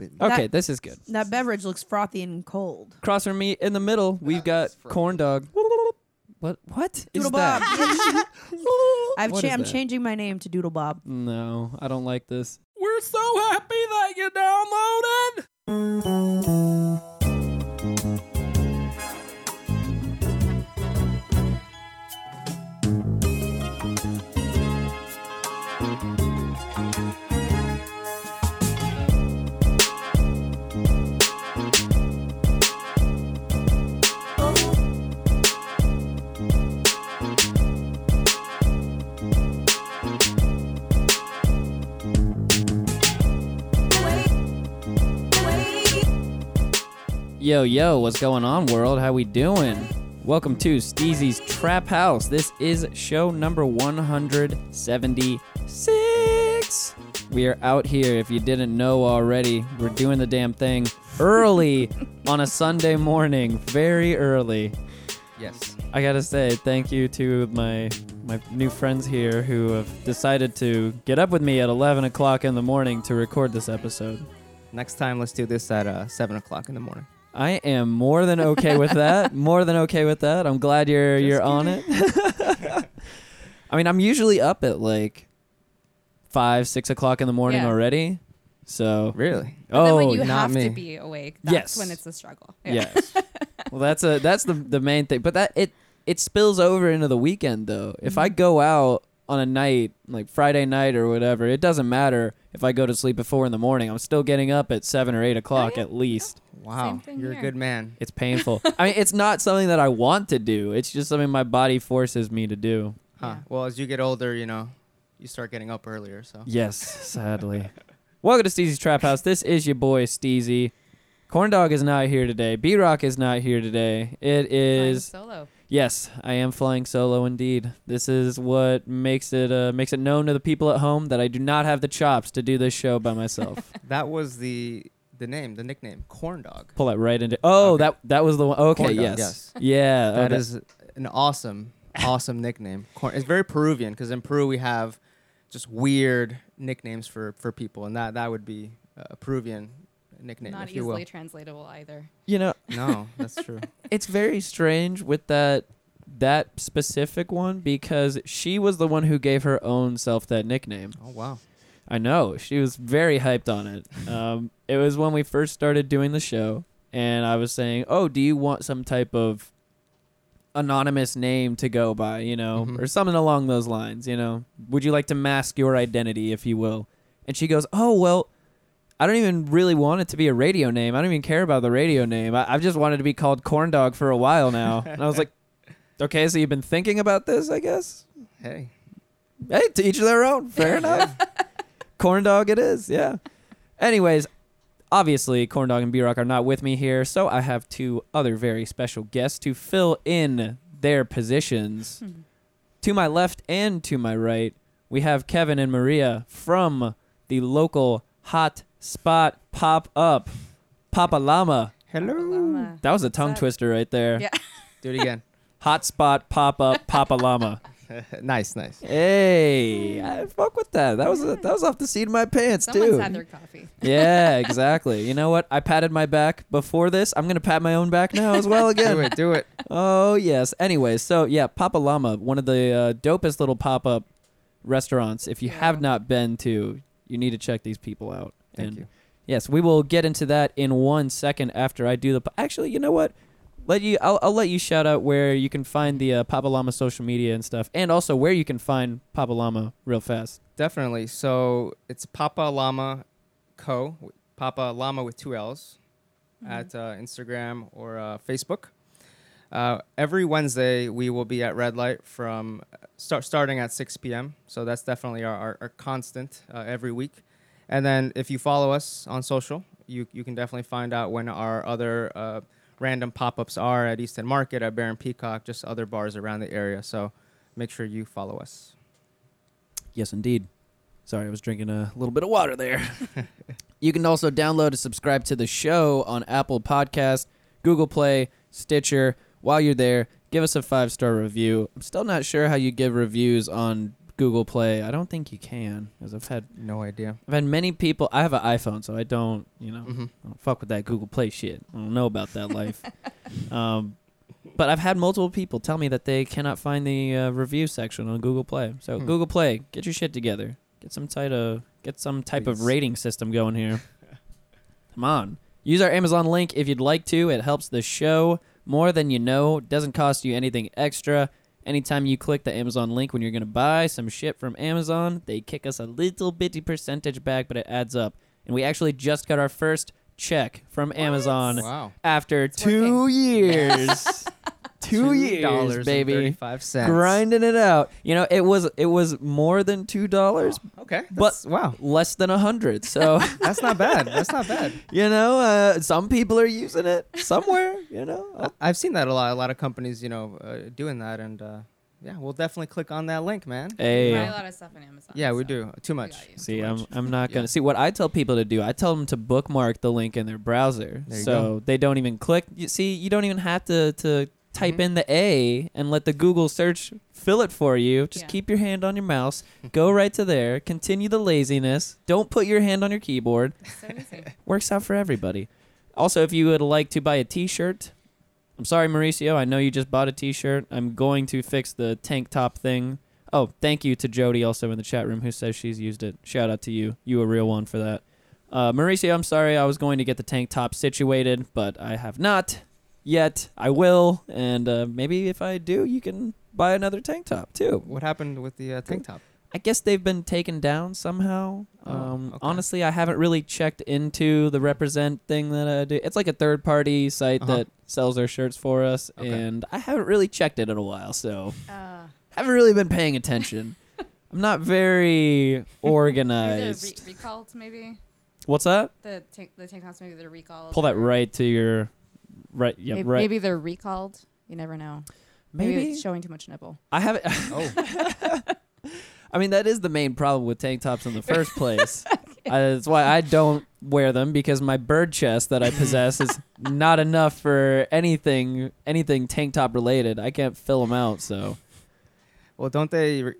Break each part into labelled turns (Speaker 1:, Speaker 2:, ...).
Speaker 1: happen.
Speaker 2: Okay,
Speaker 3: That-
Speaker 2: this is good.
Speaker 3: That beverage looks frothy and cold.
Speaker 2: Across from me in the middle, we've got corn dog. What? What is
Speaker 3: Doodle Bob.
Speaker 2: that?
Speaker 3: I've
Speaker 2: What
Speaker 3: cha-
Speaker 2: is
Speaker 3: I'm
Speaker 2: that?
Speaker 3: changing my name to Doodle Bob.
Speaker 2: No, I don't like this. We're so happy that you downloaded. Yo, yo, what's going on, world? How we doing? Welcome to Steezy's Trap House. This is show number 176. We are out here. If you didn't know already, we're doing the damn thing early on a Sunday morning, very early.
Speaker 1: Yes.
Speaker 2: I gotta say thank you to my my new friends here who have decided to get up with me at 11 o'clock in the morning to record this episode.
Speaker 1: Next time, let's do this at uh, seven o'clock in the morning.
Speaker 2: I am more than okay with that. More than okay with that. I'm glad you're
Speaker 1: Just
Speaker 2: you're on it. I mean, I'm usually up at like five, six o'clock in the morning
Speaker 4: Yeah.
Speaker 2: already. So
Speaker 1: Really?
Speaker 4: And then
Speaker 2: oh,
Speaker 4: when you
Speaker 1: not
Speaker 4: have
Speaker 1: me.
Speaker 4: to be awake, that's
Speaker 2: Yes.
Speaker 4: when it's a struggle.
Speaker 2: Yes. well, that's a that's the the main thing. But that it it spills over into the weekend though. If
Speaker 4: Mm-hmm.
Speaker 2: I go out on a night like Friday night or whatever, it doesn't matter if I go to sleep at four in the morning. I'm still getting up at seven or eight o'clock
Speaker 4: Oh, yeah. Oh.
Speaker 2: at least.
Speaker 1: Wow,
Speaker 4: Same thing
Speaker 1: you're a
Speaker 4: here.
Speaker 1: good man.
Speaker 2: It's painful. I mean, it's not something that I want to do. It's just something my body forces me to do.
Speaker 1: Huh. Well, as you get older, you know, you start getting up earlier. So
Speaker 2: Yes, sadly. Welcome to Steezy's Trap House. This is your boy Steezy. Corndog is not here today. B Rock is not here today. It
Speaker 4: Flying
Speaker 2: is
Speaker 4: solo.
Speaker 2: Yes, I am flying solo indeed. This is what makes it uh, makes it known to the people at home that I do not have the chops to do this show by myself.
Speaker 1: that was the the name, the nickname, Corn Dog.
Speaker 2: Pull it right into. Oh,
Speaker 1: Okay.
Speaker 2: that that was the one. Okay,
Speaker 1: Corn dog,
Speaker 2: yes.
Speaker 1: yes.
Speaker 2: yeah, oh,
Speaker 1: That is an awesome, awesome nickname. Corn. It's very Peruvian because in Peru we have just weird nicknames for for people, and that that would be a Peruvian nickname,
Speaker 4: Not
Speaker 1: if you will.
Speaker 4: easily translatable either.
Speaker 2: You know,
Speaker 1: no, that's true.
Speaker 2: it's very strange with that that specific one because she was the one who gave her own self that nickname.
Speaker 1: Oh wow.
Speaker 2: I know. She was very hyped on it. Um, it was when we first started doing the show, and I was saying, Oh, do you want some type of anonymous name to go by, you know,
Speaker 1: Mhm.
Speaker 2: or something along those lines, you know? Would you like to mask your identity, if you will? And she goes, Oh, well, I don't even really want it to be a radio name. I don't even care about the radio name. I- I've just wanted to be called Corn Dog for a while now. and I was like, Okay, so you've been thinking about this, I guess?
Speaker 1: Hey.
Speaker 2: Hey, to each their own. Fair enough. corn dog it is, yeah. Anyways, obviously corn dog and B Rock are not with me here, so I have two other very special guests to fill in their positions.
Speaker 4: Hmm.
Speaker 2: to my left and to my right, we have Kevin and Maria from the local hot spot pop up. Papa Llama.
Speaker 1: Hello.
Speaker 4: Llama.
Speaker 2: That was a tongue
Speaker 4: up?
Speaker 2: twister right there.
Speaker 4: Yeah.
Speaker 1: Do it again.
Speaker 2: Hot spot pop up Papa Llama.
Speaker 1: nice, nice.
Speaker 2: Hey, I fuck with that. That was that was off the seat of my pants
Speaker 4: Hmm. Someone's
Speaker 2: too.
Speaker 4: had their coffee.
Speaker 2: yeah, exactly. You know what? I patted my back before this. I'm gonna pat my own back now as well
Speaker 1: Do
Speaker 2: again.
Speaker 1: it, do it.
Speaker 2: oh yes. Anyway, so yeah, Papa Llama, one of the uh, dopest little pop up restaurants. If you have
Speaker 4: Yeah.
Speaker 2: not been to, you need to check these people out.
Speaker 1: Thank
Speaker 2: and
Speaker 1: you.
Speaker 2: Yes, we will get into that in one second after I do the. po- Actually, you know what? Let you. I'll, I'll let you shout out where you can find the uh, Papa Llama social media and stuff, and also where you can find Papa Llama real fast.
Speaker 1: Definitely. So it's Papa Llama Co. Papa Llama with two L's at uh, Instagram or uh, Facebook. Uh, every Wednesday we will be at Red Light from uh, start starting at 6 p.m. So that's definitely our, our, our constant uh, every week. And then if you follow us on social, you you can definitely find out when our other uh, random pop-ups are at Easton Market, at Baron Peacock, just other bars around the area. So make sure you follow us.
Speaker 2: Yes, indeed. Sorry, I was drinking a little bit of water there. you can also download and subscribe to the show on Apple Podcast, Google Play, Stitcher. While you're there, give us a five star review. I'm still not sure how you give reviews on Google Play. I don't think you can, because I've had
Speaker 1: No idea.
Speaker 2: I've had many people. I have an iPhone, so I don't, you know,
Speaker 1: Mhm.
Speaker 2: I don't fuck with that Google Play shit. I don't know about that life. um, but I've had multiple people tell me that they cannot find the uh, review section on Google Play. So
Speaker 1: Hmm.
Speaker 2: Google Play, get your shit together. Get some type of get some type of
Speaker 1: Please.
Speaker 2: rating system going here. Come on, use our Amazon link if you'd like to. It helps the show more than you know. Doesn't cost you anything extra. Anytime you click the Amazon link when you're going to buy some shit from Amazon, they kick us a little bitty percentage back, but it adds up. And we actually just got our first check from Amazon
Speaker 1: Wow.
Speaker 2: after
Speaker 4: It's
Speaker 2: two
Speaker 4: working.
Speaker 2: years. two, years,
Speaker 1: dollars
Speaker 2: baby.
Speaker 1: Five cents.
Speaker 2: Grinding it out. You know, it was it was more than two dollars,
Speaker 1: Okay.
Speaker 2: But-
Speaker 1: That's, wow.
Speaker 2: less than a hundred. So
Speaker 1: That's not bad. That's not bad.
Speaker 2: you know, uh, some people are using it somewhere. You know,
Speaker 1: I- I've seen that a lot. A lot of companies, you know, uh, doing that, and uh, yeah, we'll definitely click on that link, man.
Speaker 4: We
Speaker 2: hey.
Speaker 4: buy a lot of stuff on Amazon.
Speaker 1: Yeah, we
Speaker 4: so
Speaker 1: do too much.
Speaker 4: got you.
Speaker 2: See,
Speaker 1: Too
Speaker 2: I'm
Speaker 1: much.
Speaker 2: I'm not
Speaker 1: Yeah.
Speaker 2: gonna see what I tell people to do. I tell them to bookmark the link in their browser,
Speaker 1: There you
Speaker 2: so they don't even click. You see, you don't even have to to type
Speaker 1: Mhm.
Speaker 2: in the A and let the Google search fill it for you. Just
Speaker 4: Yeah.
Speaker 2: keep your hand on your mouse, go right to there, continue the laziness. Don't put your hand on your keyboard.
Speaker 4: It's so easy.
Speaker 2: Works out for everybody. Also, if you would like to buy a T-shirt, I'm sorry, Mauricio. I know you just bought a T-shirt. I'm going to fix the tank top thing. Oh, thank you to Jody also in the chat room who says she's used it. Shout out to you. You a real one for that. Uh, Mauricio, I'm sorry. I was going to get the tank top situated, but I have not yet. I will, and uh, maybe if I do, you can buy another tank top too.
Speaker 1: What happened with the uh, tank top?
Speaker 2: I guess they've been taken down somehow.
Speaker 1: Oh,
Speaker 2: um,
Speaker 1: okay.
Speaker 2: Honestly, I haven't really checked into the represent thing that I do. It's like a third party site
Speaker 1: Uh-huh.
Speaker 2: that sells our shirts for us,
Speaker 1: Okay.
Speaker 2: and I haven't really checked it in a while, so
Speaker 4: Uh,
Speaker 2: haven't really been paying attention. I'm not very
Speaker 4: is
Speaker 2: organized.
Speaker 4: it re- recalled maybe?
Speaker 2: What's that?
Speaker 4: The tank, the tank tops maybe they're recalled.
Speaker 2: Pull that right to your right. Yeah,
Speaker 4: maybe,
Speaker 2: right.
Speaker 4: Maybe they're recalled. You never know. Maybe,
Speaker 2: Maybe
Speaker 4: it's showing too much nipple.
Speaker 2: I haven't.
Speaker 1: Oh,
Speaker 2: I mean, that is the main problem with tank tops in the first place. I, that's why I don't wear them because my bird chest that I possess is not enough for anything anything tank top related. I can't fill them out, so
Speaker 1: well, don't they? Re-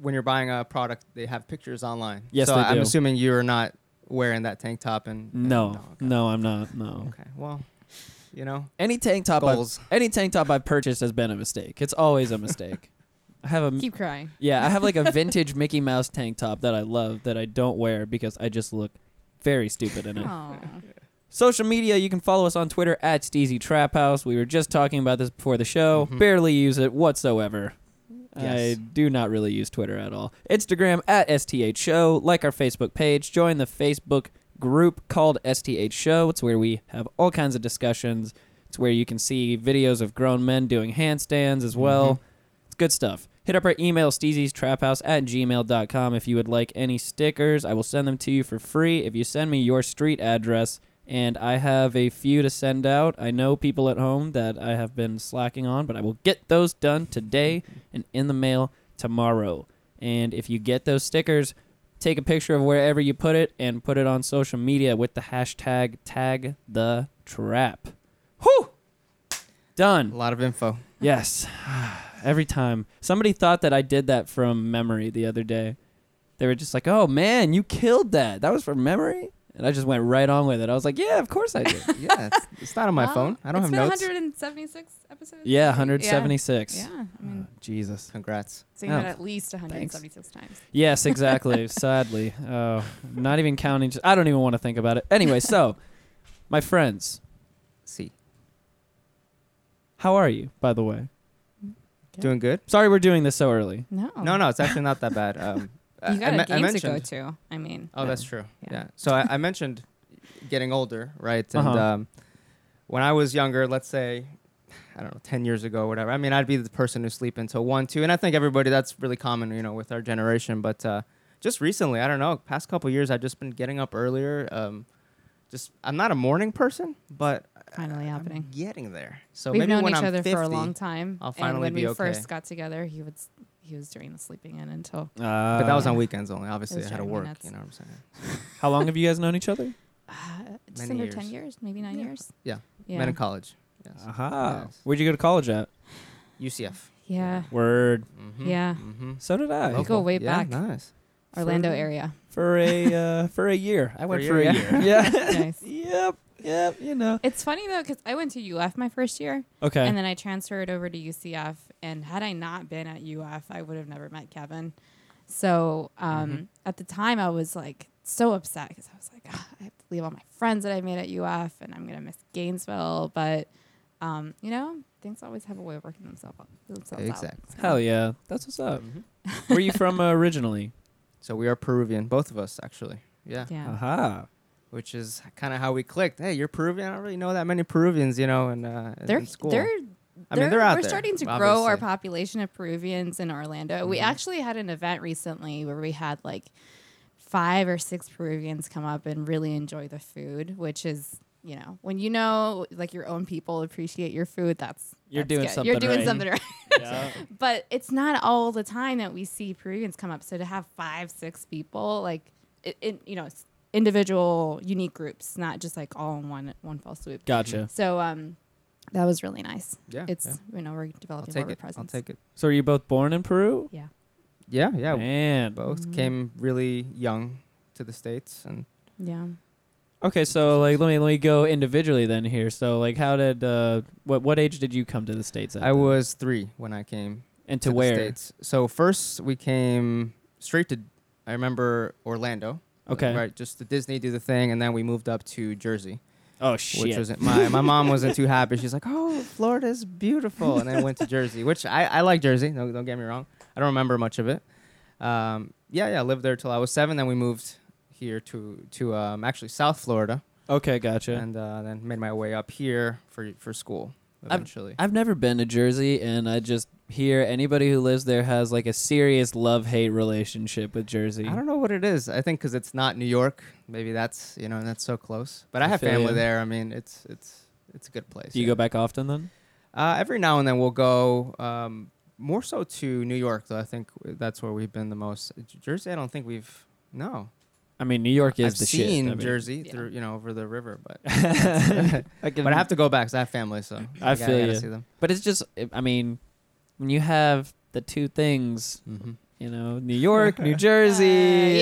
Speaker 1: when you're buying a product, they have pictures online.
Speaker 2: Yes,
Speaker 1: so
Speaker 2: they
Speaker 1: I'm
Speaker 2: do.
Speaker 1: assuming you're not wearing that tank top. And, and-
Speaker 2: no,
Speaker 1: okay.
Speaker 2: no, I'm not. No,
Speaker 1: Okay. Well, you know,
Speaker 2: any tank top, I've,
Speaker 1: goals.
Speaker 2: any tank top I've purchased has been a mistake. It's always a mistake. I have a
Speaker 4: Keep crying.
Speaker 2: yeah, I have like a vintage Mickey Mouse tank top that I love that I don't wear because I just look very stupid in it.
Speaker 4: Aw.
Speaker 2: Social media, you can follow us on Twitter at Steezy Trap House. We were just talking about this before the show.
Speaker 1: Mhm.
Speaker 2: Barely use it whatsoever. I
Speaker 1: Yes.
Speaker 2: do not really use Twitter at all. Instagram at STH Show. Like our Facebook page. Join the Facebook group called STH Show. It's where we have all kinds of discussions. It's where you can see videos of grown men doing handstands as well.
Speaker 1: Mhm.
Speaker 2: It's good stuff. Hit up our email, steezystraphouse at gmail.com if you would like any stickers. I will send them to you for free if you send me your street address. And I have a few to send out. I know people at home that I have been slacking on, but I will get those done today and in the mail tomorrow. And if you get those stickers, take a picture of wherever you put it and put it on social media with the hashtag tag the trap. Whew! Done.
Speaker 1: a lot of info.
Speaker 2: Yes. Every time. Somebody thought that I did that from memory the other day. They were just like, oh man, you killed that. That was from memory? And I just went right on with it. I was like, yeah, of course I did.
Speaker 1: yeah, it's, it's not on my
Speaker 4: Wow.
Speaker 1: phone. I don't
Speaker 4: It's
Speaker 1: have
Speaker 4: been
Speaker 1: notes.
Speaker 4: 176 episodes.
Speaker 2: yeah, 176.
Speaker 4: Yeah, I
Speaker 1: Uh,
Speaker 4: mean,
Speaker 2: Jesus.
Speaker 1: Congrats.
Speaker 4: saying
Speaker 2: Oh,
Speaker 4: that at least 176 times.
Speaker 2: Yes, exactly. Sadly. Oh, not even counting. Just, I don't even want to think about it. Anyway, so, my friends,
Speaker 1: See,
Speaker 2: how are you, by the way?
Speaker 4: Yeah.
Speaker 1: doing good.
Speaker 2: Sorry we're doing this so early.
Speaker 4: No,
Speaker 1: No, no, it's actually not that bad. Um, I-
Speaker 4: You got
Speaker 1: I,
Speaker 4: a
Speaker 1: me- I
Speaker 4: game to go
Speaker 1: mentioned-
Speaker 4: to. I mean,
Speaker 1: Oh, that's true.
Speaker 4: Yeah.
Speaker 1: Yeah. So I, I mentioned getting older, right? And
Speaker 2: Uh-huh.
Speaker 1: um, when I was younger, let's say, I don't know, 10 years ago, whatever, I mean, I'd be the person who sleep until 1, 2. And I think everybody, that's really common, you know, with our generation. But uh, just recently, I don't know, past couple years, I've just been getting up earlier. Um, just, I'm not a morning person, but
Speaker 4: finally happening.
Speaker 1: I'm getting there. So
Speaker 4: We've
Speaker 1: maybe
Speaker 4: known
Speaker 1: when
Speaker 4: each
Speaker 1: I'm
Speaker 4: other
Speaker 1: 50,
Speaker 4: for a long time.
Speaker 1: I'll finally
Speaker 4: and when
Speaker 1: be
Speaker 4: we
Speaker 1: okay.
Speaker 4: first got together, he would s- he was doing the sleeping in until
Speaker 2: Uh,
Speaker 1: But that was on
Speaker 4: Yeah.
Speaker 1: weekends only. Obviously,
Speaker 4: was
Speaker 1: I had to
Speaker 4: driving me
Speaker 1: work.
Speaker 4: nuts.
Speaker 1: You know what I'm saying?
Speaker 2: How long have you guys known each other?
Speaker 4: uh, just
Speaker 1: Many
Speaker 4: under 10 years, maybe nine
Speaker 1: Yeah.
Speaker 4: years.
Speaker 1: Yeah.
Speaker 4: yeah.
Speaker 1: Met in college. Yes. Uh,
Speaker 2: Aha.
Speaker 1: Yes.
Speaker 2: Where'd you go to college at?
Speaker 1: UCF.
Speaker 4: Yeah.
Speaker 2: Word.
Speaker 1: Mm-hmm.
Speaker 4: Yeah.
Speaker 1: Mm-hmm.
Speaker 2: So did I.
Speaker 4: Local. go way
Speaker 1: yeah,
Speaker 4: back.
Speaker 1: Nice.
Speaker 4: Orlando
Speaker 2: For-
Speaker 4: area.
Speaker 2: For a uh, for a year. I went
Speaker 1: a
Speaker 2: for a
Speaker 1: year,
Speaker 2: year. Yeah.
Speaker 4: nice.
Speaker 2: yep. Yep. You know.
Speaker 4: It's funny though because I went to UF my first year,
Speaker 2: Okay.
Speaker 4: and then I transferred over to UCF. And had I not been at UF, I would have never met Kevin. So um,
Speaker 1: Mm-hmm.
Speaker 4: at the time, I was like so upset because I was like, "Ah, I have to leave all my friends that I made at UF, and I'm gonna miss Gainesville. But um, you know, things always have a way of working themselves out. Themselves
Speaker 1: Exactly.
Speaker 4: Out. So-
Speaker 2: Hell yeah. That's what's up.
Speaker 1: Mhm.
Speaker 2: Where you from uh, originally?
Speaker 1: So we are Peruvian, both of us actually. Yeah.
Speaker 4: Yeah.
Speaker 2: Aha.
Speaker 1: Which is kind of how we clicked. Hey, you're Peruvian. I don't really know that many Peruvians, you know, in, uh, in-
Speaker 4: They're,
Speaker 1: in school.
Speaker 4: they're
Speaker 1: I mean, they're out
Speaker 4: we're
Speaker 1: there,
Speaker 4: starting to grow our
Speaker 1: obviously.
Speaker 4: population of Peruvians in Orlando. We
Speaker 1: Mhm.
Speaker 4: actually had an event recently where we had like five or six Peruvians come up and really enjoy the food, which is you know when you know like your own people appreciate your food. That's
Speaker 2: You're
Speaker 4: that's
Speaker 2: doing
Speaker 4: good.
Speaker 2: something
Speaker 4: You're doing
Speaker 2: right.
Speaker 4: something right.
Speaker 2: Yeah.
Speaker 4: But it's not all the time that we see Peruvians come up. So to have five, six people like it, it you know it's individual unique groups, not just like all in one one fell swoop.
Speaker 2: Gotcha.
Speaker 4: So um, that was really nice.
Speaker 1: yeah.
Speaker 4: It's
Speaker 1: yeah.
Speaker 4: you know we're
Speaker 1: I'll
Speaker 4: developing
Speaker 1: take
Speaker 4: more of a
Speaker 1: it.
Speaker 4: presence.
Speaker 1: I'll take it.
Speaker 2: So are you both born in Peru?
Speaker 4: Yeah.
Speaker 1: Yeah. Yeah.
Speaker 2: Man.
Speaker 1: Both
Speaker 4: Mm-hmm.
Speaker 1: came really young to the states and
Speaker 4: Yeah.
Speaker 2: Okay, so like let me let me go individually then here. So like how did uh what what age did you come to the states? at
Speaker 1: I
Speaker 2: then?
Speaker 1: was 3 when I came.
Speaker 2: and to
Speaker 1: to the
Speaker 2: where?
Speaker 1: States. So first we came straight to I remember Orlando.
Speaker 2: Okay.
Speaker 1: Right, just the Disney do the thing, and then we moved up to Jersey,
Speaker 2: Oh shit.
Speaker 1: which wasn't my my mom wasn't too happy. She's like, "Oh, Florida's beautiful," and then went to Jersey, which I I like Jersey. No, don't get me wrong. I don't remember much of it. Um, yeah, yeah, I lived there till I was seven. Then we moved here to to um, actually South Florida,
Speaker 2: okay, gotcha.
Speaker 1: and uh, then made my way up here for for school
Speaker 2: I've-
Speaker 1: eventually.
Speaker 2: I've never been to Jersey, and I just hear anybody who lives there has like a serious love hate relationship with Jersey.
Speaker 1: I don't know what it is. I think because it's not New York. Maybe that's you know that's so close. But I
Speaker 2: I
Speaker 1: have
Speaker 2: feel
Speaker 1: family
Speaker 2: ya.
Speaker 1: there. I mean, it's it's it's a good place.
Speaker 2: Do you go back often then?
Speaker 1: Uh, every now and then we'll go. Um, more so to New York though. I think that's where we've been the most. J- Jersey, I don't think we've no.
Speaker 2: I mean, New York is
Speaker 1: I've
Speaker 2: the shit.
Speaker 1: seen
Speaker 2: I mean.
Speaker 1: Jersey
Speaker 4: Yeah.
Speaker 1: through you know over the river, but
Speaker 2: I can-
Speaker 1: but I have to go back 'cause I have family. So
Speaker 2: I
Speaker 1: gotta-
Speaker 2: feel
Speaker 1: gotta
Speaker 2: ya.
Speaker 1: see them.
Speaker 2: But it's just, I mean, when you have the two things, you know, New York, New Jersey.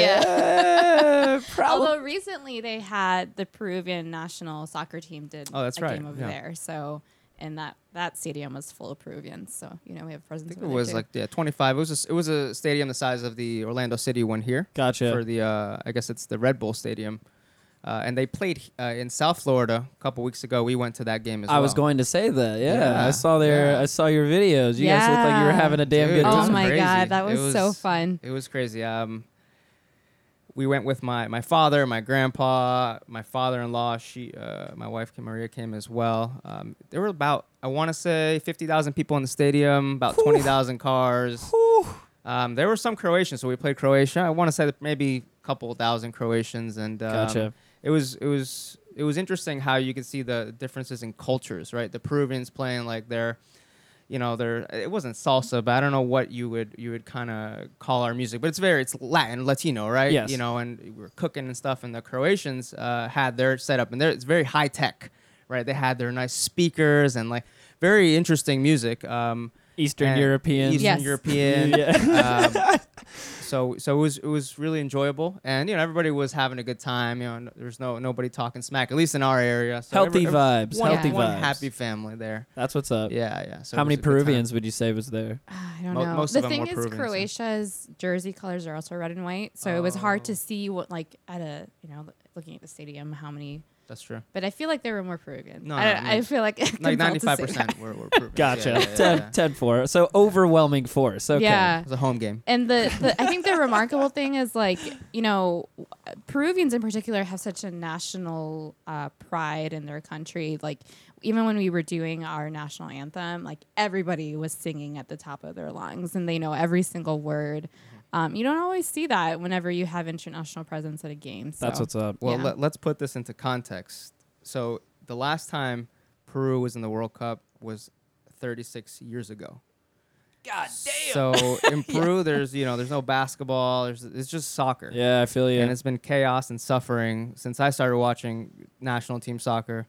Speaker 2: uh,
Speaker 4: yeah.
Speaker 2: probably.
Speaker 4: Although recently they had the Peruvian national soccer team did
Speaker 1: Oh, that's
Speaker 4: a
Speaker 1: right.
Speaker 4: game over
Speaker 1: Yeah.
Speaker 4: there. So and that that stadium was full of Peruvians. So you know we have
Speaker 1: I
Speaker 4: presence.
Speaker 1: think it
Speaker 4: over there,
Speaker 1: was
Speaker 4: too.
Speaker 1: like yeah, 25. It was a, s- it was a stadium the size of the Orlando City one here.
Speaker 2: Gotcha.
Speaker 1: for the uh, I guess it's the Red Bull Stadium, uh, and they played uh, in South Florida a couple weeks ago. We went to that game as
Speaker 2: I
Speaker 1: well.
Speaker 2: was going to say that. Yeah, I
Speaker 1: Yeah,
Speaker 2: saw their,
Speaker 1: yeah.
Speaker 2: I saw your videos. You guys looked like you were
Speaker 4: Yeah.
Speaker 2: having a damn
Speaker 1: Dude,
Speaker 2: good
Speaker 1: it was
Speaker 4: oh
Speaker 2: time.
Speaker 4: my
Speaker 1: crazy.
Speaker 4: god, that
Speaker 1: It
Speaker 4: was, so
Speaker 1: was-
Speaker 4: fun.
Speaker 1: It was crazy. Um, we went with my my father, my grandpa, my father-in-law. She, uh, my wife, Maria came as well. Um, there were about I want to say fifty thousand people in the stadium, about
Speaker 2: Whew.
Speaker 1: twenty thousand cars. Um, there were some Croatians, so we played Croatia. I want to say that maybe a couple thousand Croatians, and um,
Speaker 2: Gotcha.
Speaker 1: it was it was it was interesting how you could see the differences in cultures, right? The Peruvians playing like their, you know, their it wasn't salsa, but I don't know what you would you would kind of call our music, but it's very it's Latin, Latino, right?
Speaker 2: Yes.
Speaker 1: You know, and we we're cooking and stuff, and the Croatians uh, had their setup, and they're, it's very high tech, right? They had their nice speakers and like very interesting music. Um,
Speaker 2: Eastern
Speaker 1: and
Speaker 2: European.
Speaker 1: Eastern
Speaker 4: Yes.
Speaker 1: European. Um, so so it was it was really enjoyable, and you know everybody was having a good time. You know, n- there's no nobody talking smack, at least in our area. So
Speaker 2: Healthy
Speaker 1: every- every-
Speaker 2: vibes.
Speaker 1: one,
Speaker 2: Healthy
Speaker 1: one
Speaker 2: vibes.
Speaker 1: happy family there.
Speaker 2: That's what's up.
Speaker 1: Yeah, yeah. So
Speaker 2: How
Speaker 1: it was
Speaker 2: many
Speaker 1: a good time.
Speaker 2: Peruvians would you say was there?
Speaker 4: Ah, I don't
Speaker 1: Mo-
Speaker 4: know.
Speaker 1: most
Speaker 4: the
Speaker 1: of 'em
Speaker 4: thing
Speaker 1: were
Speaker 4: is,
Speaker 1: Peruvians, so-
Speaker 4: Croatia's jersey colors are also red and white, so it was hard
Speaker 1: Oh.
Speaker 4: to see what like at a you know looking at the stadium how many.
Speaker 1: That's true.
Speaker 4: But I feel like there were more Peruvians.
Speaker 1: No,
Speaker 4: I,
Speaker 1: no,
Speaker 4: don't-
Speaker 1: no.
Speaker 4: I feel like
Speaker 1: Like
Speaker 4: compelled to say
Speaker 1: 95
Speaker 4: that.
Speaker 1: percent were, were Peruvians.
Speaker 2: Gotcha.
Speaker 1: Yeah, yeah, yeah,
Speaker 2: Ten,
Speaker 1: yeah.
Speaker 2: 10 4. So overwhelming force. Okay.
Speaker 4: Yeah.
Speaker 1: It was a home game.
Speaker 4: And the, the I think the remarkable thing is like you know Peruvians in particular have such a national uh, pride in their country. Like even when we were doing our national anthem, like everybody was singing at the top of their lungs, and they know every single word.
Speaker 2: Mm-hmm.
Speaker 4: Um, you don't always see that whenever you have international presence at a game. So.
Speaker 2: That's what's up.
Speaker 1: Well,
Speaker 4: Yeah.
Speaker 1: let, let's put this into context. So the last time Peru was in the World Cup was 36 years ago. God damn. So in Peru, there's you know there's no basketball. There's it's just soccer.
Speaker 2: Yeah, I feel you.
Speaker 1: And it's been chaos and suffering since I started watching national team soccer.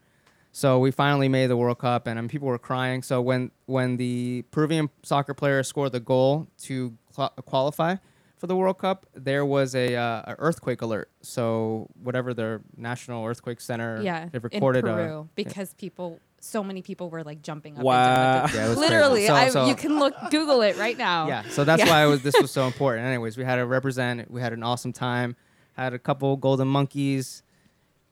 Speaker 1: So we finally made the World Cup, and um, people were crying. So when when the Peruvian soccer player scored the goal to cl- qualify for the World Cup, there was a, uh, a earthquake alert. So whatever the National Earthquake Center,
Speaker 4: yeah,
Speaker 1: it recorded
Speaker 2: uh,
Speaker 1: uh,
Speaker 4: in
Speaker 1: a-
Speaker 4: Peru because people, so many people were like jumping up.
Speaker 2: Wow.
Speaker 4: And down with it.
Speaker 1: Yeah, it was crazy.
Speaker 4: literally,
Speaker 1: So-
Speaker 4: I,
Speaker 1: so-
Speaker 4: you can look Google it right now.
Speaker 1: Yeah, so that's
Speaker 4: Yeah.
Speaker 1: why I was, this was so important. Anyways, we had to represent. We had an awesome time. Had a couple golden monkeys.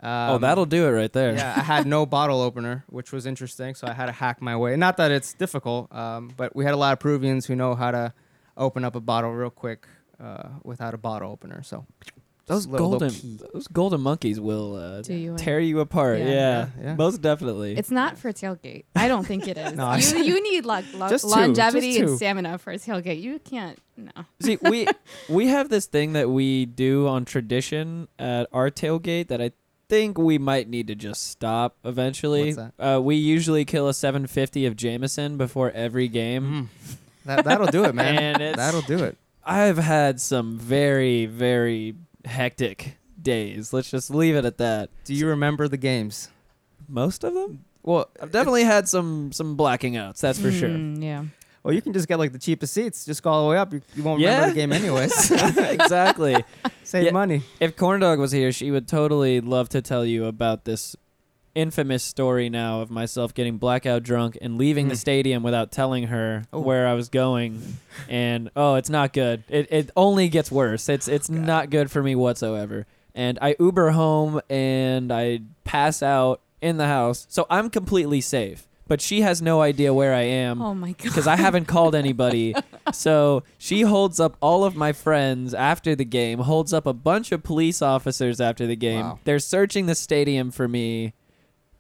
Speaker 2: oh,
Speaker 1: um,
Speaker 2: that'll do it right there.
Speaker 1: Yeah, I had no bottle opener, which was interesting. So I had to hack my way. Not that it's difficult, um, but we had a lot of Peruvians who know how to open up a bottle real quick uh, without a bottle opener. So
Speaker 2: Those
Speaker 1: just a little- little
Speaker 2: golden,
Speaker 1: key.
Speaker 2: those golden monkeys will uh,
Speaker 4: Do you in.
Speaker 2: tear you apart. Yeah,
Speaker 4: Yeah.
Speaker 1: Yeah, yeah.
Speaker 2: most definitely.
Speaker 4: It's not for tailgate. I don't think it is.
Speaker 1: No, I-
Speaker 4: you, you need like lo-
Speaker 1: Just two, just
Speaker 4: longevity
Speaker 1: two.
Speaker 4: and stamina for a tailgate. You can't. No.
Speaker 2: See, we we have this thing that we do on tradition at our tailgate that I think we might need to just stop eventually.
Speaker 1: What's
Speaker 2: Uh, we usually kill a 750 of Jameson before every game.
Speaker 1: Mm. that that'll do it, man.
Speaker 2: And it's-
Speaker 1: That'll do it.
Speaker 2: I've had some very very hectic days. Let's just leave it at that.
Speaker 1: Do you remember the games?
Speaker 2: Most of them?
Speaker 1: Well,
Speaker 2: I've definitely had some some blacking outs, that's for sure.
Speaker 4: Mm, yeah.
Speaker 1: well, you can just get like the cheapest seats. Just go all the way up. You, you won't
Speaker 2: Yeah.
Speaker 1: remember the game anyways.
Speaker 2: exactly.
Speaker 1: Save
Speaker 2: Yeah.
Speaker 1: money.
Speaker 2: If Corn Dog was here, she would totally love to tell you about this infamous story now of myself getting blackout drunk and leaving the
Speaker 1: Mm.
Speaker 2: stadium without telling her
Speaker 1: Oh.
Speaker 2: where I was going. And oh, it's not good. It it only gets worse. It's it's not good for me whatsoever. And I Uber home and I pass out in the house. So I'm completely safe. But she has no idea where I am
Speaker 4: Oh my god.
Speaker 2: because I haven't called anybody. So she holds up all of my friends after the game, holds up a bunch of police officers after the game.
Speaker 1: Wow.
Speaker 2: They're searching the stadium for me.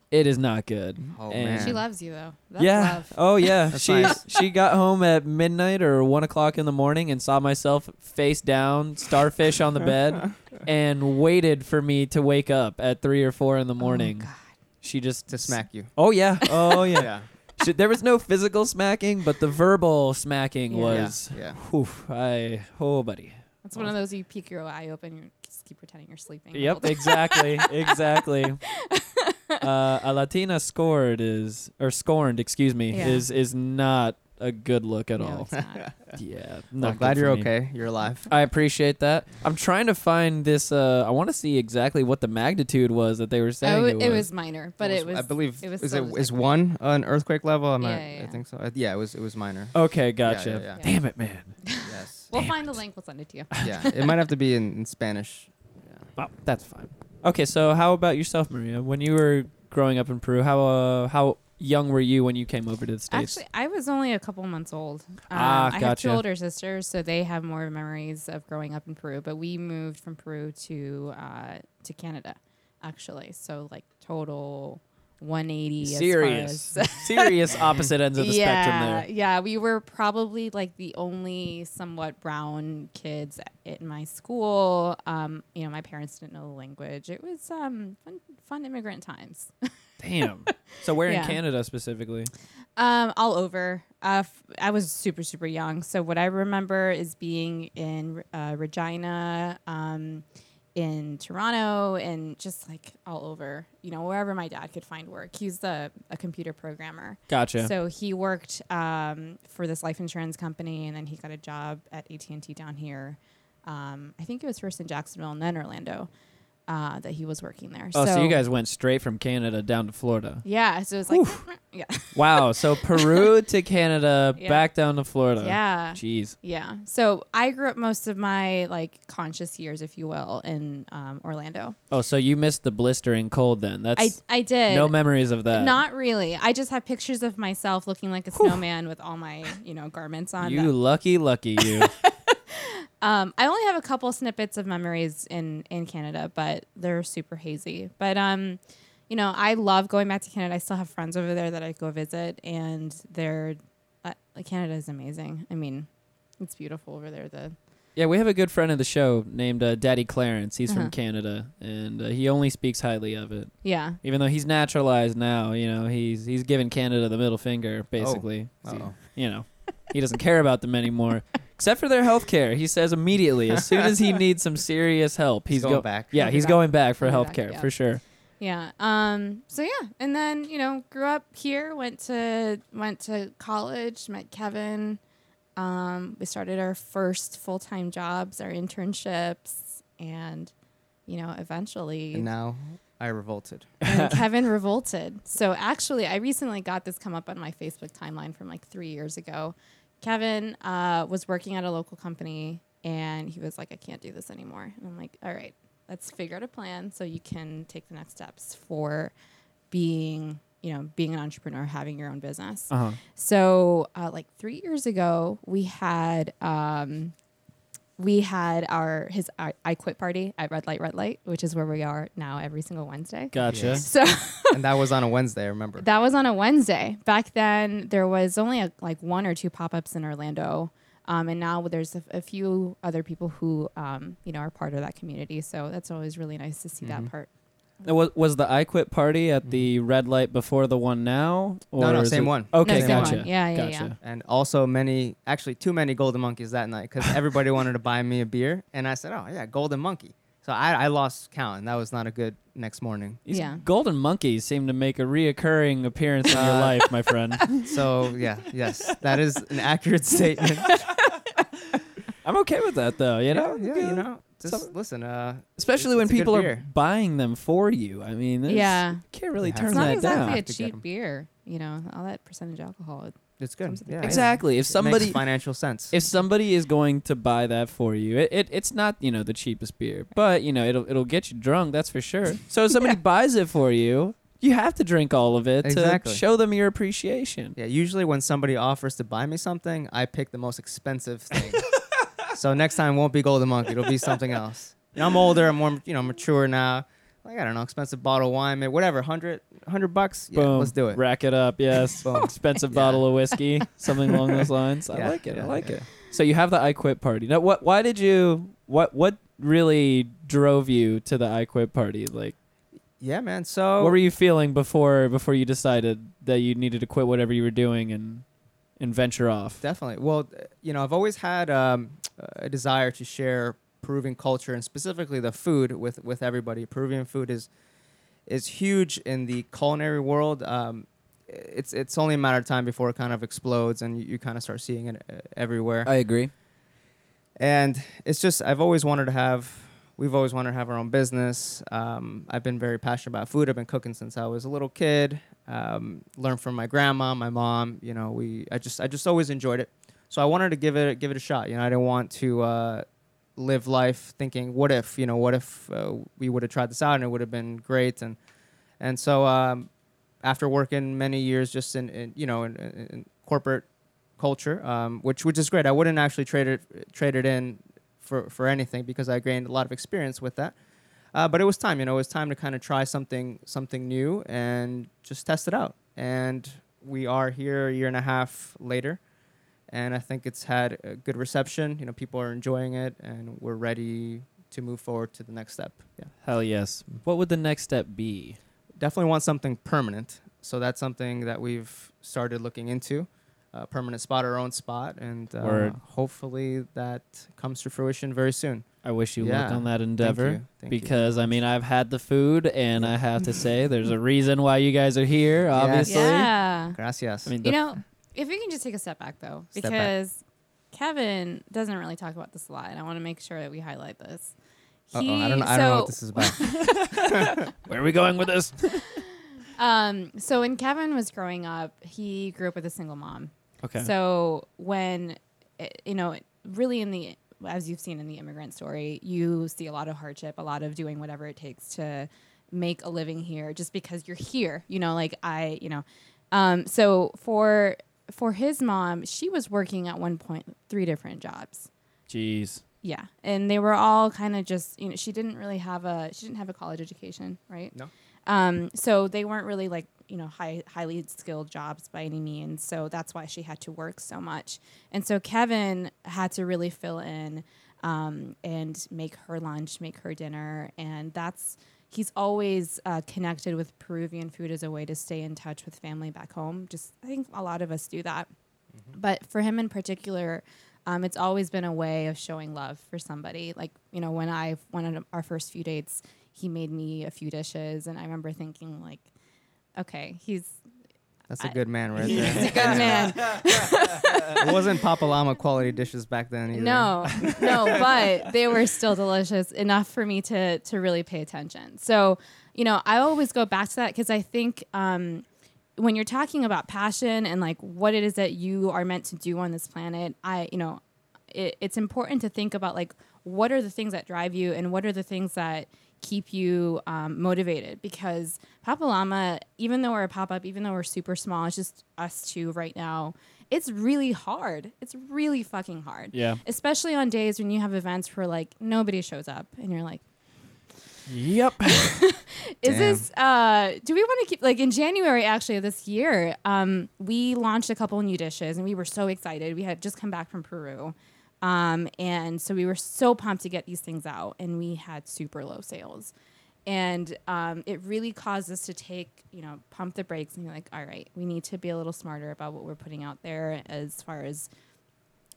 Speaker 2: It is not good.
Speaker 1: Oh,
Speaker 2: And-
Speaker 1: man.
Speaker 4: She loves you though. That's
Speaker 2: yeah.
Speaker 4: love.
Speaker 2: Oh yeah.
Speaker 1: That's
Speaker 2: she
Speaker 1: nice.
Speaker 2: she got home at midnight or one o'clock in the morning and saw myself face down, starfish on the bed, and waited for me to wake up at three or four in the morning.
Speaker 4: Oh God.
Speaker 2: she just
Speaker 1: To smack you.
Speaker 2: Oh yeah. Oh yeah.
Speaker 1: Yeah.
Speaker 2: Shit, there was no physical smacking, but the verbal smacking
Speaker 4: Yeah.
Speaker 2: was.
Speaker 1: Yeah.
Speaker 2: Whew, I oh buddy.
Speaker 4: That's one of those you peek your eye open, you just keep pretending you're sleeping. the whole
Speaker 2: Yep,
Speaker 4: time.
Speaker 2: exactly, exactly. Uh, a Latina scored is or scorned, excuse me,
Speaker 4: Yeah.
Speaker 2: is is not a good look at
Speaker 4: No,
Speaker 2: all.
Speaker 4: it's not.
Speaker 2: Yeah,
Speaker 1: Well,
Speaker 2: not
Speaker 1: I'm glad
Speaker 2: good for
Speaker 1: you're
Speaker 2: me.
Speaker 1: okay. You're alive.
Speaker 2: I appreciate that. I'm trying to find this. Uh, I want to see exactly what the magnitude was that they were
Speaker 4: I
Speaker 2: saying.
Speaker 4: wa-
Speaker 2: it, was.
Speaker 4: Oh, it was minor, but it was.
Speaker 1: I believe.
Speaker 4: it was
Speaker 1: is
Speaker 4: so
Speaker 1: it
Speaker 4: was
Speaker 1: is
Speaker 4: like-
Speaker 1: one an earthquake level? I'm
Speaker 4: Yeah,
Speaker 1: not,
Speaker 4: yeah,
Speaker 1: I
Speaker 4: yeah.
Speaker 1: think so. Uh, Yeah, it was. It was minor.
Speaker 2: okay. Gotcha.
Speaker 1: yeah.
Speaker 2: Damn it, man.
Speaker 1: yes.
Speaker 4: We'll find the link. We'll send it to you.
Speaker 1: yeah, it might have to be in, in Spanish.
Speaker 2: Oh, that's fine. Okay, so how about yourself, Maria? When you were growing up in Peru, how uh, how young were you when you came over to the states?
Speaker 4: Actually, I was only a couple months old. Um,
Speaker 2: Ah,
Speaker 4: I have two
Speaker 2: gotcha.
Speaker 4: older sisters, so they have more memories of growing up in Peru. But we moved from Peru to uh, to Canada, actually. So like total 180. as far
Speaker 2: serious,
Speaker 4: as-
Speaker 2: serious opposite ends of the
Speaker 4: yeah,
Speaker 2: spectrum there.
Speaker 4: Yeah, we were probably like the only somewhat brown kids at my school. Um, you know, my parents didn't know the language. It was um, fun, fun immigrant times.
Speaker 2: Damn. So we're in
Speaker 4: Yeah.
Speaker 2: Canada specifically.
Speaker 4: Um, all over. Uh, f- I was super, super young. So what I remember is being in uh, Regina, um, in Toronto, and just like all over. You know, wherever my dad could find work. He's the a computer programmer.
Speaker 2: Gotcha.
Speaker 4: So he worked um, for this life insurance company, and then he got a job at AT and T down here. Um, I think it was first in Jacksonville and then Orlando uh, that he was working there.
Speaker 2: oh, so, you guys went straight from Canada down to Florida.
Speaker 4: Yeah, so it was like, yeah,
Speaker 2: Wow. So Peru to Canada,
Speaker 4: Yeah.
Speaker 2: back down to Florida.
Speaker 4: yeah,
Speaker 2: Jeez.
Speaker 4: yeah. So I grew up most of my like conscious years, if you will, in um, Orlando.
Speaker 2: Oh, so you missed the blistering cold then?
Speaker 4: I
Speaker 2: That's
Speaker 4: I did
Speaker 2: no memories of that.
Speaker 4: Not really. I just have pictures of myself looking like a snowman with all my, you know, garments on.
Speaker 2: you
Speaker 4: that-
Speaker 2: lucky, lucky you.
Speaker 4: Um, I only have a couple snippets of memories in in Canada, but they're super hazy. But um, you know, I love going back to Canada. I still have friends over there that I go visit, and they're uh, like, Canada is amazing. I mean, it's beautiful over there. The
Speaker 2: Yeah, we have a good friend of the show named uh, Daddy Clarence. He's
Speaker 4: Uh-huh.
Speaker 2: from Canada, and uh, he only speaks highly of it.
Speaker 4: yeah,
Speaker 2: Even though he's naturalized now, you know, he's he's given Canada the middle finger, basically.
Speaker 1: Oh,
Speaker 2: You know, he doesn't care about them anymore, except for their health care. He says immediately, as soon as he needs some serious help, he's,
Speaker 1: He's going
Speaker 2: go-
Speaker 1: back.
Speaker 2: Yeah,
Speaker 4: He'll be
Speaker 2: he's
Speaker 4: back.
Speaker 2: going back for
Speaker 4: He'll be
Speaker 2: health
Speaker 4: back,
Speaker 2: care
Speaker 4: yeah.
Speaker 2: for sure.
Speaker 4: Yeah. Um, so yeah, and then you know, grew up here, went to went to college, met Kevin. Um, we started our first full time jobs, our internships, and you know, eventually
Speaker 1: And now I revolted.
Speaker 4: and Kevin revolted. So actually, I recently got this come up on my Facebook timeline from like three years ago. Kevin uh, was working at a local company and he was like, I can't do this anymore. And I'm like, all right, let's figure out a plan so you can take the next steps for being, you know, being an entrepreneur, having your own business.
Speaker 2: Uh-huh.
Speaker 4: So, uh, like three years ago, we had um, we had our his I, I quit party at Red Light Red Light, which is where we are now every single Wednesday.
Speaker 2: Gotcha.
Speaker 1: Yes.
Speaker 4: So
Speaker 1: and that was on a Wednesday, I remember.
Speaker 4: that was on a Wednesday. Back then, there was only a, like one or two pop ups in Orlando. Um, and now there's a, a few other people who, um, you know, are part of that community. So that's always really nice to see
Speaker 1: Mm-hmm.
Speaker 4: that part.
Speaker 2: Now, Was, was the I Quit party at the red light before the one now? Or
Speaker 1: no,
Speaker 2: is
Speaker 1: same
Speaker 2: it- Oh.
Speaker 1: one.
Speaker 2: Okay,
Speaker 1: No, same
Speaker 2: gotcha.
Speaker 4: one. Yeah, yeah, yeah.
Speaker 2: gotcha.
Speaker 1: And also many, actually too many Golden Monkeys that night because everybody wanted to buy me a beer. And I said, oh, yeah, Golden Monkey. So I, I lost count and that was not a good next morning.
Speaker 2: These
Speaker 4: Yeah.
Speaker 2: golden monkeys seem to make a reoccurring appearance in your
Speaker 1: Uh,
Speaker 2: life, my friend.
Speaker 1: So yeah, yes, that is an accurate statement.
Speaker 2: I'm okay with that, though. You know,
Speaker 1: yeah, you know, just
Speaker 2: Some-
Speaker 1: listen. Uh,
Speaker 2: especially
Speaker 1: It's-
Speaker 2: when
Speaker 1: it's a good
Speaker 2: people are
Speaker 1: beer.
Speaker 2: buying them for you. I mean, that's-
Speaker 4: Yeah.
Speaker 2: you can't really
Speaker 1: Yeah.
Speaker 2: turn
Speaker 4: It's
Speaker 1: It's
Speaker 4: not
Speaker 2: that
Speaker 4: exactly
Speaker 2: down.
Speaker 4: a
Speaker 1: Have to get 'em.
Speaker 4: cheap beer, you know, all that percentage alcohol. it-
Speaker 1: it's good.
Speaker 4: Comes with the
Speaker 1: Yeah, yeah.
Speaker 2: Exactly. If
Speaker 1: It makes
Speaker 2: somebody
Speaker 1: financial sense.
Speaker 2: if somebody is going to buy that for you, it, it it's not you know the cheapest beer, but you know it'll it'll get you drunk. That's for sure. So if somebody buys it for you, you have to drink all of it
Speaker 1: Exactly.
Speaker 2: to show them your appreciation.
Speaker 1: yeah, usually when somebody offers to buy me something, I pick the most expensive thing. so next time won't be Golden Monkey. It'll be something else. You know, I'm older. I'm more you know mature now. Like I don't know, expensive bottle of wine, man, whatever, 100, 100 bucks. Yeah,
Speaker 2: Boom.
Speaker 1: let's do it.
Speaker 2: Rack it up. Yes.
Speaker 1: Boom.
Speaker 2: Expensive
Speaker 1: Yeah.
Speaker 2: bottle of whiskey, something along those lines. I
Speaker 1: Yeah,
Speaker 2: like it. I
Speaker 1: yeah,
Speaker 2: like
Speaker 1: yeah.
Speaker 2: it. So you have the I quit party. Now, what? Why did you? What? What really drove you to the I quit party? Like,
Speaker 1: Yeah, man. So
Speaker 2: what were you feeling before before you decided that you needed to quit whatever you were doing and and venture off?
Speaker 1: Definitely. Well, th- you know, I've always had um, a desire to share Peruvian culture and specifically the food with with everybody. Peruvian food is is huge in the culinary world. Um, it's it's only a matter of time before it kind of explodes and you, you kind of start seeing it uh, everywhere.
Speaker 2: agree.
Speaker 1: and it's just I've always wanted to have. We've always wanted to have our own business. Um, I've been very passionate about food. I've been cooking since I was a little kid. Um, learned from my grandma, my mom. You know, we. I just I just always enjoyed it. So I wanted to give it give it a shot. You know, I didn't want to uh, live life thinking, what if? You know, what if uh, we would have tried this out and it would have been great? And and so um, after working many years just in, in you know in, in in corporate culture, um, which which is great. I wouldn't actually trade it trade it in for for anything because I gained a lot of experience with that. Uh, but it was time, you know, it was time to kind of try something something new and just test it out. And we are here a year and a half later, and I think it's had a good reception. You know, people are enjoying it, and we're ready to move forward to the next step. Yeah
Speaker 2: Hell yes. What would the next step be?
Speaker 1: definitely want something permanent. So that's something that we've started looking into. A permanent spot, our own spot, and uh,
Speaker 2: Word.
Speaker 1: hopefully that comes to fruition very soon.
Speaker 2: I wish you luck
Speaker 1: Yeah.
Speaker 2: on that
Speaker 1: Thank
Speaker 2: endeavor.
Speaker 1: you. Thank you.
Speaker 2: because I mean I've had the food and I have to say there's a reason why you guys are here.
Speaker 1: Yes.
Speaker 2: Obviously,
Speaker 4: Yeah.
Speaker 1: gracias.
Speaker 2: I mean the-
Speaker 4: You know, if we can just take a step back though,
Speaker 1: Step back.
Speaker 4: because Kevin doesn't really talk about this a lot, and I want to make sure that we highlight this.
Speaker 1: Uh-oh, I don't, know, I don't know what this is about.
Speaker 2: where are we going with this?
Speaker 4: Um, so when Kevin was growing up, he grew up with a single mom.
Speaker 2: Okay.
Speaker 4: So when eh, you know, really in the as you've seen in the immigrant story, you see a lot of hardship, a lot of doing whatever it takes to make a living here just because you're here. You know, like I, you know. Um, so for for his mom, she was working at one point three different jobs.
Speaker 2: Jeez.
Speaker 4: Yeah, and they were all kind of just you know she didn't really have a she didn't have a college education, right?
Speaker 1: No.
Speaker 4: Um, so they weren't really like you know high highly skilled jobs by any means. So that's why she had to work so much, and so Kevin had to really fill in um, and make her lunch, make her dinner, and that's he's always uh, connected with Peruvian food as a way to stay in touch with family back home. Just I think a lot of us do that but for him in particular um, it's always been a way of showing love for somebody like you know when i went on our first few dates he made me a few dishes, and I remember thinking like, okay, he's
Speaker 1: That's a
Speaker 4: I-
Speaker 1: good man right
Speaker 4: he's a
Speaker 1: there.
Speaker 4: good man.
Speaker 1: it wasn't Papa Llama quality dishes back then either.
Speaker 4: No, no, but they were still delicious enough for me to to really pay attention. So, you know, I always go back to that because I think um, when you're talking about passion and like what it is that you are meant to do on this planet, I, you know, it, it's important to think about like what are the things that drive you and what are the things that keep you um, motivated because Papa Llama, even though we're a pop up, even though we're super small, it's just us two right now. It's really hard. It's really fucking hard
Speaker 2: Yeah.
Speaker 4: especially on days when you have events where like nobody shows up and you're like
Speaker 2: Yep.
Speaker 4: is
Speaker 1: Damn.
Speaker 4: this uh do we want to keep like in january actually of this year um we launched a couple new dishes and we were so excited we had just come back from peru um and so we were so pumped to get these things out and we had super low sales and um, it really caused us to take you know pump the brakes and be like all right we need to be a little smarter about what we're putting out there as far as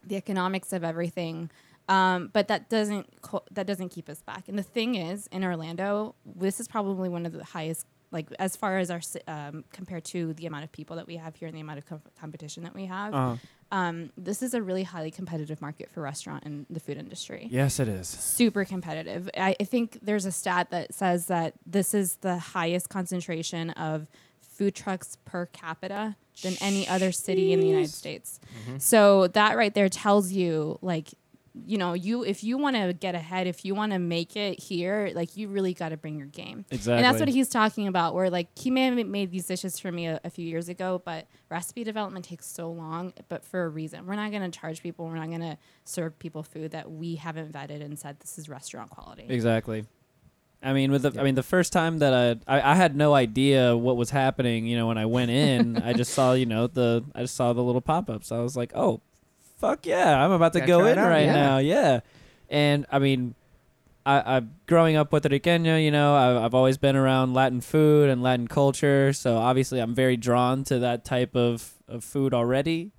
Speaker 4: the economics of everything. Um, but that doesn't co- that doesn't keep us back. And the thing is, in Orlando, this is probably one of the highest, like as far as our ci- um, compared to the amount of people that we have here and the amount of com- competition that we have.
Speaker 1: Uh-huh.
Speaker 2: Uh,
Speaker 4: Um, this is a really highly competitive market for restaurant and the food industry
Speaker 2: yes, it is.
Speaker 4: super competitive. I, I think there's a stat that says that this is the highest concentration of food trucks per capita than any other city in the United States. So that right there tells you like you know, you if you want to get ahead, if you want to make it here, like you really got to bring your game.
Speaker 2: Exactly.
Speaker 4: And that's what he's talking about. Where like he may have made these dishes for me a, a few years ago, but recipe development takes so long, but for a reason. We're not going to charge people. We're not going to serve people food that we haven't vetted and said this is restaurant quality.
Speaker 2: Exactly. I mean, with the, I mean, the first time that I, I, I had no idea what was happening. You know, when I went in, I just saw, you know, the, I just saw the little pop ups. I was like, oh, fuck yeah, I'm about to
Speaker 1: Gotta
Speaker 2: go
Speaker 1: try it
Speaker 2: in
Speaker 1: out,
Speaker 2: right
Speaker 1: yeah.
Speaker 2: now, yeah. And I mean, I, I growing up with Riqueño, you know, I, I've always been around Latin food and Latin culture, so obviously I'm very drawn to that type of, of food already.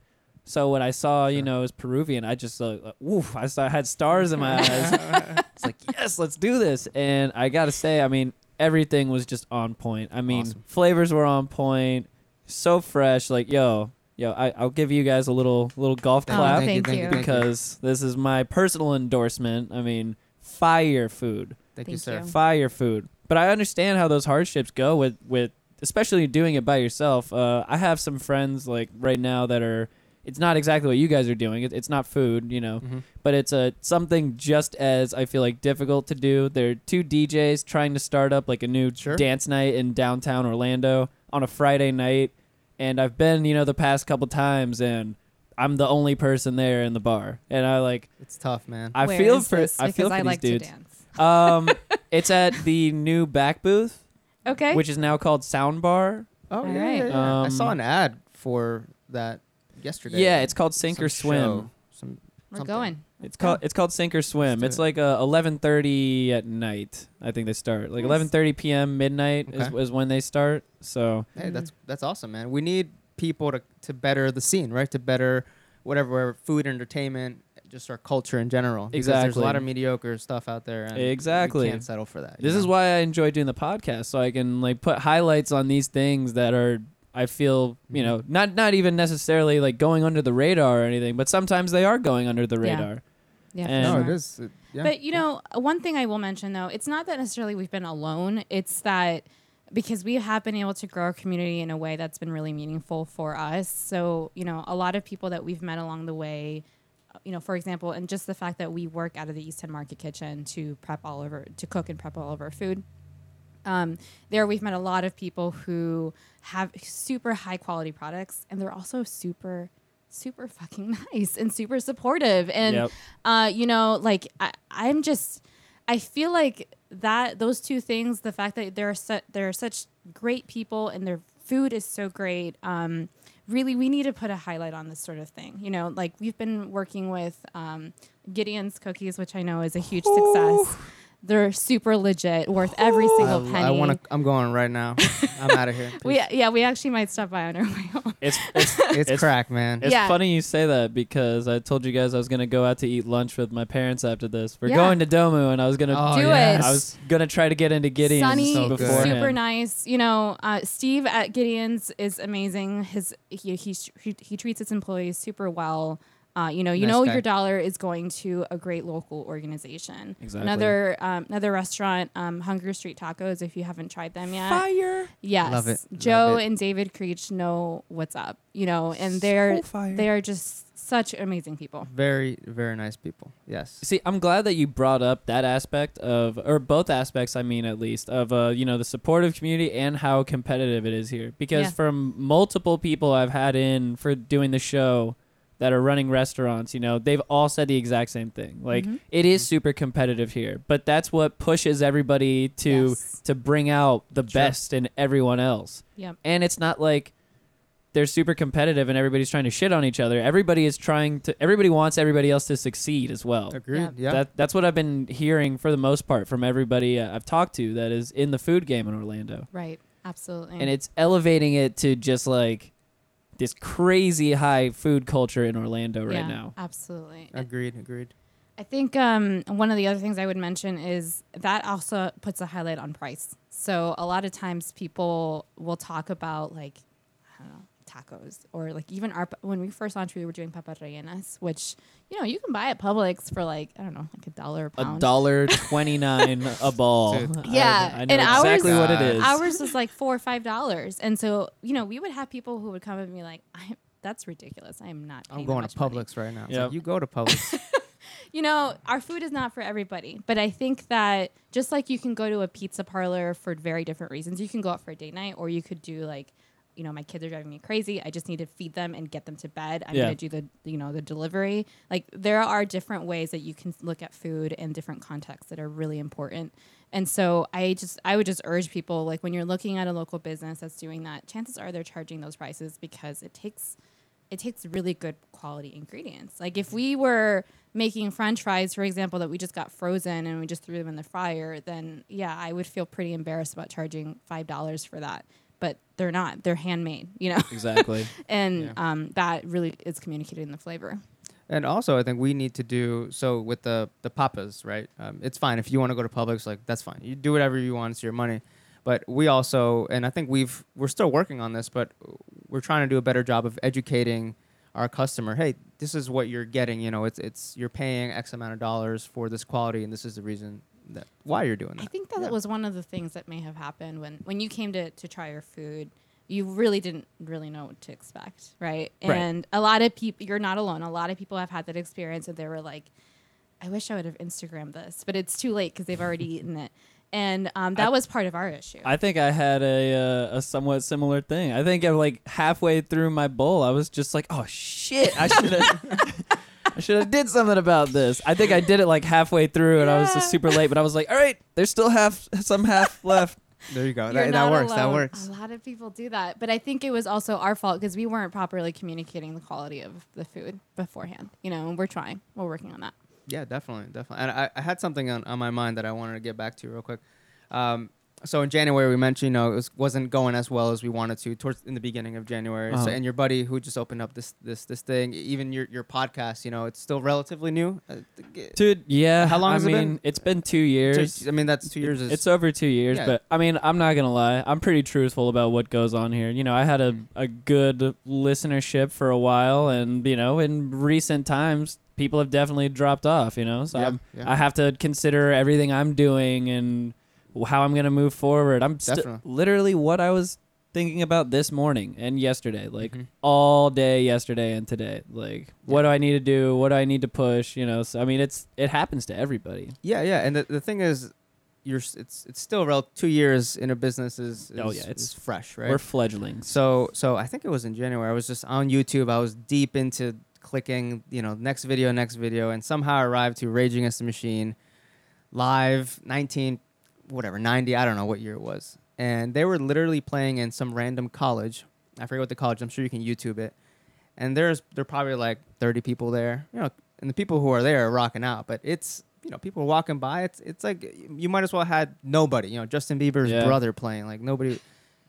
Speaker 2: So when I saw, you
Speaker 1: Sure.
Speaker 2: know, it was Peruvian, I just uh, like, woof, I, saw, I had stars in my eyes. It's like, yes, let's do this. And I gotta say, I mean, everything was just on point. I mean,
Speaker 1: Awesome.
Speaker 2: flavors were on point, so fresh. Like, yo, yo, I, I'll give you guys a little little golf
Speaker 1: Thank
Speaker 4: Oh,
Speaker 2: clap
Speaker 1: you, thank,
Speaker 4: thank
Speaker 1: you,
Speaker 4: you.
Speaker 1: thank you, thank you.
Speaker 2: because this is my personal endorsement. I mean, fire food,
Speaker 1: Thank you,
Speaker 4: Thank
Speaker 1: sir.
Speaker 4: you.
Speaker 2: fire food. But I understand how those hardships go with with especially doing it by yourself. Uh, I have some friends like right now that are. It's not exactly what you guys are doing. It, it's not food, you know,
Speaker 1: Mhm.
Speaker 4: Mm-hmm.
Speaker 2: but it's a something just as I feel like difficult to do. There are two DJs trying to start up like a new
Speaker 1: Sure.
Speaker 2: dance night in downtown Orlando on a Friday night, and I've been you know the past couple times, and I'm the only person there in the bar, and I like
Speaker 1: It's tough, man.
Speaker 2: I
Speaker 4: Where
Speaker 2: feel
Speaker 4: is
Speaker 2: for
Speaker 4: this?
Speaker 2: I feel
Speaker 4: Because
Speaker 2: for
Speaker 4: I
Speaker 2: these
Speaker 4: like
Speaker 2: dudes.
Speaker 4: to dance.
Speaker 2: Um, it's at the new back booth,
Speaker 4: Okay.
Speaker 2: which is now called Sound Bar.
Speaker 1: oh yeah,
Speaker 4: Alright.
Speaker 1: yeah, yeah. I saw
Speaker 2: Um,
Speaker 1: an ad for that yesterday.
Speaker 2: Yeah, it's called Sink
Speaker 1: Some
Speaker 2: or Swim.
Speaker 1: show, some
Speaker 4: We're
Speaker 1: something.
Speaker 4: going.
Speaker 2: It's called it's called Sink or Swim.
Speaker 1: do
Speaker 2: It's
Speaker 1: it.
Speaker 2: like uh, eleven thirty at night. I think they start like
Speaker 4: Nice.
Speaker 2: eleven thirty p.m. midnight is,
Speaker 1: Okay.
Speaker 2: is when they start. So
Speaker 1: Hey, that's that's awesome, man. We need people to to better the scene, right? To better whatever food, entertainment, just our culture in general. Because There's a lot
Speaker 2: Exactly.
Speaker 1: of mediocre stuff out there. And
Speaker 2: Exactly.
Speaker 1: We can't settle for that. you
Speaker 2: this is
Speaker 1: know?
Speaker 2: why I enjoy doing the podcast, so I can like put highlights on these things that are I feel you
Speaker 1: Mm-hmm.
Speaker 2: know not not even necessarily like going under the radar or anything, but sometimes they are going under the
Speaker 4: Yeah.
Speaker 2: radar.
Speaker 4: Yeah. for
Speaker 2: And-
Speaker 1: No,
Speaker 4: sure.
Speaker 1: it is. It- yeah.
Speaker 4: But you know, one thing I will mention though, it's not that necessarily we've been alone. It's that because we have been able to grow our community in a way that's been really meaningful for us. So, you know, a lot of people that we've met along the way, uh, you know, for example, and just the fact that we work out of the East End Market Kitchen to prep all of our, to cook and prep all of our food. Um, there, we've met a lot of people who have super high quality products, and they're also super, super fucking nice and super supportive. And
Speaker 2: Yep.
Speaker 4: uh, you know, like I, I'm just, I feel like that those two things, the fact that there are su- there are such great people and their food is so great. Um, really, we need to put a highlight on this sort of thing. You know, like we've been working with um, Gideon's Cookies, which I know is a huge success. They're super legit, worth every single penny.
Speaker 1: I want to. I'm going right now. I'm out of here.
Speaker 4: We yeah, we actually might stop by on our way home.
Speaker 2: It's it's
Speaker 1: it's,
Speaker 2: It's-
Speaker 1: crack, man.
Speaker 2: it's
Speaker 4: Yeah.
Speaker 2: funny you say that because I told you guys I was gonna go out to eat lunch with my parents after this. We're
Speaker 4: Yeah.
Speaker 2: going to Domu, and I was gonna
Speaker 1: Oh,
Speaker 4: Do it.
Speaker 1: yes.
Speaker 2: I was gonna try to get into Gideon's
Speaker 4: Sunny,
Speaker 1: so good.
Speaker 2: beforehand.
Speaker 4: super nice. You know, uh, Steve at Gideon's is amazing. His he he he, he treats its employees super well. Uh, you know, you
Speaker 1: Nice
Speaker 4: know
Speaker 1: guy.
Speaker 4: your dollar is going to a great local organization.
Speaker 2: Exactly.
Speaker 4: Another um, another restaurant, um, Hunger Street Tacos. If you haven't tried them yet,
Speaker 2: Fire.
Speaker 4: Yes.
Speaker 1: Love it. Love
Speaker 4: Joe
Speaker 1: it.
Speaker 4: and David Creech know what's up, you know, and they're
Speaker 2: So fire.
Speaker 4: they are just such amazing people.
Speaker 1: Very, very nice people. Yes.
Speaker 2: See, I'm glad that you brought up that aspect of, or both aspects, I mean, at least, of, uh, you know, the supportive community and how competitive it is here. Because
Speaker 4: Yeah.
Speaker 2: from multiple people I've had in for doing the show that are running restaurants, you know, they've all said the exact same thing. Like,
Speaker 4: Mm-hmm.
Speaker 2: it
Speaker 1: Mm-hmm.
Speaker 2: is super competitive here, but that's what pushes everybody to
Speaker 4: Yes.
Speaker 2: to bring out the
Speaker 1: Sure.
Speaker 2: best in everyone else.
Speaker 4: Yep.
Speaker 2: And it's not like they're super competitive and everybody's trying to shit on each other. Everybody is trying to. Everybody wants everybody else to succeed as well.
Speaker 1: Agreed.
Speaker 4: Yeah.
Speaker 1: Yeah.
Speaker 2: That, that's what I've been hearing for the most part from everybody uh, I've talked to that is in the food game in Orlando.
Speaker 4: Right. Absolutely.
Speaker 2: And it's elevating it to just like this crazy high food culture in Orlando right
Speaker 4: Yeah,
Speaker 2: now.
Speaker 4: Absolutely.
Speaker 1: agreed. Agreed.
Speaker 4: I think um, one of the other things I would mention is that also puts a highlight on price. So a lot of times people will talk about like I don't know tacos or like even our when we first launched we were doing papas rellenas, which you know you can buy at Publix for like I don't know like a dollar a
Speaker 2: A
Speaker 4: pound.
Speaker 2: dollar twenty nine a ball.
Speaker 1: Dude.
Speaker 2: I-
Speaker 4: Yeah,
Speaker 2: I, know
Speaker 4: and ours-
Speaker 2: exactly what it is.
Speaker 4: Ours was like four or five dollars, and so you know we would have people who would come and be like, I, "That's ridiculous. I am not."
Speaker 1: I'm
Speaker 4: paying that
Speaker 1: going to
Speaker 4: much money."
Speaker 1: Publix right now. It's
Speaker 2: Yep.
Speaker 1: Like, you go to Publix.
Speaker 4: you know, our food is not for everybody, but I think that just like you can go to a pizza parlor for very different reasons, you can go out for a date night, or you could do like, you know, my kids are driving me crazy. I just need to feed them and get them to bed. I'm
Speaker 2: Yeah.
Speaker 4: gonna do the, you know, the delivery. Like there are different ways that you can look at food and different contexts that are really important. And so I just, I would just urge people like when you're looking at a local business that's doing that, chances are they're charging those prices because it takes it takes really good quality ingredients. Like if we were making french fries for example that we just got frozen and we just threw them in the fryer, then yeah, I would feel pretty embarrassed about charging $5 for that. But they're not. They're handmade, you know.
Speaker 2: exactly.
Speaker 4: And
Speaker 1: Yeah.
Speaker 4: um, that really is communicated in the flavor.
Speaker 1: and also, I think we need to do so with the the papas, right? Um, it's fine if you want to go to Publix. Like that's fine. You do whatever you want. It's your money. But we also, and I think we've we're still working on this, but we're trying to do a better job of educating our customer. Hey, this is what you're getting. You know, it's it's you're paying X amount of dollars for this quality, and this is the reason that why you're doing that.
Speaker 4: I think that it was one of the things that may have happened when when you came to to try your food. You really didn't really know what to expect, right?
Speaker 2: Right.
Speaker 4: And a lot of people, you're not alone. A lot of people have had that experience, and they were like, "I wish I would have Instagrammed this," but it's too late because they've already eaten it. And um, that was part of our issue.
Speaker 2: I think I had a uh, a somewhat similar thing. I think I'm like halfway through my bowl, I was just like, "Oh shit, I should have I should have did something about this." I think I did it like halfway through, and I was just
Speaker 4: Yeah.
Speaker 2: super late. But I was like, "All right, there's still half some half left."
Speaker 1: there you go.
Speaker 4: You're
Speaker 1: That,
Speaker 4: not
Speaker 1: that works. That
Speaker 4: alone.
Speaker 1: works.
Speaker 4: A lot of people do that, but I think it was also our fault because we weren't properly communicating the quality of the food beforehand. You know, and we're trying, we're working on that.
Speaker 1: Yeah, definitely, definitely. And I, I had something on, on my mind that I wanted to get back to real quick. Um, so in January, we mentioned you know it was, wasn't going as well as we wanted to towards in the beginning of January.
Speaker 2: Uh-huh.
Speaker 1: So, and your buddy who just opened up this this this thing, e-, even your your podcast, you know, it's still relatively new. Uh, g-
Speaker 2: Dude, yeah.
Speaker 1: How long
Speaker 2: I
Speaker 1: has it
Speaker 2: mean,
Speaker 1: been?
Speaker 2: It's been two years.
Speaker 1: I mean, that's two years. Is,
Speaker 2: it's over two years,
Speaker 1: Yeah.
Speaker 2: but I mean, I'm not gonna lie. I'm pretty truthful about what goes on here. You know, I had a, a good listenership for a while, and you know, in recent times, people have definitely dropped off. You know, so
Speaker 1: Yeah,
Speaker 2: I'm,
Speaker 1: yeah.
Speaker 2: I have to consider everything I'm doing and how I'm gonna move forward. I'm st-
Speaker 1: Definitely.
Speaker 2: literally what I was thinking about this morning and yesterday, like
Speaker 1: Mhm.
Speaker 2: all day yesterday and today. Like, what do I need to do? What do I need to push? You know, so I mean, it's it happens to everybody.
Speaker 1: yeah, yeah. And the, the thing is, you're s- it's it's still rel- two years in a business is, is
Speaker 2: Oh, yeah, it's-
Speaker 1: is fresh, right?
Speaker 2: We're fledglings.
Speaker 1: So so I think it was in January. I was just on YouTube. I was deep into clicking, you know, next video, next video, and somehow I arrived to Raging Against the Machine live 19 whatever 90 i don't know what year it was and they were literally playing in some random college i forget what the college i'm sure you can youtube it and there's there are probably like 30 people there you know and the people who are there are rocking out but it's you know people are walking by. It's it's like you might as well had nobody. You know Justin Bieber's
Speaker 2: Yeah.
Speaker 1: brother playing. Like nobody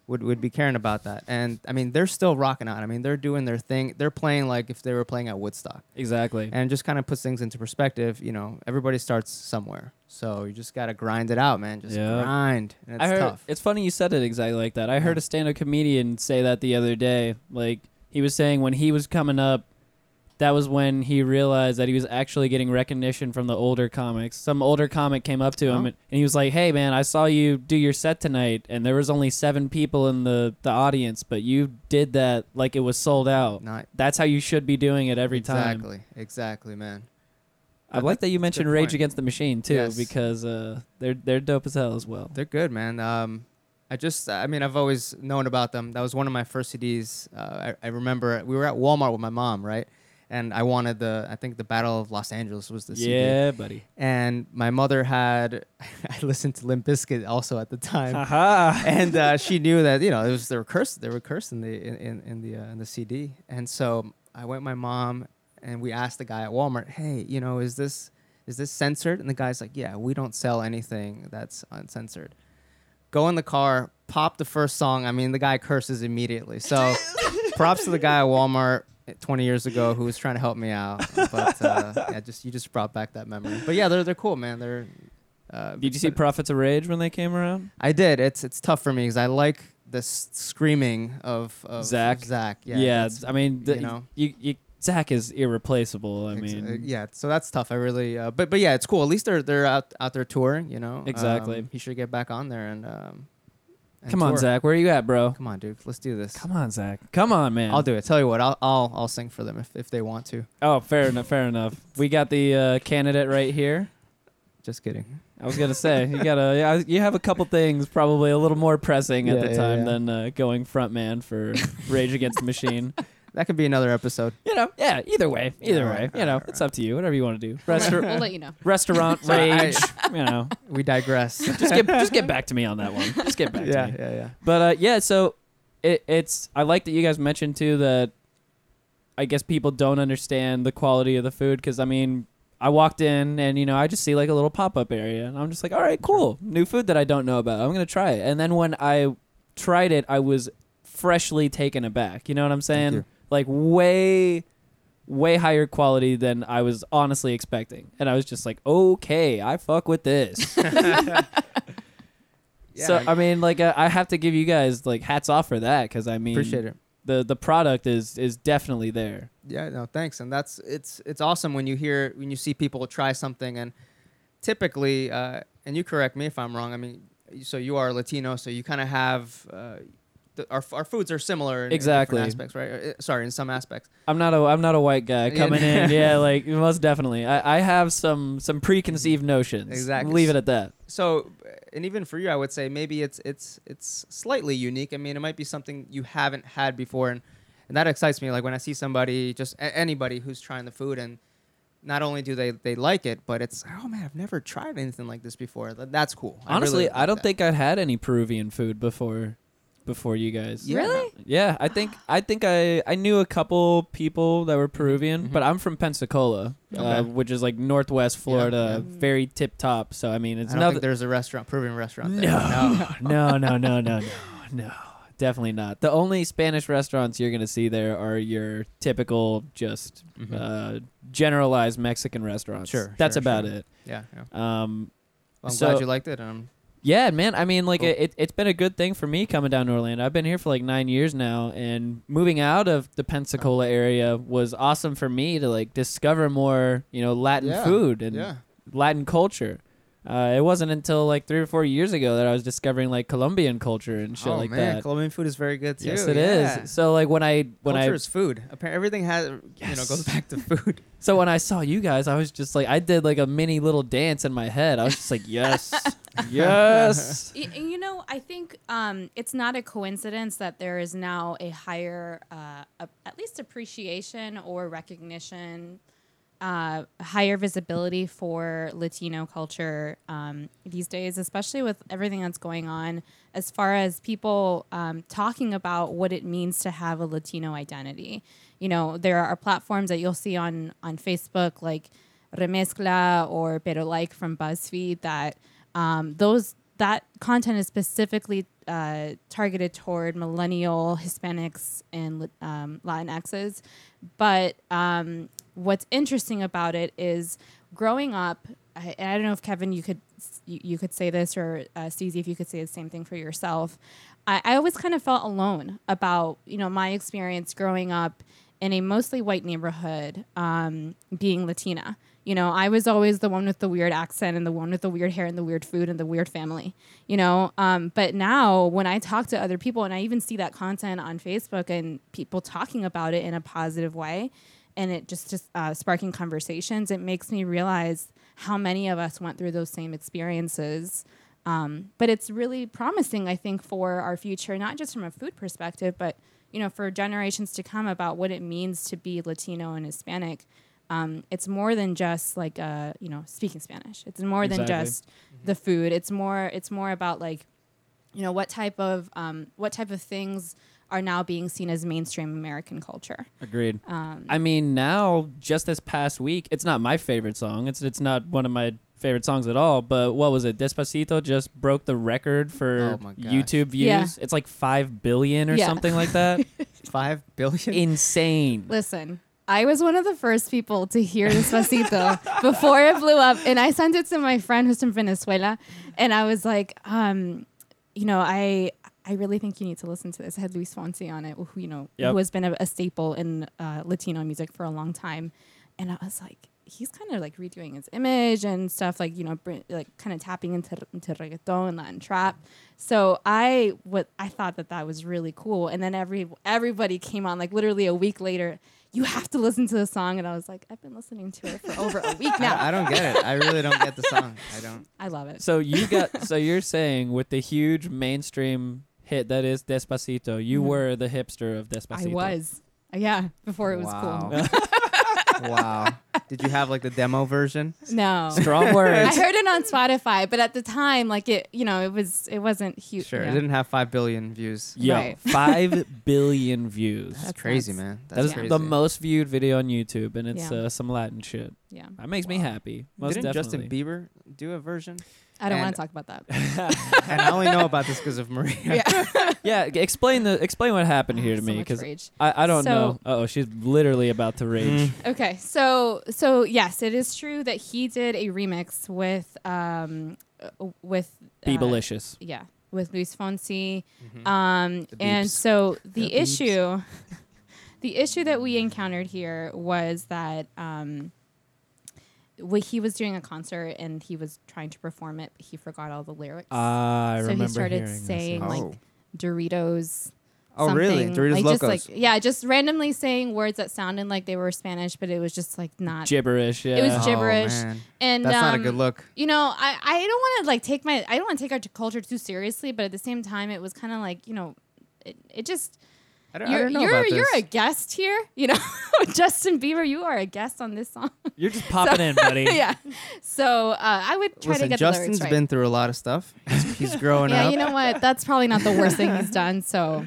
Speaker 1: would would be caring about that. And I mean they're still rocking out. I mean they're doing their thing. They're playing like if they were playing at Woodstock.
Speaker 2: Exactly.
Speaker 1: And it just kind of puts things into perspective. You know everybody starts somewhere. So you just gotta grind it out, man. Just
Speaker 2: Yeah.
Speaker 1: grind. And it's
Speaker 2: I heard,
Speaker 1: tough.
Speaker 2: It's funny you said it exactly like that. I heard a stand-up comedian say that the other day. Like he was saying when he was coming up, that was when he realized that he was actually getting recognition from the older comics. Some older comic came up to him
Speaker 1: Oh.
Speaker 2: and, and he was like, "Hey man, I saw you do your set tonight, and there was only seven people in the the audience, but you did that like it was sold out.
Speaker 1: Not
Speaker 2: That's how you should be doing it every time."
Speaker 1: exactly, exactly, man.
Speaker 2: I like that you mentioned
Speaker 1: good
Speaker 2: Rage
Speaker 1: point.
Speaker 2: Against the Machine too,
Speaker 1: Yes.
Speaker 2: because uh, they're they're dope as hell as well.
Speaker 1: They're good, man. Um, I just, I mean, I've always known about them. That was one of my first CDs. Uh, I, I remember we were at Walmart with my mom, right? And I wanted the, I think the Battle of Los Angeles was the CD.
Speaker 2: yeah, buddy.
Speaker 1: And my mother had, I listened to Limp Bizkit also at the time,
Speaker 2: Aha.
Speaker 1: and uh, she knew that you know it was they were cursed, they were cursed in the in, in, in the uh, in the CD. And so I went with my mom and we asked the guy at Walmart, hey, you know, is this is this censored? And the guy's like, yeah, we don't sell anything that's uncensored go in the car, pop the first song. I mean, the guy curses immediately. So props to the guy at Walmart 20 years ago who was trying to help me out. But uh, yeah, just you just brought back that memory. But yeah, they're they're cool, man. They're uh,
Speaker 2: Did you see
Speaker 1: but-
Speaker 2: Prophets of Rage when they came around?
Speaker 1: I did. It's it's tough for me because I like the s- screaming of, of
Speaker 2: Zach?
Speaker 1: Zach. Yeah. it's-
Speaker 2: I mean, the,
Speaker 1: you know.
Speaker 2: you, you, Zach is irreplaceable. I mean,
Speaker 1: Ex- uh, yeah. So that's tough. I really, uh, but but yeah, it's cool. At least they're they're out out there touring. You know.
Speaker 2: Exactly.
Speaker 1: Um, he should get back on there and. Um, and
Speaker 2: come on,
Speaker 1: tour.
Speaker 2: Zach, where you at, bro?
Speaker 1: Come on, dude. Let's do this.
Speaker 2: Come on, Zach. Come on, man.
Speaker 1: I'll do it. Tell you what, I'll I'll, I'll sing for them if, if they want to.
Speaker 2: Oh, fair enough. Fair enough. We got the uh, candidate right here.
Speaker 1: Just kidding.
Speaker 2: I was gonna say you got a yeah, you have a couple things probably a little more pressing at
Speaker 1: Yeah,
Speaker 2: the
Speaker 1: yeah,
Speaker 2: time
Speaker 1: yeah.
Speaker 2: than uh, going frontman for Rage Against the Machine.
Speaker 1: That could be another episode.
Speaker 2: You know, yeah. Either way, either
Speaker 1: Yeah,
Speaker 2: way,
Speaker 1: right,
Speaker 2: you know,
Speaker 1: right,
Speaker 2: it's up to you. Whatever you want to do.
Speaker 4: We'll let-
Speaker 2: Restor-
Speaker 4: we'll let you know.
Speaker 2: restaurant
Speaker 1: Sorry, I-
Speaker 2: rage. you know,
Speaker 1: We digress.
Speaker 2: just get just get back to me on that one. Just get back to me.
Speaker 1: yeah, yeah, yeah.
Speaker 2: But uh, yeah, so it, it's I like that you guys mentioned too that I guess people don't understand the quality of the food because I mean I walked in and you know I just see like a little pop up area and I'm just like all right cool new food that I don't know about I'm gonna try it and then when I tried it I was freshly taken aback you know what I'm saying
Speaker 1: you.
Speaker 2: like way way higher quality than I was honestly expecting and I was just like okay I fuck with this so I mean, like uh, I have to give you guys like hats off for that because I mean,
Speaker 1: appreciate it.
Speaker 2: the the product is is definitely there.
Speaker 1: Yeah, no, thanks. And that's it's it's awesome when you hear when you see people try something and typically, uh, and you correct me if I'm wrong. I mean, so you are Latino, so you kind of have. Uh, the, our, our foods are similar in, in different
Speaker 2: Exactly.
Speaker 1: aspects, right? Uh, Sorry, in some aspects.
Speaker 2: I'm not a I'm not a white guy
Speaker 1: Yeah.
Speaker 2: coming in. Yeah, like most definitely. I, I have some some preconceived notions.
Speaker 1: Exactly.
Speaker 2: Leave it at that.
Speaker 1: so uh, and even for you i would say maybe it's it's it's slightly unique i mean it might be something you haven't had before and and that excites me like when i see somebody just a- anybody who's trying the food and not only do they they like it but it's oh man i've never tried anything like this before Th- that's cool I
Speaker 2: Honestly,
Speaker 1: really
Speaker 2: I
Speaker 1: like
Speaker 2: don't
Speaker 1: that.
Speaker 2: think I'd had any Peruvian food before before you guys.
Speaker 1: Yeah.
Speaker 4: Really?
Speaker 2: Yeah, I think I think I I knew a couple people that were Peruvian, but I'm from Pensacola, uh,
Speaker 1: Mm-hmm. Okay.
Speaker 2: which is like Northwest Florida, very tip top. So I mean,
Speaker 1: I
Speaker 2: it's
Speaker 1: don't
Speaker 2: another
Speaker 1: think there's a restaurant Peruvian restaurant there.
Speaker 2: No, no, no, no, no, no, no. Definitely not. The only Spanish restaurants you're gonna see there are your typical, just
Speaker 1: Mm-hmm.
Speaker 2: uh, generalized Mexican restaurants.
Speaker 1: Sure,
Speaker 2: that's
Speaker 1: sure,
Speaker 2: about
Speaker 1: sure.
Speaker 2: it.
Speaker 1: yeah, yeah. Well,
Speaker 2: Um,
Speaker 1: i'm
Speaker 2: So-
Speaker 1: glad you liked it um,
Speaker 2: yeah, man. I mean, like
Speaker 1: Cool.
Speaker 2: it, it's been a good thing for me coming down to Orlando. I've been here for like nine years now, and moving out of the Pensacola area was awesome for me to like discover more, you know, Latin
Speaker 1: Yeah,
Speaker 2: food and
Speaker 1: yeah
Speaker 2: Latin culture. Uh, it wasn't until like three or four years ago that I was discovering like Colombian culture and shit
Speaker 1: oh
Speaker 2: like
Speaker 1: man
Speaker 2: that.
Speaker 1: colombian food is very good too
Speaker 2: yes, it is.
Speaker 1: yeah.
Speaker 2: So like when I when
Speaker 1: culture
Speaker 2: I
Speaker 1: is food Appar- everything has you know
Speaker 2: Yes.
Speaker 1: goes back to food
Speaker 2: so when I saw you guys, I was just like I did like a mini little dance in my head. I was just like yes, yes.
Speaker 4: Y- You know, I think um, it's not a coincidence that there is now a higher, uh, a, at least appreciation or recognition, uh, higher visibility for Latino culture um, these days, especially with everything that's going on as far as people um, talking about what it means to have a Latino identity. You know, there are platforms that you'll see on on Facebook like Remezcla or Pero Like from BuzzFeed that um, those that content is specifically uh, targeted toward millennial Hispanics and um, Latinxes. But um, what's interesting about it is growing up. I, and I don't know if Kevin, you could you, you could say this, or uh, Susie, if you could say the same thing for yourself. I, I always kind of felt alone about you know my experience growing up in a mostly white neighborhood, um, being Latina. You know, I was always the one with the weird accent and the one with the weird hair and the weird food and the weird family, you know. Um, but now, when I talk to other people and I even see that content on Facebook and people talking about it in a positive way and it just, just uh, sparking conversations, it makes me realize how many of us went through those same experiences. Um, but it's really promising, I think, for our future, not just from a food perspective, but you know, for generations to come about what it means to be Latino and Hispanic. Um, it's more than just like uh, you know speaking Spanish. It's more than
Speaker 2: Exactly.
Speaker 4: just the food. It's more it's more about like you know what type of um, what type of things are now being seen as mainstream American culture.
Speaker 2: Agreed.
Speaker 4: Um,
Speaker 2: I mean, now just this past week, it's not my favorite song. It's it's not one of my favorite songs at all. But what was it? Despacito just broke the record for
Speaker 1: Oh my gosh.
Speaker 2: YouTube views.
Speaker 4: Yeah.
Speaker 2: It's like five billion or
Speaker 4: Yeah.
Speaker 2: something like that.
Speaker 1: Five billion.
Speaker 2: Insane.
Speaker 4: Listen, I was one of the first people to hear Despacito before it blew up. And I sent it to my friend who's from Venezuela. And I was like, um, you know, I I really think you need to listen to this. I had Luis Fonsi on it, who, you know,
Speaker 2: Yep.
Speaker 4: who has been a, a staple in uh, Latino music for a long time. And I was like, he's kind of like redoing his image and stuff, like, you know, br- like kind of tapping into, into reggaeton and Latin trap. So I what I thought that that was really cool, and then every everybody came on like literally a week later. You have to listen to the song, and I was like, I've been listening to it for over a week now.
Speaker 1: I, I don't get it. I really don't get the song. I don't.
Speaker 4: I love it.
Speaker 2: So you got. so you're saying with the huge mainstream hit that is Despacito, you were the hipster of Despacito.
Speaker 4: Mm-hmm. I was, Uh, yeah, before it was cool.
Speaker 1: cool. wow. Did you have like the demo version?
Speaker 4: No,
Speaker 2: Strong
Speaker 4: I
Speaker 2: words.
Speaker 4: heard it on Spotify, but at the time, like it, you know, it was it wasn't huge.
Speaker 1: Sure. It didn't have five billion views.
Speaker 2: Yo,
Speaker 4: Right.
Speaker 2: five billion views.
Speaker 1: That's
Speaker 4: That's
Speaker 1: crazy,
Speaker 4: nuts.
Speaker 1: man. That's
Speaker 2: That is
Speaker 1: crazy.
Speaker 2: the most viewed video on YouTube, and it's
Speaker 4: Yeah.
Speaker 2: uh, some Latin shit.
Speaker 4: yeah,
Speaker 2: That makes me
Speaker 1: Wow.
Speaker 2: happy. Most
Speaker 1: Didn't
Speaker 2: definitely.
Speaker 1: Justin Bieber do a version?
Speaker 4: I don't
Speaker 1: And-
Speaker 4: want to talk about that.
Speaker 1: and I only know about this because of Maria.
Speaker 2: yeah, g- explain the explain what happened here to
Speaker 4: Oh, So
Speaker 2: me
Speaker 4: much
Speaker 2: because
Speaker 4: rage.
Speaker 2: I, I don't
Speaker 4: So-
Speaker 2: know. Oh, she's literally about to rage.
Speaker 4: Okay, so so yes, it is true that he did a remix with um uh, with uh,
Speaker 2: Be malicious.
Speaker 4: yeah, with Luis Fonsi.
Speaker 1: Mhm.
Speaker 4: Um,
Speaker 1: The
Speaker 4: and
Speaker 1: beeps.
Speaker 4: so the,
Speaker 2: Mm. The beeps.
Speaker 4: issue, the issue that we encountered here was that um, wh- he was doing a concert and he was trying to perform it, but he forgot all the lyrics.
Speaker 2: Ah, I
Speaker 4: So he
Speaker 2: remember
Speaker 4: started
Speaker 2: hearing this,
Speaker 4: saying,
Speaker 2: yes.
Speaker 4: like, Doritos.
Speaker 1: Mm-hmm. Oh, really?
Speaker 4: something.
Speaker 1: Doritos
Speaker 4: like,
Speaker 1: Locos.
Speaker 4: Just like, yeah, just randomly saying words that sounded like they were Spanish, but it was just like not.
Speaker 2: gibberish. Yeah.
Speaker 4: It was gibberish.
Speaker 1: Oh, man.
Speaker 4: and
Speaker 1: That's not a
Speaker 4: um,
Speaker 1: good look.
Speaker 4: you know, I, I don't want to like take my I don't want to take our t- culture too seriously, but at the same time, it was kind of like you know, it, it just
Speaker 1: I don't, I
Speaker 4: you're
Speaker 1: don't know
Speaker 4: you're
Speaker 1: about this.
Speaker 4: you're a guest here, you know, Justin Bieber, you are a guest on this song,
Speaker 2: You're just popping in, buddy.
Speaker 4: yeah. So uh, I would try to
Speaker 1: Listen,
Speaker 4: get
Speaker 1: Justin's
Speaker 4: the lyrics right.
Speaker 1: been through a lot of stuff. He's, he's growing
Speaker 4: yeah,
Speaker 1: up,
Speaker 4: you know what? That's probably not the worst thing he's done. So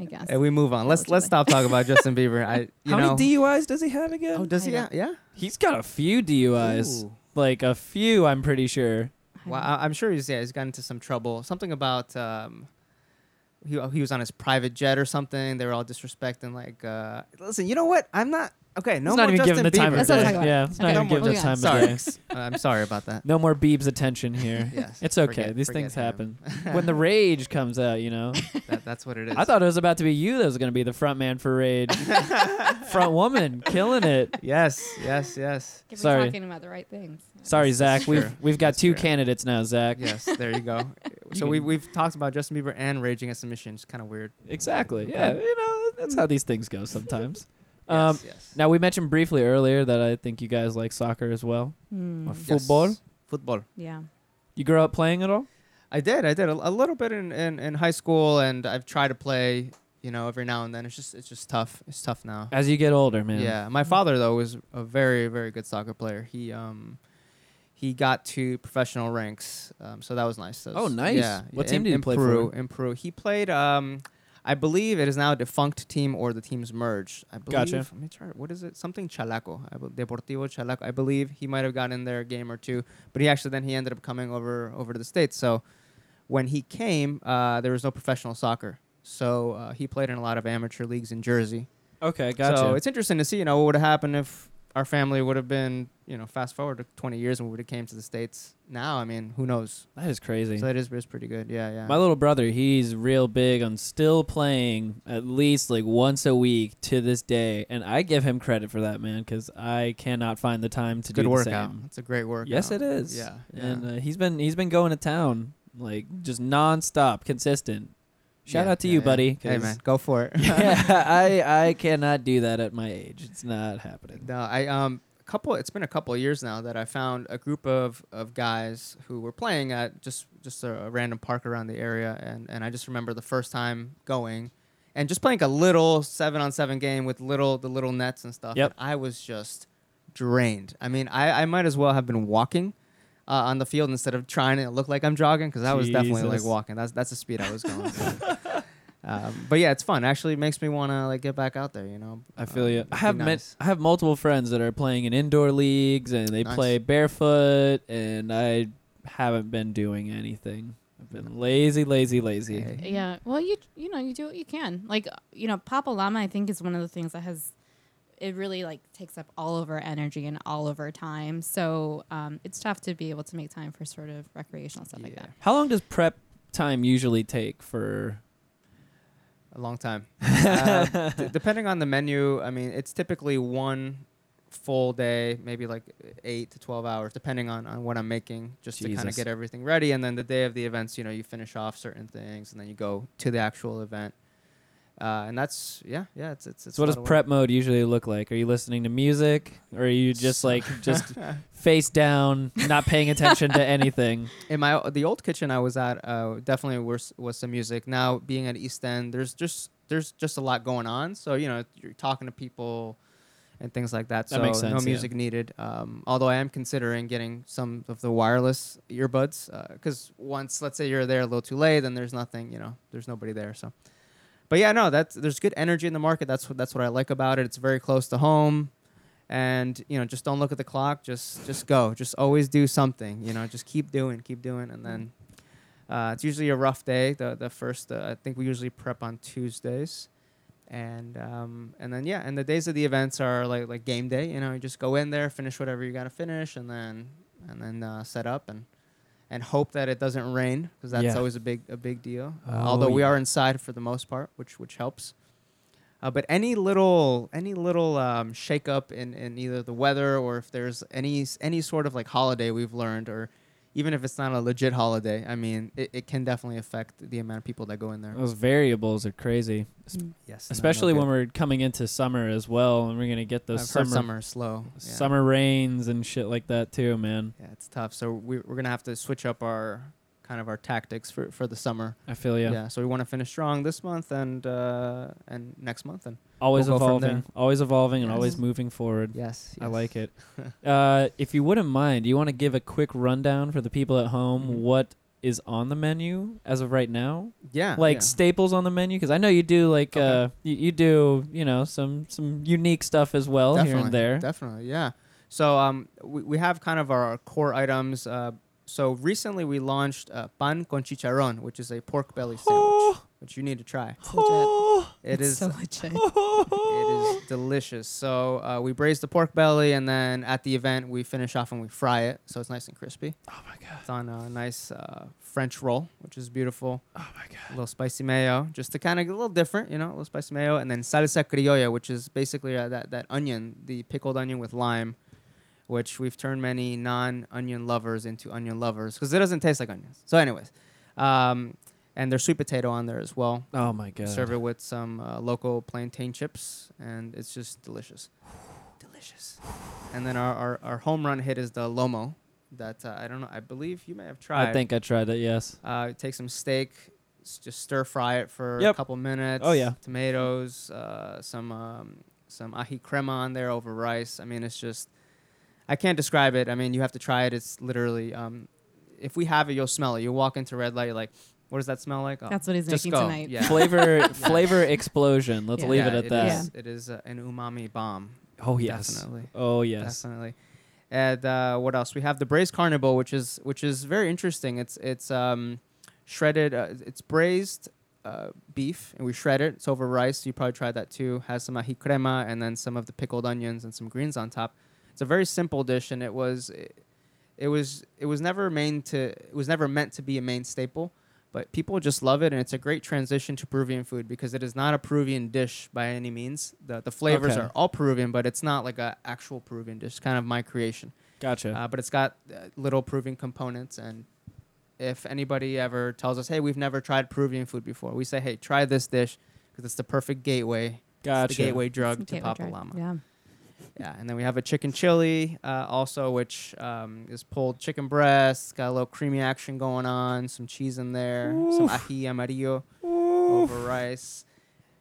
Speaker 4: I guess
Speaker 1: and we move on. Let's let's stop talking about Justin Bieber. I, you
Speaker 2: How
Speaker 1: know,
Speaker 2: many DUIs does he have again?
Speaker 1: oh, does he?
Speaker 4: I
Speaker 1: Yeah,
Speaker 4: don't-
Speaker 1: yeah.
Speaker 2: He's got a few DUIs.
Speaker 1: Ooh.
Speaker 2: Like a few, I'm pretty sure.
Speaker 1: Well, I, I'm sure he's yeah he's gotten into some trouble. Something about um, he he was on his private jet or something. They were all disrespecting. Like, uh, listen, you know what? I'm not okay.
Speaker 2: Let's
Speaker 1: No more
Speaker 2: not even
Speaker 1: Justin
Speaker 2: give him the time
Speaker 1: Bieber.
Speaker 2: of
Speaker 4: Let's not
Speaker 2: day.
Speaker 4: talk about it.
Speaker 2: Yeah, let's not
Speaker 4: Okay.
Speaker 2: even
Speaker 4: No
Speaker 2: give him
Speaker 4: more-
Speaker 2: the time
Speaker 1: Sorry,
Speaker 2: of day.
Speaker 1: Uh, I'm sorry about that.
Speaker 2: No more Beeb's attention here.
Speaker 1: Yes,
Speaker 2: It's okay.
Speaker 1: forget-
Speaker 2: These
Speaker 1: forget
Speaker 2: things
Speaker 1: him.
Speaker 2: happen. when the rage comes out, you know.
Speaker 1: That, that's what it is.
Speaker 2: I thought it was about to be you that was going to be the front man for Rage. front woman, killing it.
Speaker 1: Yes, yes, yes,
Speaker 4: If we're
Speaker 2: Sorry.
Speaker 4: talking about the right things.
Speaker 2: Sorry,
Speaker 1: That's-
Speaker 2: Zach.
Speaker 1: that's
Speaker 2: We've
Speaker 1: fair.
Speaker 2: we've got
Speaker 1: That's
Speaker 2: two
Speaker 1: fair.
Speaker 2: candidates now, Zach.
Speaker 1: yes. There you go. So we we've talked about Justin Bieber and Raging at Submission. It's kind of weird.
Speaker 2: Exactly. Yeah, you know that's how these things go sometimes.
Speaker 1: Yes,
Speaker 2: Um,
Speaker 1: yes.
Speaker 2: now we mentioned briefly earlier that I think you guys like soccer as well.
Speaker 4: Hmm,
Speaker 2: Or football.
Speaker 1: Yes. Football.
Speaker 4: yeah.
Speaker 2: You grew up playing at all?
Speaker 1: I did. I did a, a little bit in, in, in high school, and I've tried to play. You know, every now and then. It's just it's just tough. It's tough now.
Speaker 2: As you get older, man.
Speaker 1: Yeah. My father though was a very very good soccer player. He um. He got to professional ranks, um, so that was nice. That
Speaker 2: Oh,
Speaker 1: was-
Speaker 2: nice.
Speaker 1: Yeah,
Speaker 2: What
Speaker 1: yeah,
Speaker 2: team
Speaker 1: in-
Speaker 2: did he
Speaker 1: in
Speaker 2: play
Speaker 1: Peru,
Speaker 2: for?
Speaker 1: In Peru, he played. Um, I believe it is now a defunct team or the teams merged. I believe.
Speaker 2: Gotcha.
Speaker 1: Let me try. What is it? Something Chalaco. I bel- Deportivo Chalaco. I believe he might have gotten in there a game or two, but he actually then he ended up coming over over to the states. So when he came, uh, there was no professional soccer. So uh, he played in a lot of amateur leagues in Jersey.
Speaker 2: Okay, gotcha.
Speaker 1: So it's interesting to see, you know, what would have happened if our family would have been, you know, fast forward to 20 years and we would have came to the states. Now, I mean, who knows?
Speaker 2: that is crazy.
Speaker 1: So that is, is pretty good. Yeah, yeah.
Speaker 2: My little brother, he's real big on still playing at least like once a week to this day, and I give him credit for that, man, because I cannot find the time to
Speaker 1: good
Speaker 2: do
Speaker 1: workout.
Speaker 2: the same.
Speaker 1: It's a great workout.
Speaker 2: Yes, it is.
Speaker 1: Yeah,
Speaker 2: and
Speaker 1: yeah.
Speaker 2: uh, he's been he's been going to town like just nonstop, consistent. Shout
Speaker 1: Yeah,
Speaker 2: out to
Speaker 1: yeah,
Speaker 2: you,
Speaker 1: yeah.
Speaker 2: buddy.
Speaker 1: Hey,
Speaker 2: 'cause-
Speaker 1: man, go for it.
Speaker 2: yeah, I I cannot do that at my age. It's not happening.
Speaker 1: No, I um a couple it's been a couple of years now that I found a group of, of guys who were playing at just just a, a random park around the area and, and I just remember the first time going and just playing a little seven on seven game with little the little nets and stuff.
Speaker 2: Yep.
Speaker 1: And I was just drained. I mean I, I might as well have been walking uh, on the field instead of trying to look like I'm jogging because I was definitely like
Speaker 2: Jesus.
Speaker 1: walking. That's that's the speed I was going. um, but yeah, it's fun. Actually, it makes me want to like get back out there. You know,
Speaker 2: I feel
Speaker 1: Um,
Speaker 2: you.
Speaker 1: it'd
Speaker 2: I
Speaker 1: be
Speaker 2: have met
Speaker 1: nice.
Speaker 2: I have multiple friends that are playing in indoor leagues and they
Speaker 1: Nice.
Speaker 2: play barefoot and I haven't been doing anything. I've been lazy, lazy, lazy.
Speaker 1: Hey.
Speaker 4: Yeah. Well, you you know you do what you can. Like you know, Papa Llama, I think is one of the things that has it really like takes up all of our energy and all of our time. So um, it's tough to be able to make time for sort of recreational stuff like
Speaker 1: Yeah.
Speaker 4: that.
Speaker 2: How long does prep time usually take for
Speaker 1: A long time. Uh, d- depending on the menu, I mean, it's typically one full day, maybe like eight to 12 hours, depending on, on what I'm making, just to kind
Speaker 2: Jesus.
Speaker 1: of get everything ready. And then the day of the events, you know, you finish off certain things and then you go to the actual event. Uh, and that's, yeah, yeah, it's, it's, it's
Speaker 2: so
Speaker 1: a
Speaker 2: what does
Speaker 1: lot of work.
Speaker 2: prep mode usually look like? Are you listening to music or are you just like just face down, not paying attention to anything?
Speaker 1: in my the old kitchen I was at, uh, definitely was was some music. Now being at East End, there's just there's just a lot going on. So you know you're talking to people and things like that.
Speaker 2: That
Speaker 1: so
Speaker 2: makes
Speaker 1: no
Speaker 2: sense, yeah.
Speaker 1: music needed. Um, although I am considering getting some of the wireless earbuds because once let's say you're there a little too late, then there's nothing. You know, there's nobody there. So. But yeah, no, that's there's good energy in the market. That's what that's what I like about it. It's very close to home and you know just don't look at the clock just just go just always do something you know just keep doing keep doing and then uh, it's usually a rough day the the first uh, i think we usually prep on tuesdays and um, and then yeah and the days of the events are like like game day you know you just go in there finish whatever you gotta finish and then and then uh, set up and and hope that it doesn't rain because that's
Speaker 2: Yeah.
Speaker 1: always a big a big deal uh,
Speaker 2: Oh,
Speaker 1: although we
Speaker 2: yeah.
Speaker 1: are inside for the most part which which helps uh, but any little any little um, shakeup in, in either the weather or if there's any any sort of like holiday we've learned or even if it's not a legit holiday, I mean, it, it can definitely affect the amount of people that go in there.
Speaker 2: Those variables are crazy.
Speaker 1: Yes,
Speaker 2: Especially when we're coming into summer as well and we're gonna get those
Speaker 1: I've
Speaker 2: summer
Speaker 1: heard summer is slow. Yeah.
Speaker 2: summer rains and shit like that too, man.
Speaker 1: Yeah, it's tough. So we, we're gonna have to switch up our kind of our tactics for, for the summer.
Speaker 2: I feel you.
Speaker 1: Yeah. So we want to finish strong this month and uh, and next month and
Speaker 2: Always
Speaker 1: We'll go from
Speaker 2: evolving,
Speaker 1: there.
Speaker 2: always evolving, and always
Speaker 1: Yes.
Speaker 2: moving forward.
Speaker 1: yes,
Speaker 2: I like it. uh, if you wouldn't mind, do you want to give a quick rundown for the people at home
Speaker 1: Mhm.
Speaker 2: what is on the menu as of right now?
Speaker 1: Yeah.
Speaker 2: like
Speaker 1: Ah, yeah.
Speaker 2: staples on the menu because I know you do like
Speaker 1: Okay.
Speaker 2: uh, you, you do you know some some unique stuff as well Oh, here and there.
Speaker 1: Definitely, yeah. So um, we, we have kind of our core items. Uh, so recently we launched uh, pan con chicharron, which is a pork belly
Speaker 2: Oh.
Speaker 1: sandwich, which you need to try.
Speaker 4: It's legit.
Speaker 1: It
Speaker 4: It's
Speaker 1: is
Speaker 4: so legit.
Speaker 1: it is delicious. So uh, we braise the pork belly, and then at the event we finish off and we fry it, so it's nice and crispy.
Speaker 2: Oh my god!
Speaker 1: It's on a nice uh, French roll, which is beautiful.
Speaker 2: Oh my
Speaker 1: A
Speaker 2: god!
Speaker 1: little spicy mayo, just to kind of get a little different, you know, a little spicy mayo, and then salsa criolla, which is basically uh, that that onion, the pickled onion with lime, which we've turned many non-onion lovers into onion lovers because it doesn't taste like onions. So, anyways, um, and there's sweet potato on there as well.
Speaker 2: Oh my god!
Speaker 1: Serve it with some uh, local plantain chips, and it's just delicious. delicious. And then our, our, our home run hit is the lomo. That uh, I don't know. I believe you may have tried.
Speaker 2: I think I tried it. Yes.
Speaker 1: Uh, take some steak, s- just stir fry it for
Speaker 2: Yep.
Speaker 1: a couple minutes.
Speaker 2: Oh, yeah.
Speaker 1: Tomatoes, uh, some um, some ahi crema on there over rice. I mean, it's just I can't describe it. I mean, you have to try it. It's literally um, if we have it, you'll smell it. You walk into red light, you're like, What does that smell like? Oh,
Speaker 4: That's what he's
Speaker 1: just
Speaker 4: making
Speaker 1: go.
Speaker 4: tonight.
Speaker 1: Yeah.
Speaker 2: Flavor flavor explosion. Let's
Speaker 4: Yeah.
Speaker 2: leave
Speaker 1: Yeah,
Speaker 2: it at
Speaker 1: is-
Speaker 2: that.
Speaker 1: it is uh, an umami bomb.
Speaker 2: Oh yes.
Speaker 1: Definitely.
Speaker 2: Oh yes.
Speaker 1: Definitely. And uh, what else? We have the braised carnival, which is which is very interesting. It's it's um, shredded. Uh, it's braised uh, beef, and we shred it. It's over rice. You probably tried that too. Has some ají crema, and then some of the pickled onions and some greens on top. It's a very simple dish, and it was, it, was it was never meant to it was never meant to be a main staple. But people just love it, and it's a great transition to Peruvian food because it is not a Peruvian dish by any means. the The flavors
Speaker 2: Okay.
Speaker 1: are all Peruvian, but it's not like a actual Peruvian dish. It's kind of my creation,
Speaker 2: Gotcha.
Speaker 1: uh, but it's got uh, little Peruvian components. And if anybody ever tells us, "Hey, we've never tried Peruvian food before," we say, "Hey, try this dish because it's the perfect gateway,
Speaker 2: gotcha.
Speaker 1: it's the gateway drug to
Speaker 4: Okay,
Speaker 1: Papa
Speaker 4: drug.
Speaker 1: Llama."
Speaker 4: Yeah.
Speaker 1: Yeah, and then we have a chicken chili, uh, also which um, is pulled chicken breast, got a little creamy action going on, some cheese in there, some ají amarillo over rice,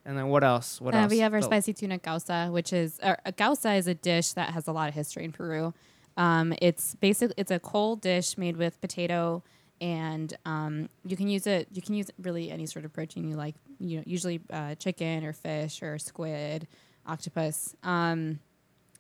Speaker 1: and then what else? What
Speaker 4: Uh,
Speaker 1: else? Oh.
Speaker 4: we have our
Speaker 1: The-
Speaker 4: spicy tuna causa, which is or, a causa is a dish that has a lot of history in Peru. Um, it's basically it's a cold dish made with potato, and um, you can use it. You can use really any sort of protein you like. You know, usually uh, chicken or fish or squid, octopus. Um,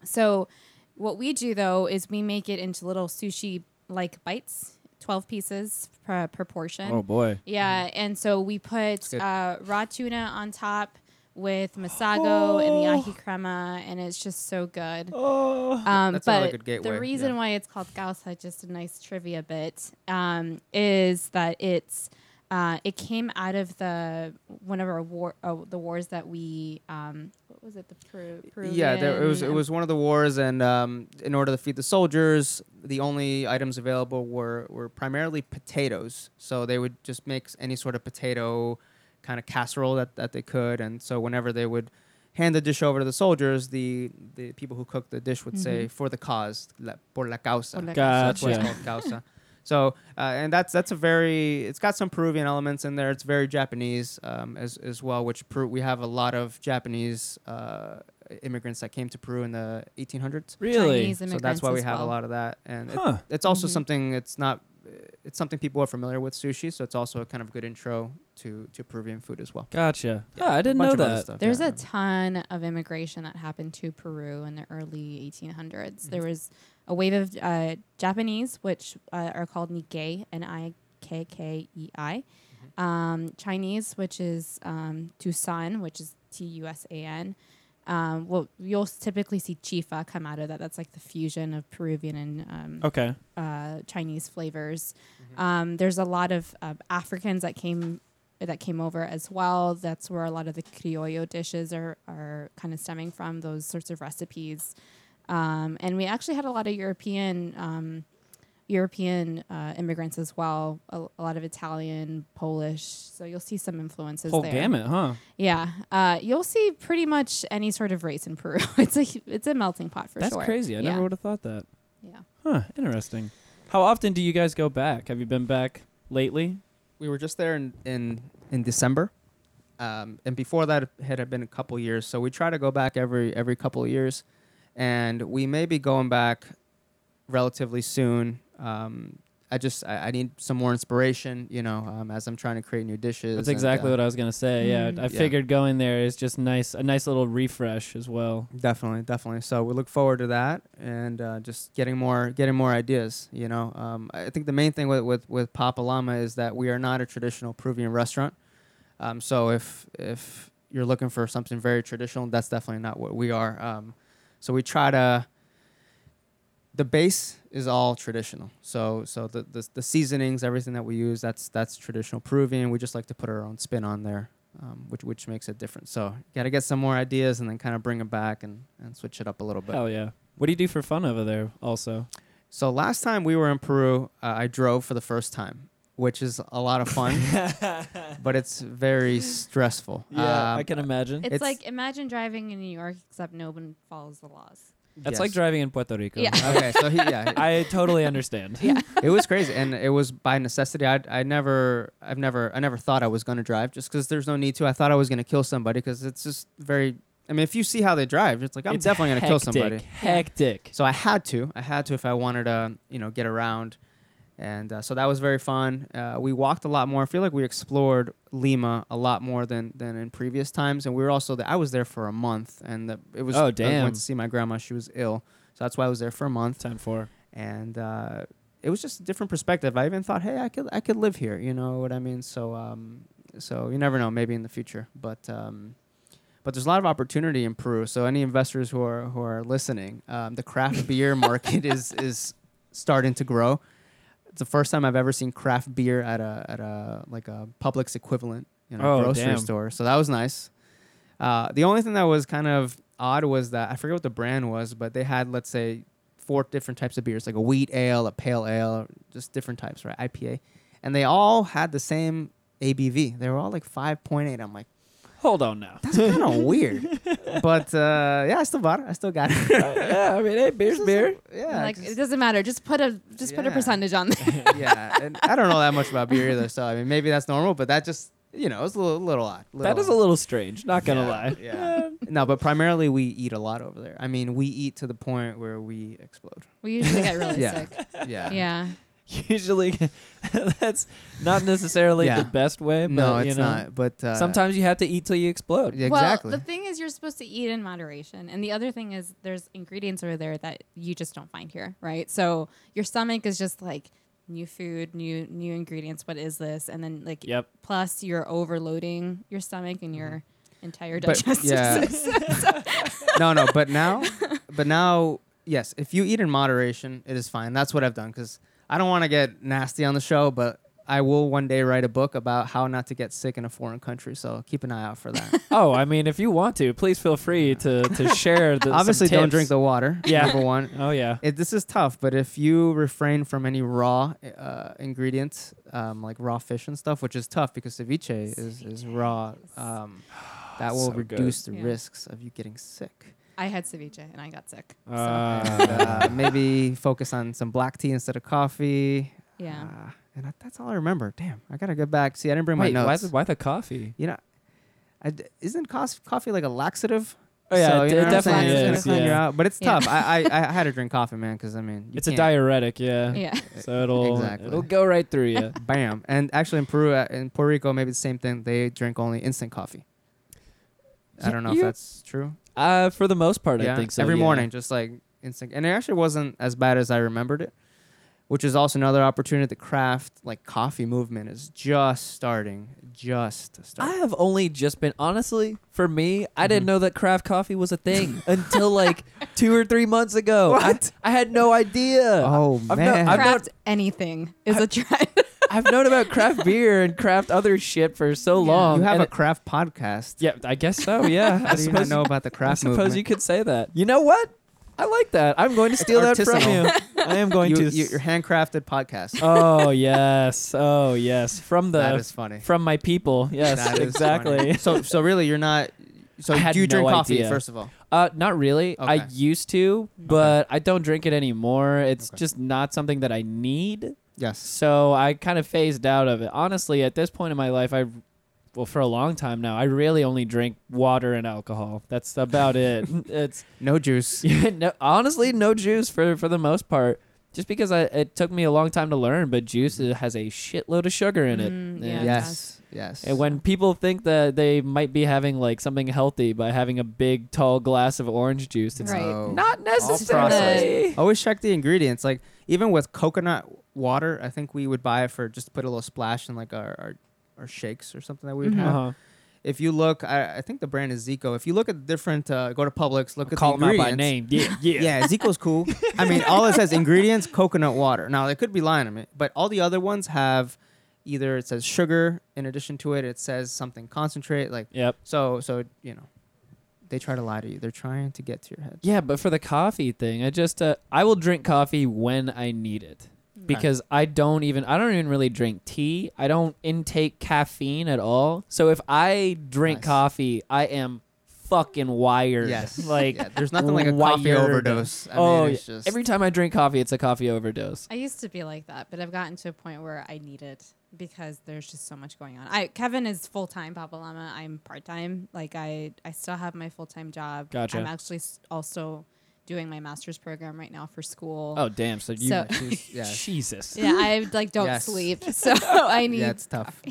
Speaker 4: so what we do though is we make it into little sushi like bites, twelve pieces per, per portion.
Speaker 2: Oh boy.
Speaker 4: Yeah, and so we put
Speaker 1: Mm-hmm. good.
Speaker 4: uh, raw tuna on top with masago and
Speaker 1: Oh.
Speaker 4: the ahi crema, and it's just so good.
Speaker 2: Oh.
Speaker 4: Um,
Speaker 1: That's
Speaker 4: but
Speaker 1: another good gateway,
Speaker 4: the reason
Speaker 1: yeah.
Speaker 4: why it's called gausa, just a nice trivia bit, um, is that it's uh, it came out of the one of our war uh, the wars that we um, what was it the Peru Peruvian
Speaker 1: Yeah, there, it was it was one of the wars, and um, in order to feed the soldiers, the only items available were were primarily potatoes. So they would just make any sort of potato kind of casserole that, that they could, and so whenever they would hand the dish over to the soldiers, the the people who cooked the dish would say for the cause, la, por la causa. So
Speaker 4: Mm-hmm. Por la
Speaker 1: that's why
Speaker 2: Gotcha.
Speaker 1: it's called causa. So uh, and that's that's a very it's got some Peruvian elements in there. It's very Japanese um, as as well, which Peru, we have a lot of Japanese uh, immigrants that came to Peru in the 1800s.
Speaker 2: Really?
Speaker 4: Chinese
Speaker 1: So that's
Speaker 4: immigrants
Speaker 1: why we
Speaker 4: as
Speaker 1: have
Speaker 4: well. Mm-hmm.
Speaker 1: a lot of that, and it-
Speaker 2: Huh.
Speaker 1: it's also something it's not it's something people are familiar with sushi. So it's also a kind of good intro to to Peruvian food as well.
Speaker 2: Gotcha.
Speaker 1: Yeah,
Speaker 2: Yeah, I didn't
Speaker 1: Bunch
Speaker 2: know
Speaker 1: of other
Speaker 2: that.
Speaker 1: stuff,
Speaker 4: There's
Speaker 1: yeah.
Speaker 4: a ton of immigration that happened to Peru in the early 1800s. There was a wave of uh, Japanese, which uh, are called Nikkei, N I K K E I. Um, Chinese, which is um, Tucson, which is T U S A N. Um, well, you'll typically see chifa come out of that. That's like the fusion of Peruvian and um,
Speaker 2: Okay.
Speaker 4: uh, Chinese flavors.
Speaker 2: Mm-hmm.
Speaker 4: Um, there's a lot of uh, Africans that came that came over as well. That's where a lot of the criollo dishes are are kind of stemming from those sorts of recipes. Um, and we actually had a lot of European um, European uh, immigrants as well. A, a lot of Italian, Polish. So you'll see some influences
Speaker 2: Whole
Speaker 4: there.
Speaker 2: gamut, Oh, huh?
Speaker 4: Yeah, uh, you'll see pretty much any sort of race in Peru. it's a hu- it's a melting pot for
Speaker 2: That's
Speaker 4: sure.
Speaker 2: crazy. I
Speaker 4: yeah.
Speaker 2: never would have thought that.
Speaker 4: yeah.
Speaker 2: Huh. Interesting. How often do you guys go back? Have you been back lately?
Speaker 1: We were just there in in, in December, um, and before that it had been a couple years. So we try to go back every every couple of years, and we may be going back relatively soon. Um, I just I, I need some more inspiration, you know, um, as I'm trying to create new dishes. uh,
Speaker 2: That's exactly what I was gonna say. uh, Yeah,
Speaker 4: Mm.
Speaker 2: I
Speaker 1: Yeah.
Speaker 2: figured going there is just nice, a nice little refresh as well.
Speaker 1: Definitely, definitely. So we look forward to that, and uh, just getting more, getting more ideas. You know, um, I think the main thing with with with Papa Llama is that we are not a traditional Peruvian restaurant. Um, so if if you're looking for something very traditional, that's definitely not what we are. Um, so we try to. The base is all traditional. So so the, the the seasonings, everything that we use, that's that's traditional Peruvian. We just like to put our own spin on there, um, which which makes it different. So got to get some more ideas and then kind of bring them back and and switch it up a little bit.
Speaker 2: Hell yeah. What do you do for fun over there? Also,
Speaker 1: So last time we were in Peru, uh, I drove for the first time, which is a lot of fun, but it's very stressful.
Speaker 2: I
Speaker 1: Um,
Speaker 2: can imagine.
Speaker 4: It's,
Speaker 1: It's-
Speaker 4: like imagine driving in New York except no one follows the laws.
Speaker 2: That's
Speaker 1: yes.
Speaker 2: like driving in Puerto Rico.
Speaker 4: Yeah.
Speaker 1: Okay, so he, yeah,
Speaker 2: I totally understand. Yeah.
Speaker 1: it was crazy and it was by necessity i i never i've never i never thought i was going to drive just because there's no need to i thought i was going to kill somebody because it's just very i mean if you see how they drive it's like i'm definitely going to kill somebody
Speaker 2: Hectic.
Speaker 1: so i had to i had to if i wanted to you know get around And uh, so that was very fun. Uh, we walked a lot more. I feel like we explored Lima a lot more than than in previous times. And we were also there. I was there for a month, and the, it was
Speaker 2: Oh,
Speaker 1: I
Speaker 2: damn.
Speaker 1: went to see my grandma. She was ill, so that's why I was there for a month
Speaker 2: Time for
Speaker 1: and uh, it was just a different perspective. I even thought, hey, I could I could live here. You know what I mean? So um, so you never know, maybe in the future. But um, but there's a lot of opportunity in Peru. So any investors who are who are listening, um, the craft beer market is is starting to grow. It's the first time I've ever seen craft beer at a at a like a Publix equivalent, you know,
Speaker 2: Oh,
Speaker 1: grocery
Speaker 2: damn.
Speaker 1: store. So that was nice. Uh, the only thing that was kind of odd was that I forget what the brand was, but they had let's say four different types of beers, like a wheat ale, a pale ale, just different types, right? IPA, and they all had the same ABV. They were all like five point eight. I'm like,
Speaker 2: hold on now.
Speaker 1: that's kind of weird, but uh, yeah, I still bought it. I still got it.
Speaker 2: yeah, I mean, hey, beer's Uh, beer.
Speaker 1: yeah,
Speaker 4: like
Speaker 1: just-
Speaker 4: it doesn't matter. Just put a just put a
Speaker 1: Yeah.
Speaker 4: percentage on there.
Speaker 1: yeah, and I don't know that much about beer either, so I mean maybe that's normal, but that just you know it was a little, little odd.
Speaker 2: That is a little strange. Not gonna
Speaker 1: Yeah,
Speaker 2: lie.
Speaker 1: Yeah. no, but primarily we eat a lot over there. I mean, we eat to the point where we explode.
Speaker 4: We usually get really
Speaker 1: Yeah.
Speaker 4: sick.
Speaker 1: Yeah.
Speaker 4: Yeah.
Speaker 2: Usually, that's not necessarily
Speaker 1: Yeah.
Speaker 2: the best way. But,
Speaker 1: No, it's
Speaker 2: you know,
Speaker 1: not. But uh,
Speaker 2: Sometimes you have to eat till you explode.
Speaker 1: Yeah, exactly.
Speaker 4: Well, the thing is, you're supposed to eat in moderation, and the other thing is, there's ingredients over there that you just don't find here, right? So your stomach is just like new food, new new ingredients. What is this? And then like
Speaker 2: Yep.
Speaker 4: plus you're overloading your stomach and your entire
Speaker 1: Mm-hmm. But-
Speaker 4: digestive
Speaker 1: yeah.
Speaker 4: system.
Speaker 1: no, no, but now, but now, yes, if you eat in moderation, it is fine. That's what I've done because I don't want to get nasty on the show, but I will one day write a book about how not to get sick in a foreign country. So keep an eye out for that.
Speaker 2: Oh, I mean, if you want to, please feel free to to share the. some
Speaker 1: Obviously, don't
Speaker 2: tips.
Speaker 1: drink the water.
Speaker 2: Yeah.
Speaker 1: Number one.
Speaker 2: Oh yeah.
Speaker 1: It, this is tough, but if you refrain from any raw uh, ingredients, um, like raw fish and stuff, which is tough because ceviche is, is raw, um, that will
Speaker 2: So good.
Speaker 1: reduce the
Speaker 4: Yeah.
Speaker 1: risks of you getting sick.
Speaker 4: I had ceviche and I got sick. So,
Speaker 2: Uh,
Speaker 1: Uh, maybe focus on some black tea instead of coffee.
Speaker 4: yeah.
Speaker 1: Uh, and I, that's all I remember. Damn, I gotta go back. See, I didn't bring
Speaker 2: wait,
Speaker 1: my
Speaker 2: why
Speaker 1: notes.
Speaker 2: the, why the coffee?
Speaker 1: you know, I d isn't cos- coffee like a laxative?
Speaker 2: Oh yeah,
Speaker 1: So,
Speaker 2: it,
Speaker 1: you know
Speaker 2: it
Speaker 1: what I'm saying?
Speaker 2: definitely
Speaker 1: It's
Speaker 4: It's
Speaker 1: gonna
Speaker 2: is.
Speaker 1: clean you
Speaker 2: Yeah.
Speaker 1: out, But it's
Speaker 4: Yeah.
Speaker 1: tough. I, I I had to drink coffee, man, because I mean, you
Speaker 2: It's a
Speaker 1: can't-
Speaker 2: diuretic. Yeah.
Speaker 4: Yeah.
Speaker 2: So it'll
Speaker 1: Exactly.
Speaker 2: it'll go right through you.
Speaker 1: Bam. And actually, in Peru, uh, in Puerto Rico, maybe the same thing. They drink only instant coffee. I
Speaker 2: Y-
Speaker 1: don't know
Speaker 2: you-
Speaker 1: if that's true.
Speaker 2: uh, for the most part,
Speaker 1: yeah.
Speaker 2: I think so.
Speaker 1: Every
Speaker 2: yeah.
Speaker 1: morning, just like instant. And it actually wasn't as bad as I remembered it, which is also another opportunity. The craft, like coffee movement, is just starting. Just
Speaker 2: I
Speaker 1: starting.
Speaker 2: have only just been honestly for me. I didn't know that craft coffee was a thing until like two or three months ago.
Speaker 1: What?
Speaker 2: I, I had no idea.
Speaker 1: oh,
Speaker 2: I've no-
Speaker 1: man.
Speaker 2: I've
Speaker 4: Craft anything is a trend.
Speaker 2: I've known about craft beer and craft other shit for so long.
Speaker 1: you have
Speaker 2: and
Speaker 1: a
Speaker 2: it-
Speaker 1: craft podcast.
Speaker 2: yeah, I guess so. Yeah, I
Speaker 1: How do you not
Speaker 2: suppose,
Speaker 1: know about the
Speaker 2: I
Speaker 1: craft
Speaker 2: suppose
Speaker 1: movement?
Speaker 2: you could say that. You know what? I like that. I'm going to steal that from you.
Speaker 1: artisanal.
Speaker 2: I am going
Speaker 1: You-
Speaker 2: to.
Speaker 1: you-
Speaker 2: s-
Speaker 1: your handcrafted podcast.
Speaker 2: oh yes, oh yes, from the
Speaker 1: that is funny.
Speaker 2: from my people. Yes,
Speaker 1: That is funny.
Speaker 2: exactly.
Speaker 1: So so really, you're not. So
Speaker 2: I had
Speaker 1: do you drink
Speaker 2: no
Speaker 1: coffee
Speaker 2: idea.
Speaker 1: first of all?
Speaker 2: Uh, not really. I
Speaker 1: Okay.
Speaker 2: used to, but I don't drink it anymore. It's
Speaker 1: Okay.
Speaker 2: just not something that I need.
Speaker 1: Yes.
Speaker 2: So I kind of phased out of it. Honestly, at this point in my life, I, well, for a long time now, I really only drink water and alcohol. That's about it. it's
Speaker 1: No juice.
Speaker 2: yeah, no, honestly no juice for for the most part. Just because I, it took me a long time to learn, but juice
Speaker 1: Mm-hmm.
Speaker 2: it has a shitload of sugar in it.
Speaker 4: Mm,
Speaker 2: And-
Speaker 4: yeah.
Speaker 1: Yes. Yes.
Speaker 2: and when people think that they might be having like something healthy by having a big tall glass of orange juice, it's
Speaker 4: Right.
Speaker 2: not necessarily.
Speaker 4: processed.
Speaker 1: Always check the ingredients. Like even with coconut water, I think we would buy it for just to put a little splash in like our our, our shakes or something that we would
Speaker 4: Mhm.
Speaker 1: have.
Speaker 2: Uh-huh.
Speaker 1: If you look, I, I think the brand is Zico. If you look at the different, uh, go to Publix, look at
Speaker 2: Call
Speaker 1: the
Speaker 2: them out by
Speaker 1: ingredients.
Speaker 2: name. Yeah, yeah.
Speaker 1: Yeah, Zico's cool. I mean, all it says ingredients, coconut water. Now they could be lying to me, but all the other ones have either it says sugar in addition to it, it says something concentrate, like
Speaker 2: Yep.
Speaker 1: so so you know. They try to lie to you. They're trying to get to your head.
Speaker 2: Yeah, but for the coffee thing, I just uh, I will drink coffee when I need it because I don't even I don't even really drink tea. I don't intake caffeine at all. So if I drink
Speaker 1: Nice.
Speaker 2: coffee, I am fucking wired.
Speaker 1: Yes.
Speaker 2: like
Speaker 1: Yeah, there's nothing like a coffee
Speaker 2: wired.
Speaker 1: overdose. I
Speaker 2: oh,
Speaker 1: mean, it's
Speaker 2: yeah.
Speaker 1: just
Speaker 2: every time I drink coffee, it's a coffee overdose.
Speaker 4: I used to be like that, but I've gotten to a point where I need it because there's just so much going on. I Kevin is full time Papa Llama. I'm part time. Like I, I still have my full time job.
Speaker 2: Gotcha.
Speaker 4: I'm actually s- also doing my master's program right now for school.
Speaker 2: Oh damn! So you,
Speaker 4: So-
Speaker 2: she's-
Speaker 1: Yes.
Speaker 2: Jesus.
Speaker 4: Yeah, I like don't
Speaker 1: Yes.
Speaker 4: sleep, so I need.
Speaker 1: Yeah, it's tough.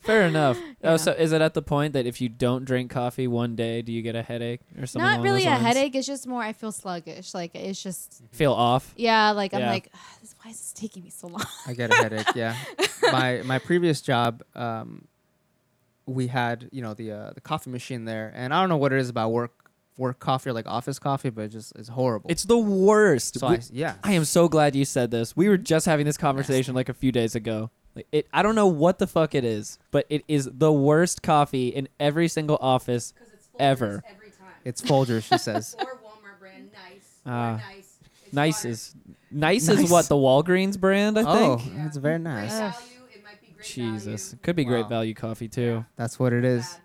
Speaker 2: Fair enough.
Speaker 4: Yeah.
Speaker 2: Oh, so is it at the point that if you don't drink coffee one day, do you get a headache or something?
Speaker 4: not
Speaker 2: along
Speaker 4: really
Speaker 2: those
Speaker 4: a
Speaker 2: lines?
Speaker 4: headache. It's just more I feel sluggish. Like it's just
Speaker 2: Feel off.
Speaker 4: yeah. Like I'm
Speaker 2: Yeah.
Speaker 4: like, "Ugh, this- why is this taking me so long?
Speaker 1: I get a headache. Yeah, my my previous job, um, we had you know the uh, the coffee machine there, and I don't know what it is about work work coffee or like office coffee, but it just it's horrible.
Speaker 2: It's the worst.
Speaker 1: so
Speaker 2: We-
Speaker 1: I, yeah,
Speaker 2: I am so glad you said this. We were just having this conversation like a few days ago. Like, It, I don't know what the fuck it is, but it is the worst coffee in every single office ever.
Speaker 5: Every time.
Speaker 1: it's Folgers. She says.
Speaker 5: Or Walmart brand, nice. or
Speaker 2: Ah.
Speaker 5: nice. It's
Speaker 2: Nice
Speaker 5: water.
Speaker 2: is nice,
Speaker 1: Nice.
Speaker 2: is what the Walgreens brand, I
Speaker 1: oh,
Speaker 2: think.
Speaker 1: that's very
Speaker 5: Great
Speaker 1: nice.
Speaker 5: value. It might be great
Speaker 2: Oh. Jesus,
Speaker 5: value.
Speaker 2: could be great
Speaker 1: Wow.
Speaker 2: value coffee too.
Speaker 1: That's what it is.
Speaker 5: Bad.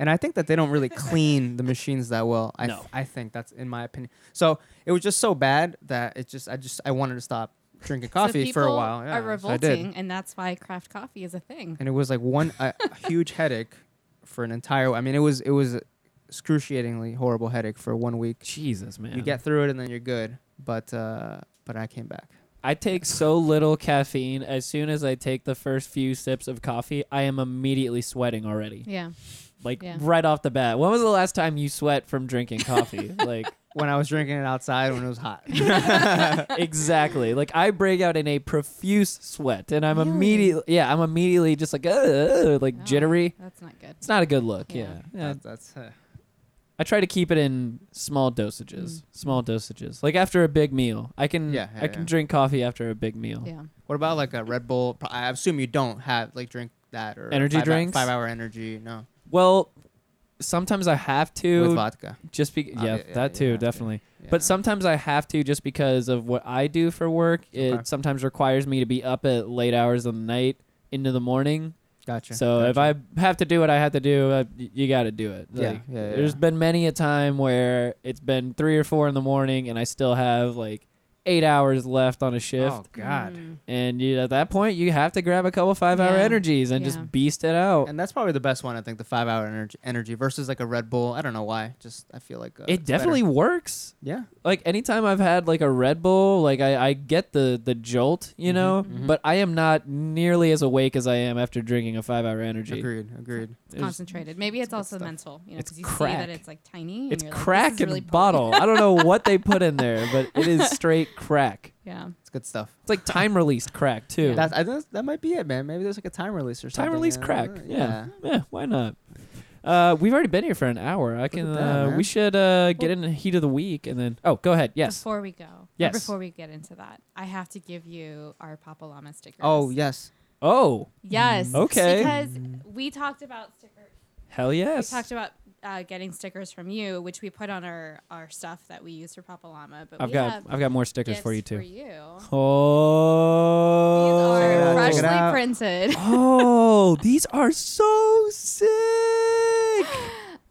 Speaker 1: And I think that they don't really clean the machines that well. I,
Speaker 2: No.
Speaker 1: I think that's in my opinion. So it was just so bad that it just I just I wanted to stop drinking
Speaker 4: So
Speaker 1: coffee for a
Speaker 4: people
Speaker 1: while. Yeah,
Speaker 4: are
Speaker 1: so I did.
Speaker 4: revolting, and that's why craft coffee is a thing.
Speaker 1: and it was like one a huge headache for an entire. I mean, it was it was excruciatingly horrible headache for one week.
Speaker 2: Jesus, man.
Speaker 1: You get through it and then you're good. But uh, but I came back.
Speaker 2: I take so little caffeine. As soon as I take the first few sips of coffee, I am immediately sweating already.
Speaker 4: Yeah,
Speaker 2: Like
Speaker 4: Yeah.
Speaker 2: right off the bat. When was the last time you sweat from drinking coffee? like
Speaker 1: When I was drinking it outside when it was hot.
Speaker 2: exactly. Like I break out in a profuse sweat, and I'm
Speaker 4: Really?
Speaker 2: immediately yeah, I'm immediately just like "Ugh," like
Speaker 4: Oh,
Speaker 2: jittery.
Speaker 4: That's not good.
Speaker 2: It's not a good look.
Speaker 4: Yeah.
Speaker 2: Yeah. yeah.
Speaker 1: That- that's uh,
Speaker 2: I try to keep it in small
Speaker 4: Mm.
Speaker 2: dosages. Small dosages. Like after a big meal, I can
Speaker 1: Yeah, yeah,
Speaker 2: I can
Speaker 1: yeah.
Speaker 2: drink coffee after a big meal.
Speaker 4: Yeah.
Speaker 1: what about like a Red Bull? Pro- I assume you don't have like drink that or
Speaker 2: Energy
Speaker 1: five hou-
Speaker 2: drinks?
Speaker 1: five hour energy. No,
Speaker 2: Well, sometimes I have to
Speaker 1: with vodka.
Speaker 2: just be
Speaker 1: Oh,
Speaker 2: yeah,
Speaker 1: yeah, yeah,
Speaker 2: that
Speaker 1: you
Speaker 2: too
Speaker 1: have to.
Speaker 2: definitely.
Speaker 1: Yeah.
Speaker 2: But sometimes I have to just because of what I do for work. It
Speaker 1: Okay.
Speaker 2: sometimes requires me to be up at late hours of the night into the morning.
Speaker 1: gotcha.
Speaker 2: so
Speaker 1: gotcha.
Speaker 2: if I have to do what I have to do, uh, y- you got to do it.
Speaker 1: Yeah,
Speaker 2: Like,
Speaker 1: yeah, yeah.
Speaker 2: There's been many a time where it's been three or four in the morning, and I still have like eight hours left on a shift.
Speaker 1: oh god.
Speaker 4: Mm.
Speaker 2: And you, at that point, you have to grab a couple five hour
Speaker 4: Yeah,
Speaker 2: energies and
Speaker 4: yeah.
Speaker 2: just beast it out.
Speaker 1: And that's probably the best one, I think, the five hour energy, energy versus like a Red Bull. I don't know why. Just I feel like uh,
Speaker 2: it
Speaker 1: it's better.
Speaker 2: definitely works.
Speaker 1: yeah.
Speaker 2: like anytime I've had like a Red Bull, like I, I get the the jolt, you know,
Speaker 1: mhm.
Speaker 2: but I am not nearly as awake as I am after drinking a five hour energy.
Speaker 1: Agreed. Agreed.
Speaker 2: It was-
Speaker 4: Concentrated. Maybe it's also
Speaker 1: stuff.
Speaker 4: mental. You know,
Speaker 2: It's
Speaker 4: 'cause you see
Speaker 2: crack.
Speaker 4: that it's like tiny. and
Speaker 2: It's
Speaker 4: you're like, this
Speaker 2: crack
Speaker 4: is
Speaker 2: in
Speaker 4: really
Speaker 2: a
Speaker 4: potent.
Speaker 2: bottle. I don't know what they put in there, but it is straight crack.
Speaker 4: Yeah.
Speaker 1: It's good stuff.
Speaker 2: It's like time released crack too.
Speaker 4: Yeah.
Speaker 1: That I think that's- that might be it, man. Maybe there's like a time release or something.
Speaker 2: time release
Speaker 1: yeah. Uh,
Speaker 2: crack. Yeah. yeah, Why not? Uh, we've already been here for an hour. I can.
Speaker 1: that,
Speaker 2: uh,
Speaker 1: man.
Speaker 2: we should uh, get in the heat of the week and then. Oh, go ahead. Yes.
Speaker 4: Before we go, or
Speaker 2: Yes.
Speaker 4: before we get into that, I have to give you our Papa Llama stickers.
Speaker 1: Oh yes.
Speaker 2: Oh,
Speaker 4: yes.
Speaker 2: Okay.
Speaker 4: Because we talked about stickers.
Speaker 2: hell yes.
Speaker 4: We talked about uh, getting stickers from you, which we put on our, our stuff that we use for Papa Llama. But
Speaker 2: I've
Speaker 4: we
Speaker 2: got.
Speaker 4: have
Speaker 2: I've got more stickers
Speaker 4: gifts
Speaker 2: for you too.
Speaker 4: For you. These
Speaker 2: Oh.
Speaker 1: Check it
Speaker 4: are
Speaker 1: out, check it
Speaker 4: freshly
Speaker 1: out.
Speaker 4: printed.
Speaker 2: oh, these are so sick.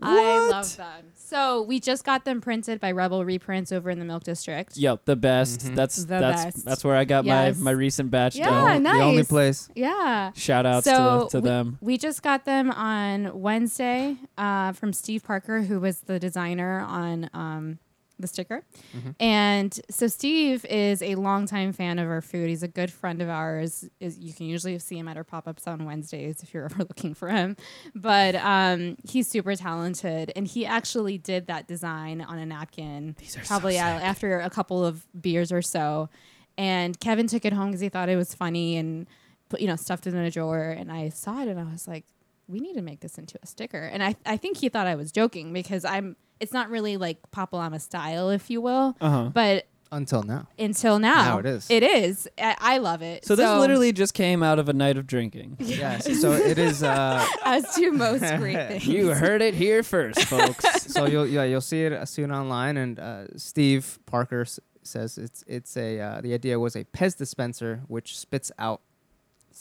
Speaker 4: I
Speaker 2: What?
Speaker 4: love them. So we just got them printed by Rebel Reprints over in the Milk District.
Speaker 2: Yep, the best.
Speaker 1: Mhm.
Speaker 2: That's
Speaker 4: The
Speaker 2: that's
Speaker 4: best.
Speaker 2: that's where I got
Speaker 4: Yes.
Speaker 2: my my recent batch
Speaker 4: Yeah,
Speaker 1: The
Speaker 2: done.
Speaker 1: on- The only
Speaker 4: Ah, nice.
Speaker 1: place.
Speaker 4: Yeah.
Speaker 2: Shout outs
Speaker 4: So
Speaker 2: to, to
Speaker 4: we-
Speaker 2: them.
Speaker 4: We just got them on Wednesday uh, from Steve Parker, who was the designer on um, the sticker.
Speaker 2: Mm-hmm.
Speaker 4: And so Steve is a longtime fan of our food. He's a good friend of ours. Is you can usually see him at our pop ups on Wednesdays if you're ever looking for him. But um, he's super talented, and he actually did that design on a napkin
Speaker 2: These are so
Speaker 4: probably a- after a couple of beers or so. And Kevin took it home because he thought it was funny and put, you know stuffed it in a drawer. And I saw it and I was like, we need to make this into a sticker. And I, I think he thought I was joking because I'm it's not really like Papalama style, if you will.
Speaker 2: Uh-huh.
Speaker 4: But
Speaker 1: Until now.
Speaker 4: until now,
Speaker 1: Now it is.
Speaker 4: It is. I, I love it.
Speaker 2: So this literally just came out of a night of drinking.
Speaker 1: Yes. So it is. Uh,
Speaker 4: as to most great things.
Speaker 2: you heard it here first, folks.
Speaker 1: so you'll yeah you'll see it uh, soon online. And uh, Steve Parker s- says it's it's a uh, the idea was a Pez dispenser which spits out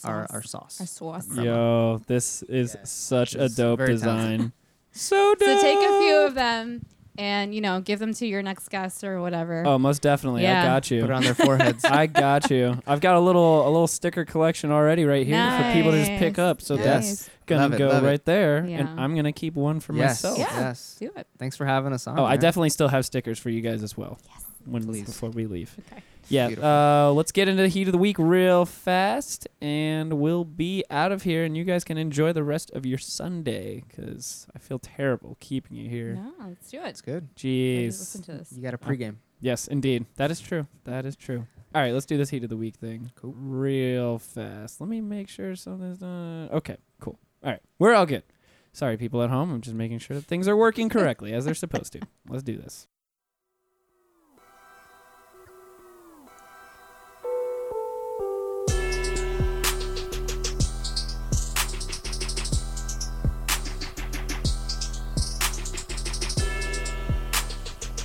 Speaker 1: our
Speaker 4: Sauce.
Speaker 1: our sauce.
Speaker 4: Our sauce.
Speaker 2: Yo, this is
Speaker 1: Yeah.
Speaker 2: such
Speaker 1: This
Speaker 2: a
Speaker 1: is
Speaker 2: dope
Speaker 1: very
Speaker 2: design. so dope.
Speaker 4: So take a few of them and you know give them to your next guest or whatever.
Speaker 2: Oh, most definitely. I
Speaker 4: Yeah.
Speaker 2: got you.
Speaker 1: Put it on their foreheads.
Speaker 2: I got you. I've got a little a little sticker collection already right here for people to just pick
Speaker 4: Nice.
Speaker 2: up. So
Speaker 1: Yes.
Speaker 2: that's gonna
Speaker 1: Love it,
Speaker 2: go
Speaker 1: love it.
Speaker 2: right there,
Speaker 4: Yeah.
Speaker 2: and I'm gonna keep one for
Speaker 1: yes,
Speaker 2: myself.
Speaker 4: Yeah.
Speaker 1: Yes.
Speaker 4: Do it.
Speaker 1: Thanks for having us on.
Speaker 2: Oh, I
Speaker 1: man.
Speaker 2: definitely still have stickers for you guys as well.
Speaker 4: Yes.
Speaker 2: When we leave, before we leave.
Speaker 4: Okay.
Speaker 2: Yeah.
Speaker 1: Beautiful.
Speaker 2: Uh, let's get into the heat of the week real fast, and we'll be out of here, and you guys can enjoy the rest of your Sunday because I feel terrible keeping you here.
Speaker 4: No, let's do
Speaker 1: It's
Speaker 4: it.
Speaker 1: good.
Speaker 4: Everybody
Speaker 2: Jeez.
Speaker 4: Listen to this.
Speaker 1: You got a pregame.
Speaker 2: Yes, indeed. That is true. That is true. All right, let's do this heat of the week thing
Speaker 1: Cool.
Speaker 2: real fast. Let me make sure something's done. Okay, cool. All right, we're all good. Sorry, people at home. I'm just making sure that things are working correctly as they're supposed to. Let's do this.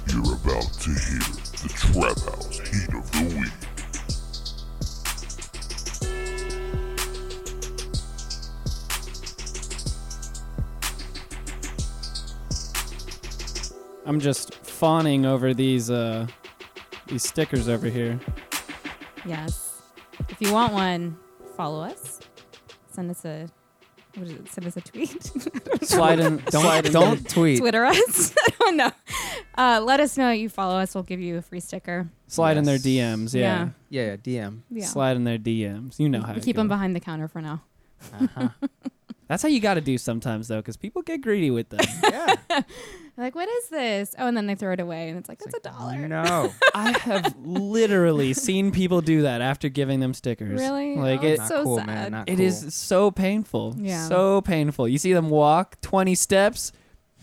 Speaker 6: You're about to hear the Trap House Heat of the Week.
Speaker 2: I'm just fawning over these uh these stickers over here.
Speaker 4: Yes. If you want one, follow us. Send us a what is it? Send us a tweet.
Speaker 2: Slide in. slide
Speaker 1: Don't
Speaker 2: in
Speaker 1: don't tweet.
Speaker 4: Twitter us. I don't know. Uh, let us know you follow us. We'll give you a free sticker.
Speaker 2: Slide in their
Speaker 1: Yes.
Speaker 2: DMs. Yeah.
Speaker 1: Yeah, yeah, DM.
Speaker 4: Yeah.
Speaker 2: Slide in their DMs. You know how.
Speaker 4: we
Speaker 2: it
Speaker 4: keep them
Speaker 2: goes.
Speaker 4: behind the counter for now.
Speaker 1: Uh-huh.
Speaker 2: That's how you got to do sometimes though, because people get greedy with them.
Speaker 1: yeah.
Speaker 4: They're like, what is this? Oh, and then they throw it away, and it's like, that's
Speaker 1: It's
Speaker 4: a
Speaker 1: like,
Speaker 4: dollar.
Speaker 1: No.
Speaker 2: I have literally seen people do that after giving them stickers.
Speaker 4: Really?
Speaker 2: Like
Speaker 4: Oh,
Speaker 2: it.
Speaker 4: that's
Speaker 1: Not
Speaker 4: so
Speaker 1: cool,
Speaker 4: sad.
Speaker 1: man. Not
Speaker 2: It
Speaker 1: cool.
Speaker 2: is so painful.
Speaker 4: Yeah.
Speaker 2: So painful. You see them walk 20 steps,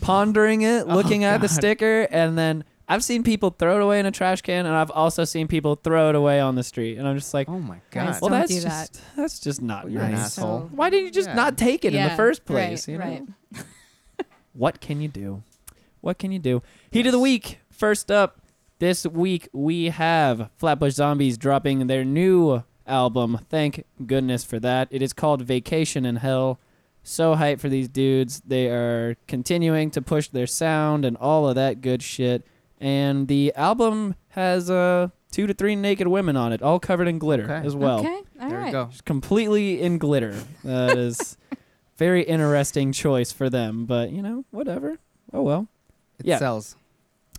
Speaker 2: pondering it,
Speaker 1: Oh,
Speaker 2: looking at the
Speaker 1: God.
Speaker 2: sticker, and then I've seen people throw it away in a trash can, and I've also seen people throw it away on the street. And I'm just like,
Speaker 1: Oh my god.
Speaker 4: Well, Don't
Speaker 2: that's
Speaker 4: do
Speaker 2: just that's just not
Speaker 1: Well, you're an
Speaker 2: nice.
Speaker 1: asshole.
Speaker 4: So-
Speaker 2: Why didn't you just
Speaker 1: Yeah.
Speaker 2: not take it in the
Speaker 4: Yeah,
Speaker 2: first place?
Speaker 4: Right.
Speaker 2: you know?
Speaker 4: right.
Speaker 2: What can you do? What can you do? Heat of the week. First up, this week we have Flatbush Zombies dropping their new album. Thank goodness for that. It is called Vacation in Hell. So hyped for these dudes. They are continuing to push their sound and all of that good shit. And the album has uh, two to three naked women on it, all covered in glitter
Speaker 1: Okay.
Speaker 2: as well.
Speaker 4: okay. All right.
Speaker 1: There you go.
Speaker 2: Just completely in glitter. That is very interesting choice for them, but you know, whatever. Oh well.
Speaker 1: It
Speaker 2: Yeah.
Speaker 1: sells.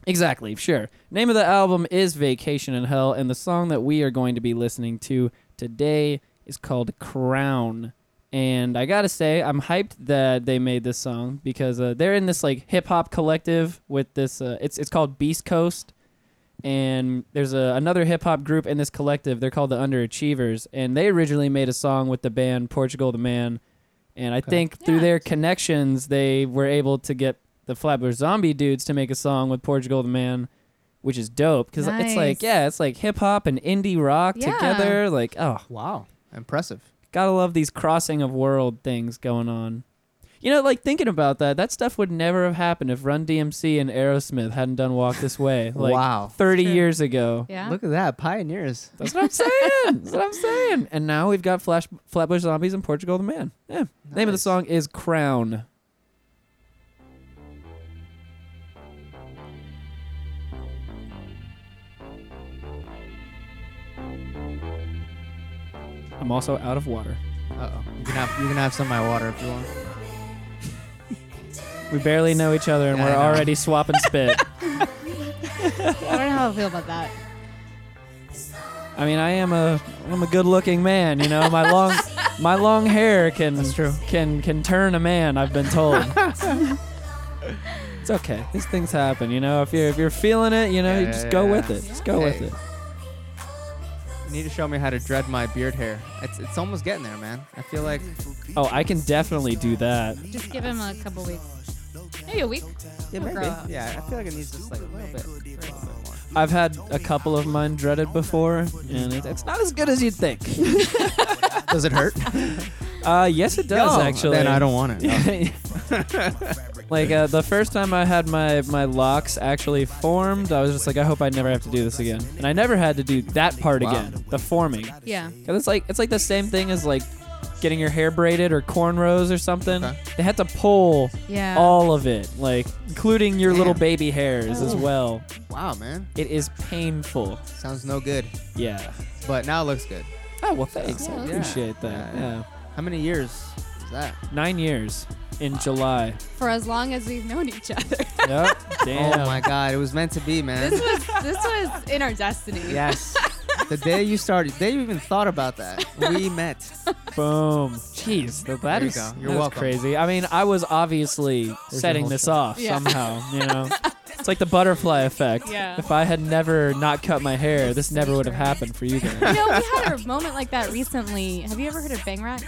Speaker 2: Exactly, sure. Name of the album is Vacation in Hell, and the song that we are going to be listening to today is called Crown. And I gotta say, I'm hyped that they made this song because uh, they're in this like hip hop collective with this. Uh, it's it's called Beast Coast, and there's a, another hip hop group in this collective. They're called the Underachievers, and they originally made a song with the band Portugal the Man. And I
Speaker 1: Okay.
Speaker 2: think through
Speaker 4: Yeah.
Speaker 2: their connections, they were able to get the Flatbush Zombie dudes to make a song with Portugal the Man, which is dope because it's like
Speaker 4: Nice.
Speaker 2: yeah, it's like hip hop and indie rock
Speaker 4: Yeah.
Speaker 2: together. Like oh,
Speaker 1: Wow. Impressive.
Speaker 2: gotta love these crossing of world things going on. You know, like thinking about that, that stuff would never have happened if Run DMC and Aerosmith hadn't done Walk This Way like
Speaker 1: wow.
Speaker 2: 30
Speaker 4: True.
Speaker 2: years ago.
Speaker 4: Yeah.
Speaker 1: Look at that. Pioneers.
Speaker 2: That's what I'm saying. That's what I'm saying. And now we've got Flash, Flatbush Zombies and Portugal the Man. Yeah. Name of the
Speaker 1: Nice.
Speaker 2: song is Crown. I'm also out of water.
Speaker 1: Uh oh. You can have you can have some of my water if you want.
Speaker 2: We barely know each other and
Speaker 1: Yeah, I
Speaker 2: we're
Speaker 1: know.
Speaker 2: already swapping spit.
Speaker 4: I don't know how I feel about that.
Speaker 2: I mean, I am a I'm a good-looking man, you know. My long my long hair can can can turn a man, I've been told. it's okay. These things happen, you know. If you're if you're feeling it, you know,
Speaker 1: Yeah,
Speaker 2: you
Speaker 1: yeah,
Speaker 2: just
Speaker 1: yeah,
Speaker 2: go
Speaker 1: yeah.
Speaker 2: with it. Just go with
Speaker 1: Hey.
Speaker 2: it.
Speaker 1: You need to show me how to dread my beard hair. It's it's almost getting there, man. I feel like
Speaker 2: Oh, I can definitely do that.
Speaker 4: Just give him a couple weeks. Maybe a week.
Speaker 1: yeah,
Speaker 4: maybe. grow out.
Speaker 1: Yeah, I feel like it needs just like a little bit, a little bit more.
Speaker 2: I've had a couple of mine dreaded before, and it, it's not as good as you'd think.
Speaker 1: Does it hurt?
Speaker 2: Uh, yes, it does actually.
Speaker 1: Then I don't want it. Oh.
Speaker 2: like uh, the first time I had my my locks actually formed, I was just like, I hope I never have to do this again. And I never had to do that part
Speaker 1: Wow.
Speaker 2: again, the forming. 'Cause
Speaker 4: Yeah.
Speaker 2: it's like it's like the same thing as like getting your hair braided or cornrows or something.
Speaker 1: Okay.
Speaker 2: They had to pull
Speaker 4: Yeah.
Speaker 2: all of it, like including your little
Speaker 1: Damn.
Speaker 2: baby hairs as
Speaker 1: Oh.
Speaker 2: well.
Speaker 1: Wow, man.
Speaker 2: It is painful.
Speaker 1: Sounds no good.
Speaker 2: Yeah.
Speaker 1: But now it looks good.
Speaker 2: Oh well, thanks.
Speaker 4: Yeah,
Speaker 2: I
Speaker 4: that's
Speaker 2: appreciate that.
Speaker 1: Yeah,
Speaker 2: Yeah.
Speaker 1: How many years? that?
Speaker 2: Nine years in July.
Speaker 4: for as long as we've known each other.
Speaker 2: Yep. Damn.
Speaker 1: Oh my God! It was meant to be, man.
Speaker 4: this was this was in our destiny.
Speaker 1: yes. The day you started, they even thought about that. We met.
Speaker 2: Boom. Jeez, that, that
Speaker 1: There you
Speaker 2: is
Speaker 1: go. You're
Speaker 2: that's
Speaker 1: welcome.
Speaker 2: crazy. I mean, I was obviously setting
Speaker 1: whole
Speaker 2: this
Speaker 1: show.
Speaker 2: off
Speaker 4: Yeah.
Speaker 2: somehow, you know. It's like the butterfly effect.
Speaker 4: Yeah.
Speaker 2: If I had never not cut my hair, this never would have happened for you
Speaker 4: You
Speaker 2: guys.
Speaker 4: know, we had a moment like that recently. Have you ever heard of Bang Rack?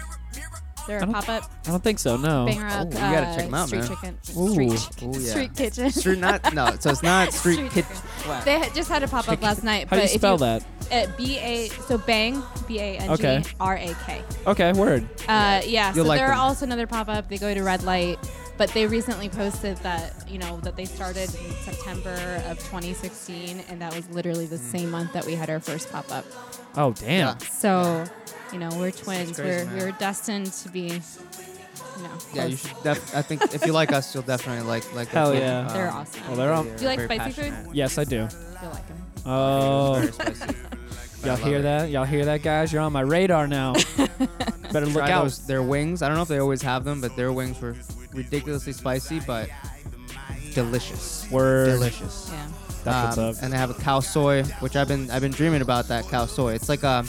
Speaker 4: They're
Speaker 2: I
Speaker 4: a
Speaker 2: don't- Oh,
Speaker 4: pop up
Speaker 2: I don't think so, no.
Speaker 4: Bang Rack.
Speaker 1: you gotta
Speaker 4: uh,
Speaker 1: check 'em out,
Speaker 4: street
Speaker 1: man.
Speaker 4: Chicken,
Speaker 2: Ooh.
Speaker 4: street chicken,
Speaker 1: Ooh, yeah.
Speaker 4: street kitchen.
Speaker 1: Street not no. So it's not street
Speaker 4: Street
Speaker 1: hit.
Speaker 4: They had- just had a pop up last night.
Speaker 2: How
Speaker 4: but
Speaker 2: do you
Speaker 4: if
Speaker 2: spell that?
Speaker 4: Uh, B A. So Bang B A N
Speaker 2: Okay.
Speaker 4: G R A K.
Speaker 2: Okay, word.
Speaker 4: Uh, yeah. So
Speaker 1: You'll like
Speaker 4: there
Speaker 1: them.
Speaker 4: are also another pop up. They go to red light, but they recently posted that you know that they started in September of 2016, and that was literally the
Speaker 1: Hmm.
Speaker 4: same month that we had our first pop up.
Speaker 2: Oh, damn.
Speaker 4: So, you know, we're twins.
Speaker 1: crazy,
Speaker 4: we're
Speaker 1: man.
Speaker 4: we're destined to be, you know.
Speaker 1: Yeah, you
Speaker 4: close.
Speaker 1: should. Def- I think if you like us, you'll definitely like like.
Speaker 2: Hell
Speaker 1: us.
Speaker 2: yeah.
Speaker 4: They're awesome.
Speaker 2: Well, they're all.
Speaker 1: uh, they're
Speaker 4: Do you like
Speaker 1: very
Speaker 4: spicy food?
Speaker 1: passionate.
Speaker 2: Yes, I do.
Speaker 4: You'll like 'em.
Speaker 2: Oh,
Speaker 1: Very spicy. But I
Speaker 2: y'all
Speaker 1: love
Speaker 2: hear
Speaker 1: it.
Speaker 2: that? Y'all hear that, guys? You're on my radar now. Better look
Speaker 1: Try
Speaker 2: out.
Speaker 1: those- their wings. I don't know if they always have them, but their wings were ridiculously spicy, but delicious.
Speaker 2: Word.
Speaker 1: Delicious.
Speaker 4: Yeah.
Speaker 2: That's
Speaker 1: Um,
Speaker 2: what's up.
Speaker 1: And they have a cow soy, which I've been I've been dreaming about that cow soy. It's like a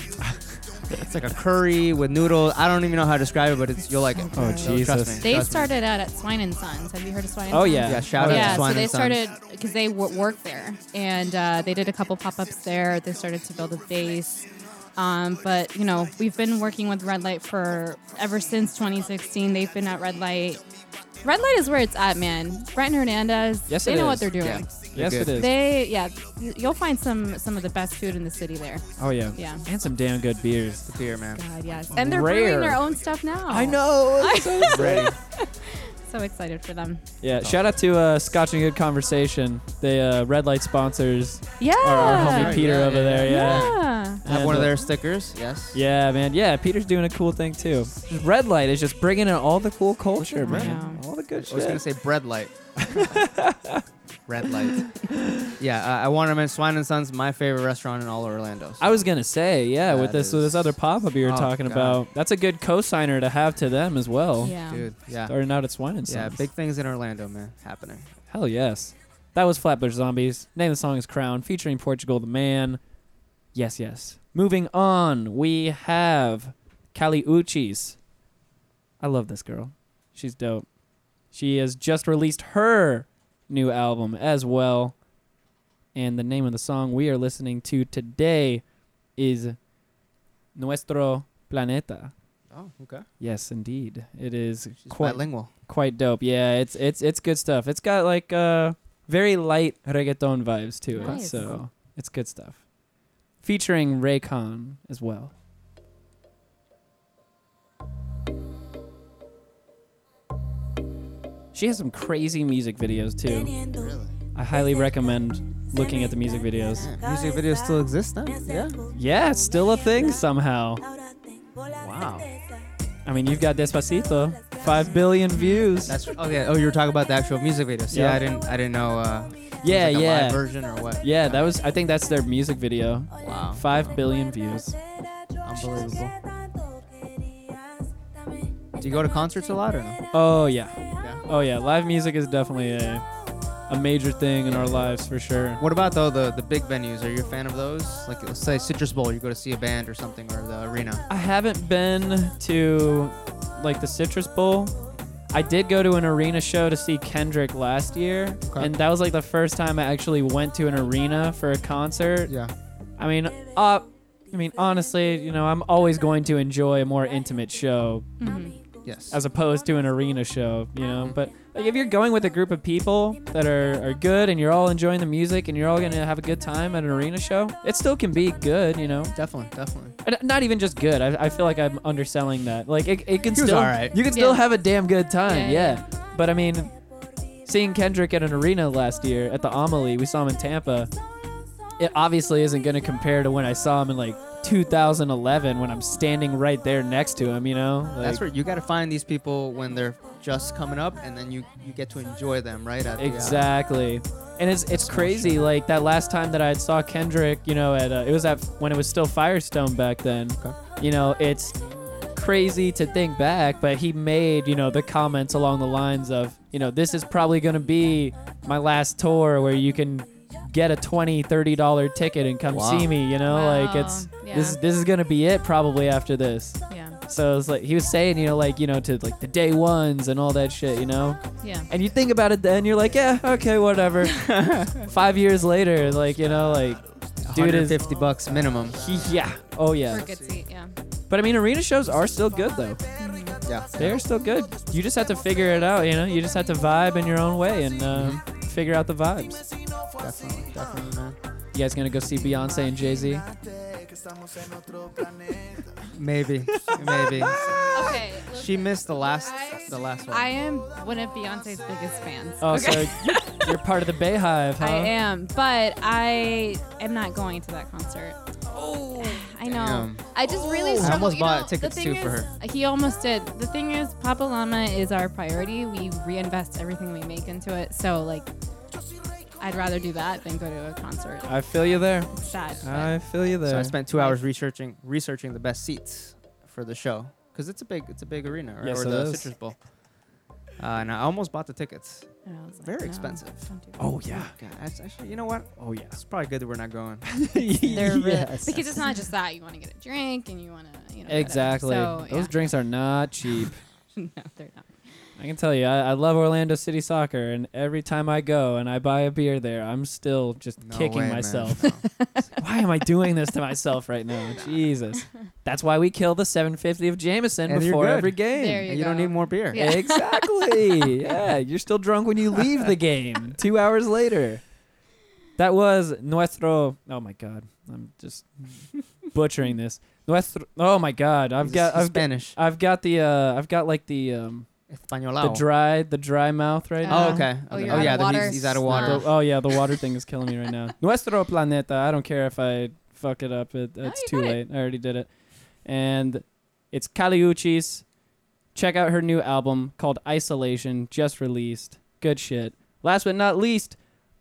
Speaker 1: it's like a curry with noodles. I don't even know how to describe it, but it's you'll like it.
Speaker 2: Oh,
Speaker 1: So
Speaker 2: Jesus.
Speaker 1: Trust me.
Speaker 4: They
Speaker 1: trust me.
Speaker 4: started out at Swine and Sons. Have you heard of Swine? and
Speaker 2: Oh,
Speaker 4: Sons?
Speaker 2: yeah.
Speaker 1: Yeah, shout out
Speaker 4: yeah,
Speaker 1: to Swine
Speaker 4: so they
Speaker 1: and Sons.
Speaker 4: started because they w- worked there, and uh, they did a couple pop ups there. They started to build a base, um, but you know we've been working with Red Light for ever since 2016. They've been at Red Light. Red Light is where it's at, man. Brent and Hernandez,
Speaker 2: Yes,
Speaker 4: they
Speaker 2: it
Speaker 4: know
Speaker 2: is.
Speaker 4: what they're doing.
Speaker 1: Yeah.
Speaker 2: Yes,
Speaker 1: They're
Speaker 2: it
Speaker 1: good.
Speaker 2: is.
Speaker 4: They, yeah, y- you'll find some some of the best food in the city there.
Speaker 2: Oh, yeah.
Speaker 4: Yeah.
Speaker 2: And some damn good beers.
Speaker 1: Beer, man.
Speaker 4: God, yes, and they're
Speaker 2: Rare.
Speaker 4: brewing their own stuff
Speaker 1: Oh.
Speaker 4: now.
Speaker 2: I know.
Speaker 4: So excited for them.
Speaker 2: Yeah, shout out to uh, Scotch and Good Conversation. The uh, red light sponsors
Speaker 4: Yeah.
Speaker 2: are our homie
Speaker 1: Ah. Right,
Speaker 2: Peter
Speaker 1: yeah,
Speaker 2: over
Speaker 1: yeah,
Speaker 2: there. Yeah. yeah.
Speaker 4: yeah.
Speaker 1: Have
Speaker 2: And,
Speaker 1: one of
Speaker 2: uh,
Speaker 1: their stickers. Yes.
Speaker 2: man. Yeah, Peter's doing a cool thing too. Just red light is just bringing in all the cool culture,
Speaker 4: I
Speaker 2: man.
Speaker 4: know.
Speaker 2: All the good
Speaker 1: I was gonna
Speaker 2: shit.
Speaker 1: say bread light. Red light. Yeah, uh, I, I want to mention Swine and Sons, my favorite restaurant in all of Orlando. So
Speaker 2: I was gonna say, yeah, with
Speaker 1: That
Speaker 2: this with this
Speaker 1: is-
Speaker 2: other pop up you were
Speaker 1: Oh,
Speaker 2: talking
Speaker 1: God.
Speaker 2: about, that's a good co-signer to have to them as well.
Speaker 4: Yeah.
Speaker 1: Dude, yeah.
Speaker 2: Starting out at Swine and
Speaker 1: Yeah,
Speaker 2: Sons.
Speaker 1: big things in Orlando, man, happening.
Speaker 2: Hell yes. That was Flatbush Zombies. Name of the song is Crown, featuring Portugal the Man. Yes, yes. Moving on, we have Kali Uchis. I love this girl. She's dope. She has just released her new album as well. And the name of the song we are listening to today is Nuestro Planeta.
Speaker 1: Oh, okay.
Speaker 2: Yes, indeed. It is
Speaker 1: She's
Speaker 2: quite
Speaker 1: bilingual.
Speaker 2: quite dope. Yeah, it's it's it's good stuff. It's got like uh very light reggaeton vibes to it.
Speaker 4: Nice.
Speaker 2: So it's good stuff. Featuring Raycon as well. She has some crazy music videos too. I highly recommend looking at the music videos.
Speaker 1: Yeah, music videos still exist now. Yeah.
Speaker 2: Yeah, it's still a thing somehow. Wow. I mean, you've got Despacito, 5 billion views.
Speaker 1: That's oh yeah. Oh, you were talking about the actual music video. So,
Speaker 2: Yeah.
Speaker 1: yeah, I didn't I didn't know. Uh, if it was
Speaker 2: Yeah,
Speaker 1: like a
Speaker 2: yeah.
Speaker 1: Live version or what?
Speaker 2: Yeah, that was. I think that's their music video.
Speaker 1: Wow.
Speaker 2: Five billion views.
Speaker 1: Unbelievable. Do you go to concerts a lot or no?
Speaker 2: Oh yeah, oh yeah. Live music is definitely a a major thing in our lives for sure.
Speaker 1: What about though the the big venues? Are you a fan of those? Like let's say Citrus Bowl, you go to see a band or something or the arena.
Speaker 2: I haven't been to like the Citrus Bowl. I did go to an arena show to see Kendrick last year,
Speaker 1: Okay.
Speaker 2: and that was like the first time I actually went to an arena for a concert.
Speaker 1: Yeah.
Speaker 2: I mean, uh, I mean, honestly, you know, I'm always going to enjoy a more intimate show
Speaker 4: Mm-hmm.
Speaker 1: Yes.
Speaker 2: as opposed to an arena show, you know. But like, if you're going with a group of people that are, are good and you're all enjoying the music and you're all gonna have a good time at an arena show, it still can be good, you know.
Speaker 1: definitely, definitely.
Speaker 2: And not even just good. I, I feel like I'm underselling that. Like it, it can
Speaker 1: He was
Speaker 2: still
Speaker 1: alright.
Speaker 2: you can still
Speaker 4: Yeah.
Speaker 2: have a damn good time,
Speaker 4: Yeah,
Speaker 2: yeah. But I mean, seeing Kendrick at an arena last year at the Amelie, we saw him in Tampa. It obviously isn't gonna compare to when I saw him in like 2011 when I'm standing right there next to him, you know. Like,
Speaker 1: That's where you got to find these people when they're just coming up, and then you you get to enjoy them right at the, uh,
Speaker 2: Exactly. And it's it's crazy. Like that last time that I saw Kendrick, you know, at uh, it was at when it was still Firestone back then. You know, it's crazy to think back, but he made, you know, the comments along the lines of, you know, this is probably going to be my last tour where you can get a 20 30 dollar ticket and come
Speaker 1: Wow.
Speaker 2: see me you know
Speaker 4: Wow,
Speaker 2: like it's
Speaker 4: yeah.
Speaker 2: this this is gonna be it probably after this
Speaker 4: Yeah.
Speaker 2: so it's like he was saying you know like you know to like the day ones and all that shit you know
Speaker 4: Yeah.
Speaker 2: and you think about it then you're like yeah okay whatever five years later like you know like dude is
Speaker 7: 150 bucks minimum.
Speaker 2: he, yeah oh
Speaker 4: For a
Speaker 2: yeah
Speaker 4: good seat. Yeah.
Speaker 2: but i mean arena shows are still good though
Speaker 7: Yeah.
Speaker 2: they're still good you just have to figure it out you know you just have to vibe in your own way and um, figure out the vibes
Speaker 7: Definitely, definitely, man.
Speaker 2: you guys gonna go see beyonce and jay-z
Speaker 1: Maybe, maybe.
Speaker 4: Okay.
Speaker 1: She missed the last, the last one.
Speaker 4: I am one of Beyonce's biggest fans.
Speaker 2: oh so you're part of the bay hive huh
Speaker 4: I am, but I am not going to that concert. Oh, I know.
Speaker 7: Damn.
Speaker 4: I just really struggle.
Speaker 1: almost
Speaker 4: you know,
Speaker 1: bought
Speaker 4: the
Speaker 1: tickets,
Speaker 4: thing
Speaker 1: too, for
Speaker 4: is- He almost did. The thing is, Papa Llama is our priority. We reinvest everything we make into it. So like, I'd rather do that than go to a concert.
Speaker 2: I feel you there
Speaker 4: It's sad. but-
Speaker 2: i feel you there
Speaker 1: So I spent two hours researching researching the best seats for the show because it's a big it's a big arena right?
Speaker 2: Yes,
Speaker 1: or
Speaker 2: it
Speaker 1: the
Speaker 2: is.
Speaker 1: Citrus Bowl. Uh, and I almost bought the tickets.
Speaker 4: and I was like,
Speaker 1: Very
Speaker 4: no,
Speaker 1: expensive.
Speaker 4: don't do that.
Speaker 2: oh yeah
Speaker 1: God, that's actually, you know what?
Speaker 2: oh yeah
Speaker 1: It's probably good that we're not going.
Speaker 4: They're really-
Speaker 2: Yes.
Speaker 4: because it's not just that. You want to get a drink and you want to, you know. whatever.
Speaker 2: Exactly.
Speaker 4: So,
Speaker 2: Those drinks are not cheap.
Speaker 4: yeah. no, they're not.
Speaker 2: I can tell you, I, I love Orlando City Soccer, and every time I go and I buy a beer there, I'm still just
Speaker 1: No
Speaker 2: kicking
Speaker 1: way, man.
Speaker 2: myself.
Speaker 1: No.
Speaker 2: Why am I doing this to myself right now? Jesus. That's why we kill the 750 of Jameson
Speaker 1: And you're
Speaker 2: before
Speaker 1: good.
Speaker 2: every game.
Speaker 4: There you
Speaker 1: And you don't
Speaker 4: go.
Speaker 1: need more beer.
Speaker 4: Yeah.
Speaker 2: Exactly. yeah, you're still drunk when you leave the game. Two hours later. That was nuestro. Oh my god, I'm just butchering this. Nuestro. Oh my god, I've
Speaker 1: He's-
Speaker 2: got
Speaker 1: he's
Speaker 2: I've got,
Speaker 1: Spanish.
Speaker 2: I've got the uh I've got like the um the
Speaker 1: Españolao.
Speaker 2: dry the dry mouth right
Speaker 1: oh,
Speaker 4: Uh,
Speaker 1: okay.
Speaker 4: oh,
Speaker 1: okay.
Speaker 4: you're
Speaker 1: oh
Speaker 4: out
Speaker 1: yeah,
Speaker 4: of
Speaker 1: the-
Speaker 4: water.
Speaker 1: He's, he's out of water.
Speaker 2: now. The- oh yeah, the water thing is killing me right now. Nuestro planeta. I don't care if I fuck it up. It, it's
Speaker 4: you
Speaker 2: too
Speaker 4: got it.
Speaker 2: late. I already did it. And it's Kaliuchis. Check out her new album called Isolation, just released. Good shit. Last but not least,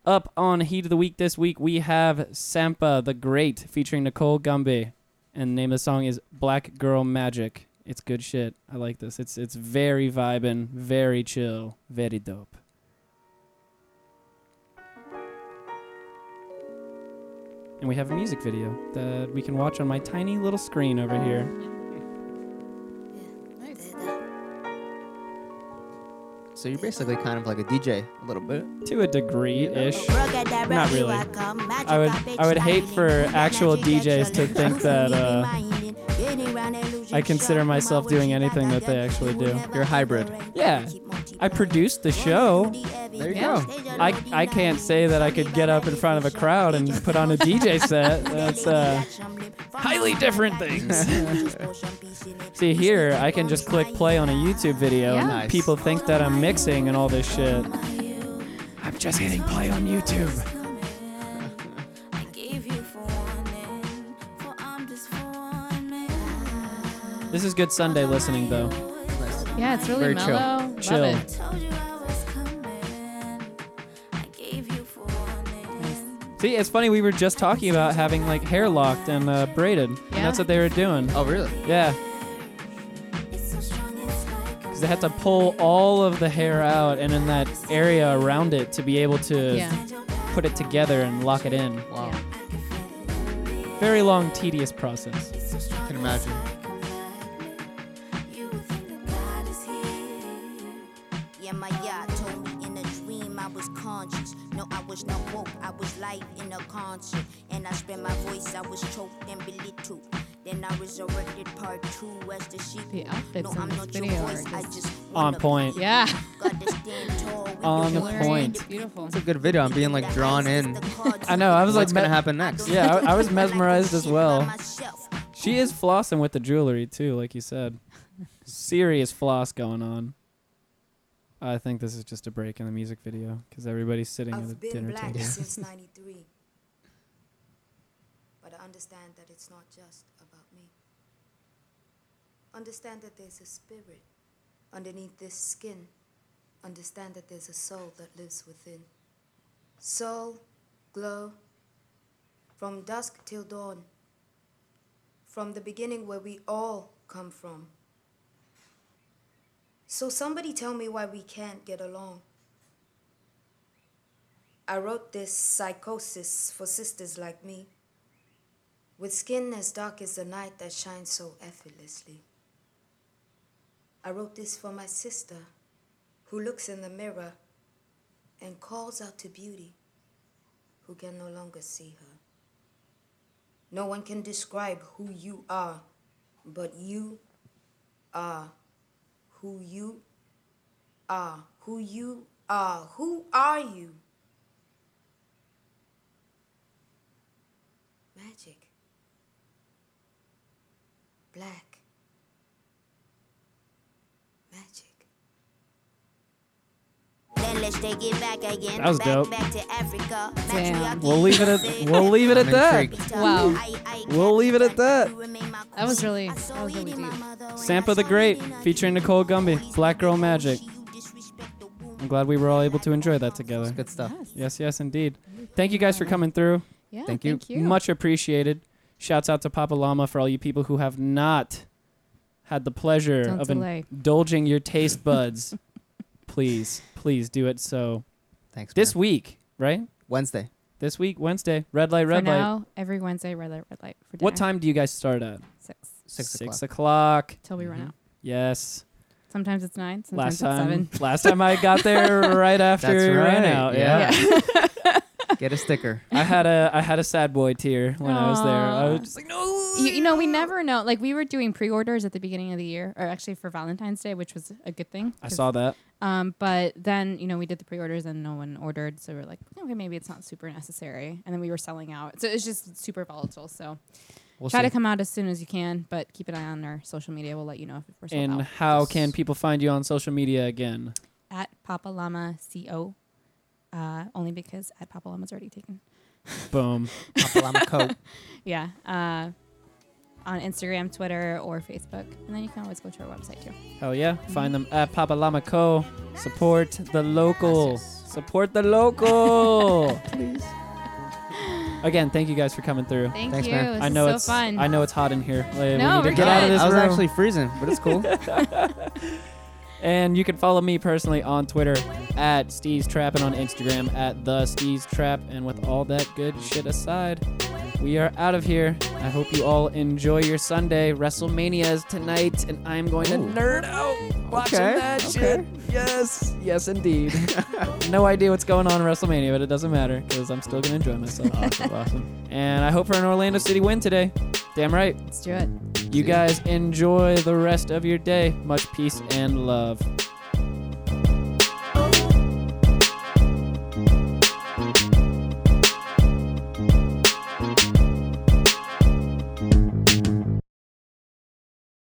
Speaker 2: up on Heat of the Week this week, we have Sampa the Great featuring Nicole Gumby. And the name of the song is Black Girl Magic. It's good shit. I like this. It's it's very vibin', very chill, very dope. And we have a music video that we can watch on my tiny little screen over here.
Speaker 1: So you're basically kind of like a DJ a little bit.
Speaker 2: To a degree ish.
Speaker 8: Not
Speaker 2: really.
Speaker 8: really.
Speaker 2: I
Speaker 8: I
Speaker 2: would- I would hate for actual DJs to think that, uh, I consider myself doing anything that they actually do.
Speaker 1: You're a hybrid.
Speaker 2: Yeah. I produced the show.
Speaker 1: There you
Speaker 4: Yeah.
Speaker 1: go.
Speaker 2: I, I can't say that I could get up in front of a crowd and put on a DJ set. That's uh, highly different things. See, here, I can just click play on a YouTube video and
Speaker 1: Nice.
Speaker 2: people think that I'm mixing and all this shit. I'm just hitting play on YouTube. This is good Sunday listening, though.
Speaker 4: Yeah, it's really
Speaker 1: Very chill.
Speaker 4: mellow.
Speaker 2: Chill.
Speaker 4: Love it.
Speaker 2: See, it's funny, we were just talking about having like hair locked and uh, braided.
Speaker 4: Yeah.
Speaker 2: And that's what they were doing.
Speaker 1: Oh really?
Speaker 2: Yeah. Because they had to pull all of the hair out and in that area around it to be able to
Speaker 4: Yeah.
Speaker 2: put it together and lock it in.
Speaker 1: Wow.
Speaker 2: Very long, tedious process.
Speaker 1: I can imagine.
Speaker 8: Yeah, my yacht told me in a dream I was conscious. No, I was not woke. I was live in a concert. And I spent my voice, I was choked and belittled. Then I resurrected part two as the sheep.
Speaker 4: The outfits in this
Speaker 8: your
Speaker 4: video
Speaker 8: voice,
Speaker 4: are
Speaker 8: I
Speaker 4: just-
Speaker 8: just
Speaker 2: On
Speaker 8: wanna
Speaker 2: point.
Speaker 4: Yeah.
Speaker 8: gotta stand tall with
Speaker 2: On
Speaker 8: the
Speaker 2: point.
Speaker 8: words.
Speaker 4: Beautiful.
Speaker 1: It's a good video. I'm being like drawn in.
Speaker 2: I know, I was
Speaker 1: What's
Speaker 2: like,
Speaker 1: gonna
Speaker 2: me-
Speaker 1: happen next?
Speaker 2: yeah, I, I was mesmerized as well. She is flossing with the jewelry too, like you said. Serious floss going on. I think this is just a break in the music video because everybody's sitting at a
Speaker 9: I've been
Speaker 2: dinner
Speaker 9: black
Speaker 2: table.
Speaker 9: since 93. But I understand that it's not just about me. Understand that there's a spirit underneath this skin. Understand that there's a soul that lives within. Soul, glow, from dusk till dawn. From the beginning where we all come from, So somebody tell me why we can't get along. I wrote this psychosis for sisters like me, with skin as dark as the night that shines so effortlessly. I wrote this for my sister, who looks in the mirror and calls out to beauty, who can no longer see her. No one can describe who you are, but you are who you are, who you are, who are you? Magic. Black. Magic.
Speaker 8: Then let's take it back again.
Speaker 2: That was
Speaker 8: back,
Speaker 2: dope.
Speaker 8: Back to Africa.
Speaker 4: Damn.
Speaker 2: We'll leave it at we'll leave it at that.
Speaker 4: Wow.
Speaker 2: We'll leave it at that.
Speaker 4: That was really- that was really deep.
Speaker 2: Sampa the Great featuring Nicole Gumby, Black Girl Magic. I'm glad we were all able to enjoy that together.
Speaker 1: Good stuff.
Speaker 2: Yes, yes, indeed. Thank you guys for coming through.
Speaker 4: Yeah,
Speaker 1: Thank you.
Speaker 2: Much appreciated. Shouts out to Papa Llama for all you people who have not had the pleasure
Speaker 4: Don't
Speaker 2: of
Speaker 4: delay.
Speaker 2: indulging your taste buds. please, please do it. So
Speaker 1: Thanks.
Speaker 2: this
Speaker 1: man.
Speaker 2: week, right?
Speaker 1: Wednesday.
Speaker 2: This week, Wednesday, red light, red
Speaker 4: for
Speaker 2: light.
Speaker 4: now, every Wednesday, red light, red light. For
Speaker 2: What
Speaker 4: dinner.
Speaker 2: time do you guys start at?
Speaker 4: Six.
Speaker 1: Six,
Speaker 2: Six
Speaker 1: o'clock.
Speaker 2: o'clock.
Speaker 4: Till we run out.
Speaker 2: Yes.
Speaker 4: Sometimes it's nine.
Speaker 2: Mm-hmm. last
Speaker 4: Sometimes
Speaker 2: time,
Speaker 4: it's seven.
Speaker 2: last time I got there right after
Speaker 1: That's
Speaker 2: it ran
Speaker 1: right,
Speaker 2: out.
Speaker 1: yeah.
Speaker 2: yeah.
Speaker 1: Get a sticker.
Speaker 2: I had a I had a sad boy tear when I was there. I was
Speaker 4: Aw.
Speaker 2: just like, no.
Speaker 4: You, you know, we never know. Like we were doing pre-orders at the beginning of the year, or actually for Valentine's Day, which was a good thing.
Speaker 2: I
Speaker 4: 'cause-
Speaker 2: saw that.
Speaker 4: Um, but then you know we did the pre-orders and no one ordered, so we are like, okay, maybe it's not super necessary. And then we were selling out, so it's just super volatile. So
Speaker 1: We'll
Speaker 4: try
Speaker 1: see.
Speaker 4: to come out as soon as you can, but keep an eye on our social media. We'll let you know if we're sold
Speaker 2: And
Speaker 4: out.
Speaker 2: how can people find you on social media again?
Speaker 4: At Papa Llama Co. Uh, only because at Papa Llama's already taken.
Speaker 2: Boom.
Speaker 1: Papalama Co.
Speaker 4: Yeah. Uh, on Instagram, Twitter, or Facebook, and then you can always go to our website too.
Speaker 2: Hell yeah. Find them at Papa Llama Co. Support the local. Support the local. Please. Again, thank you guys for coming through.
Speaker 4: Thank
Speaker 1: Thanks,
Speaker 4: you.
Speaker 1: man.
Speaker 4: This
Speaker 2: I know
Speaker 4: is
Speaker 2: it's
Speaker 4: so fun.
Speaker 2: I know it's hot in here. Like,
Speaker 4: No,
Speaker 2: we need
Speaker 4: we're
Speaker 2: to get out of
Speaker 4: good.
Speaker 2: this
Speaker 1: I was
Speaker 2: room.
Speaker 1: actually freezing, but it's cool.
Speaker 2: And you can follow me personally on Twitter at Steve's Trap and on Instagram at the Steve's Trap. And with all that good shit aside, we are out of here. I hope you all enjoy your Sunday. WrestleMania is tonight, and I'm going to
Speaker 1: Ooh.
Speaker 2: nerd out watching
Speaker 1: Okay,
Speaker 2: that shit.
Speaker 1: okay.
Speaker 2: Yes, yes, indeed. no idea what's going on in WrestleMania, but it doesn't matter because I'm still gonna enjoy myself. Awesome, awesome. And I hope for an Orlando City win today. Damn right.
Speaker 4: Let's do it.
Speaker 2: You guys enjoy the rest of your day. Much peace and love.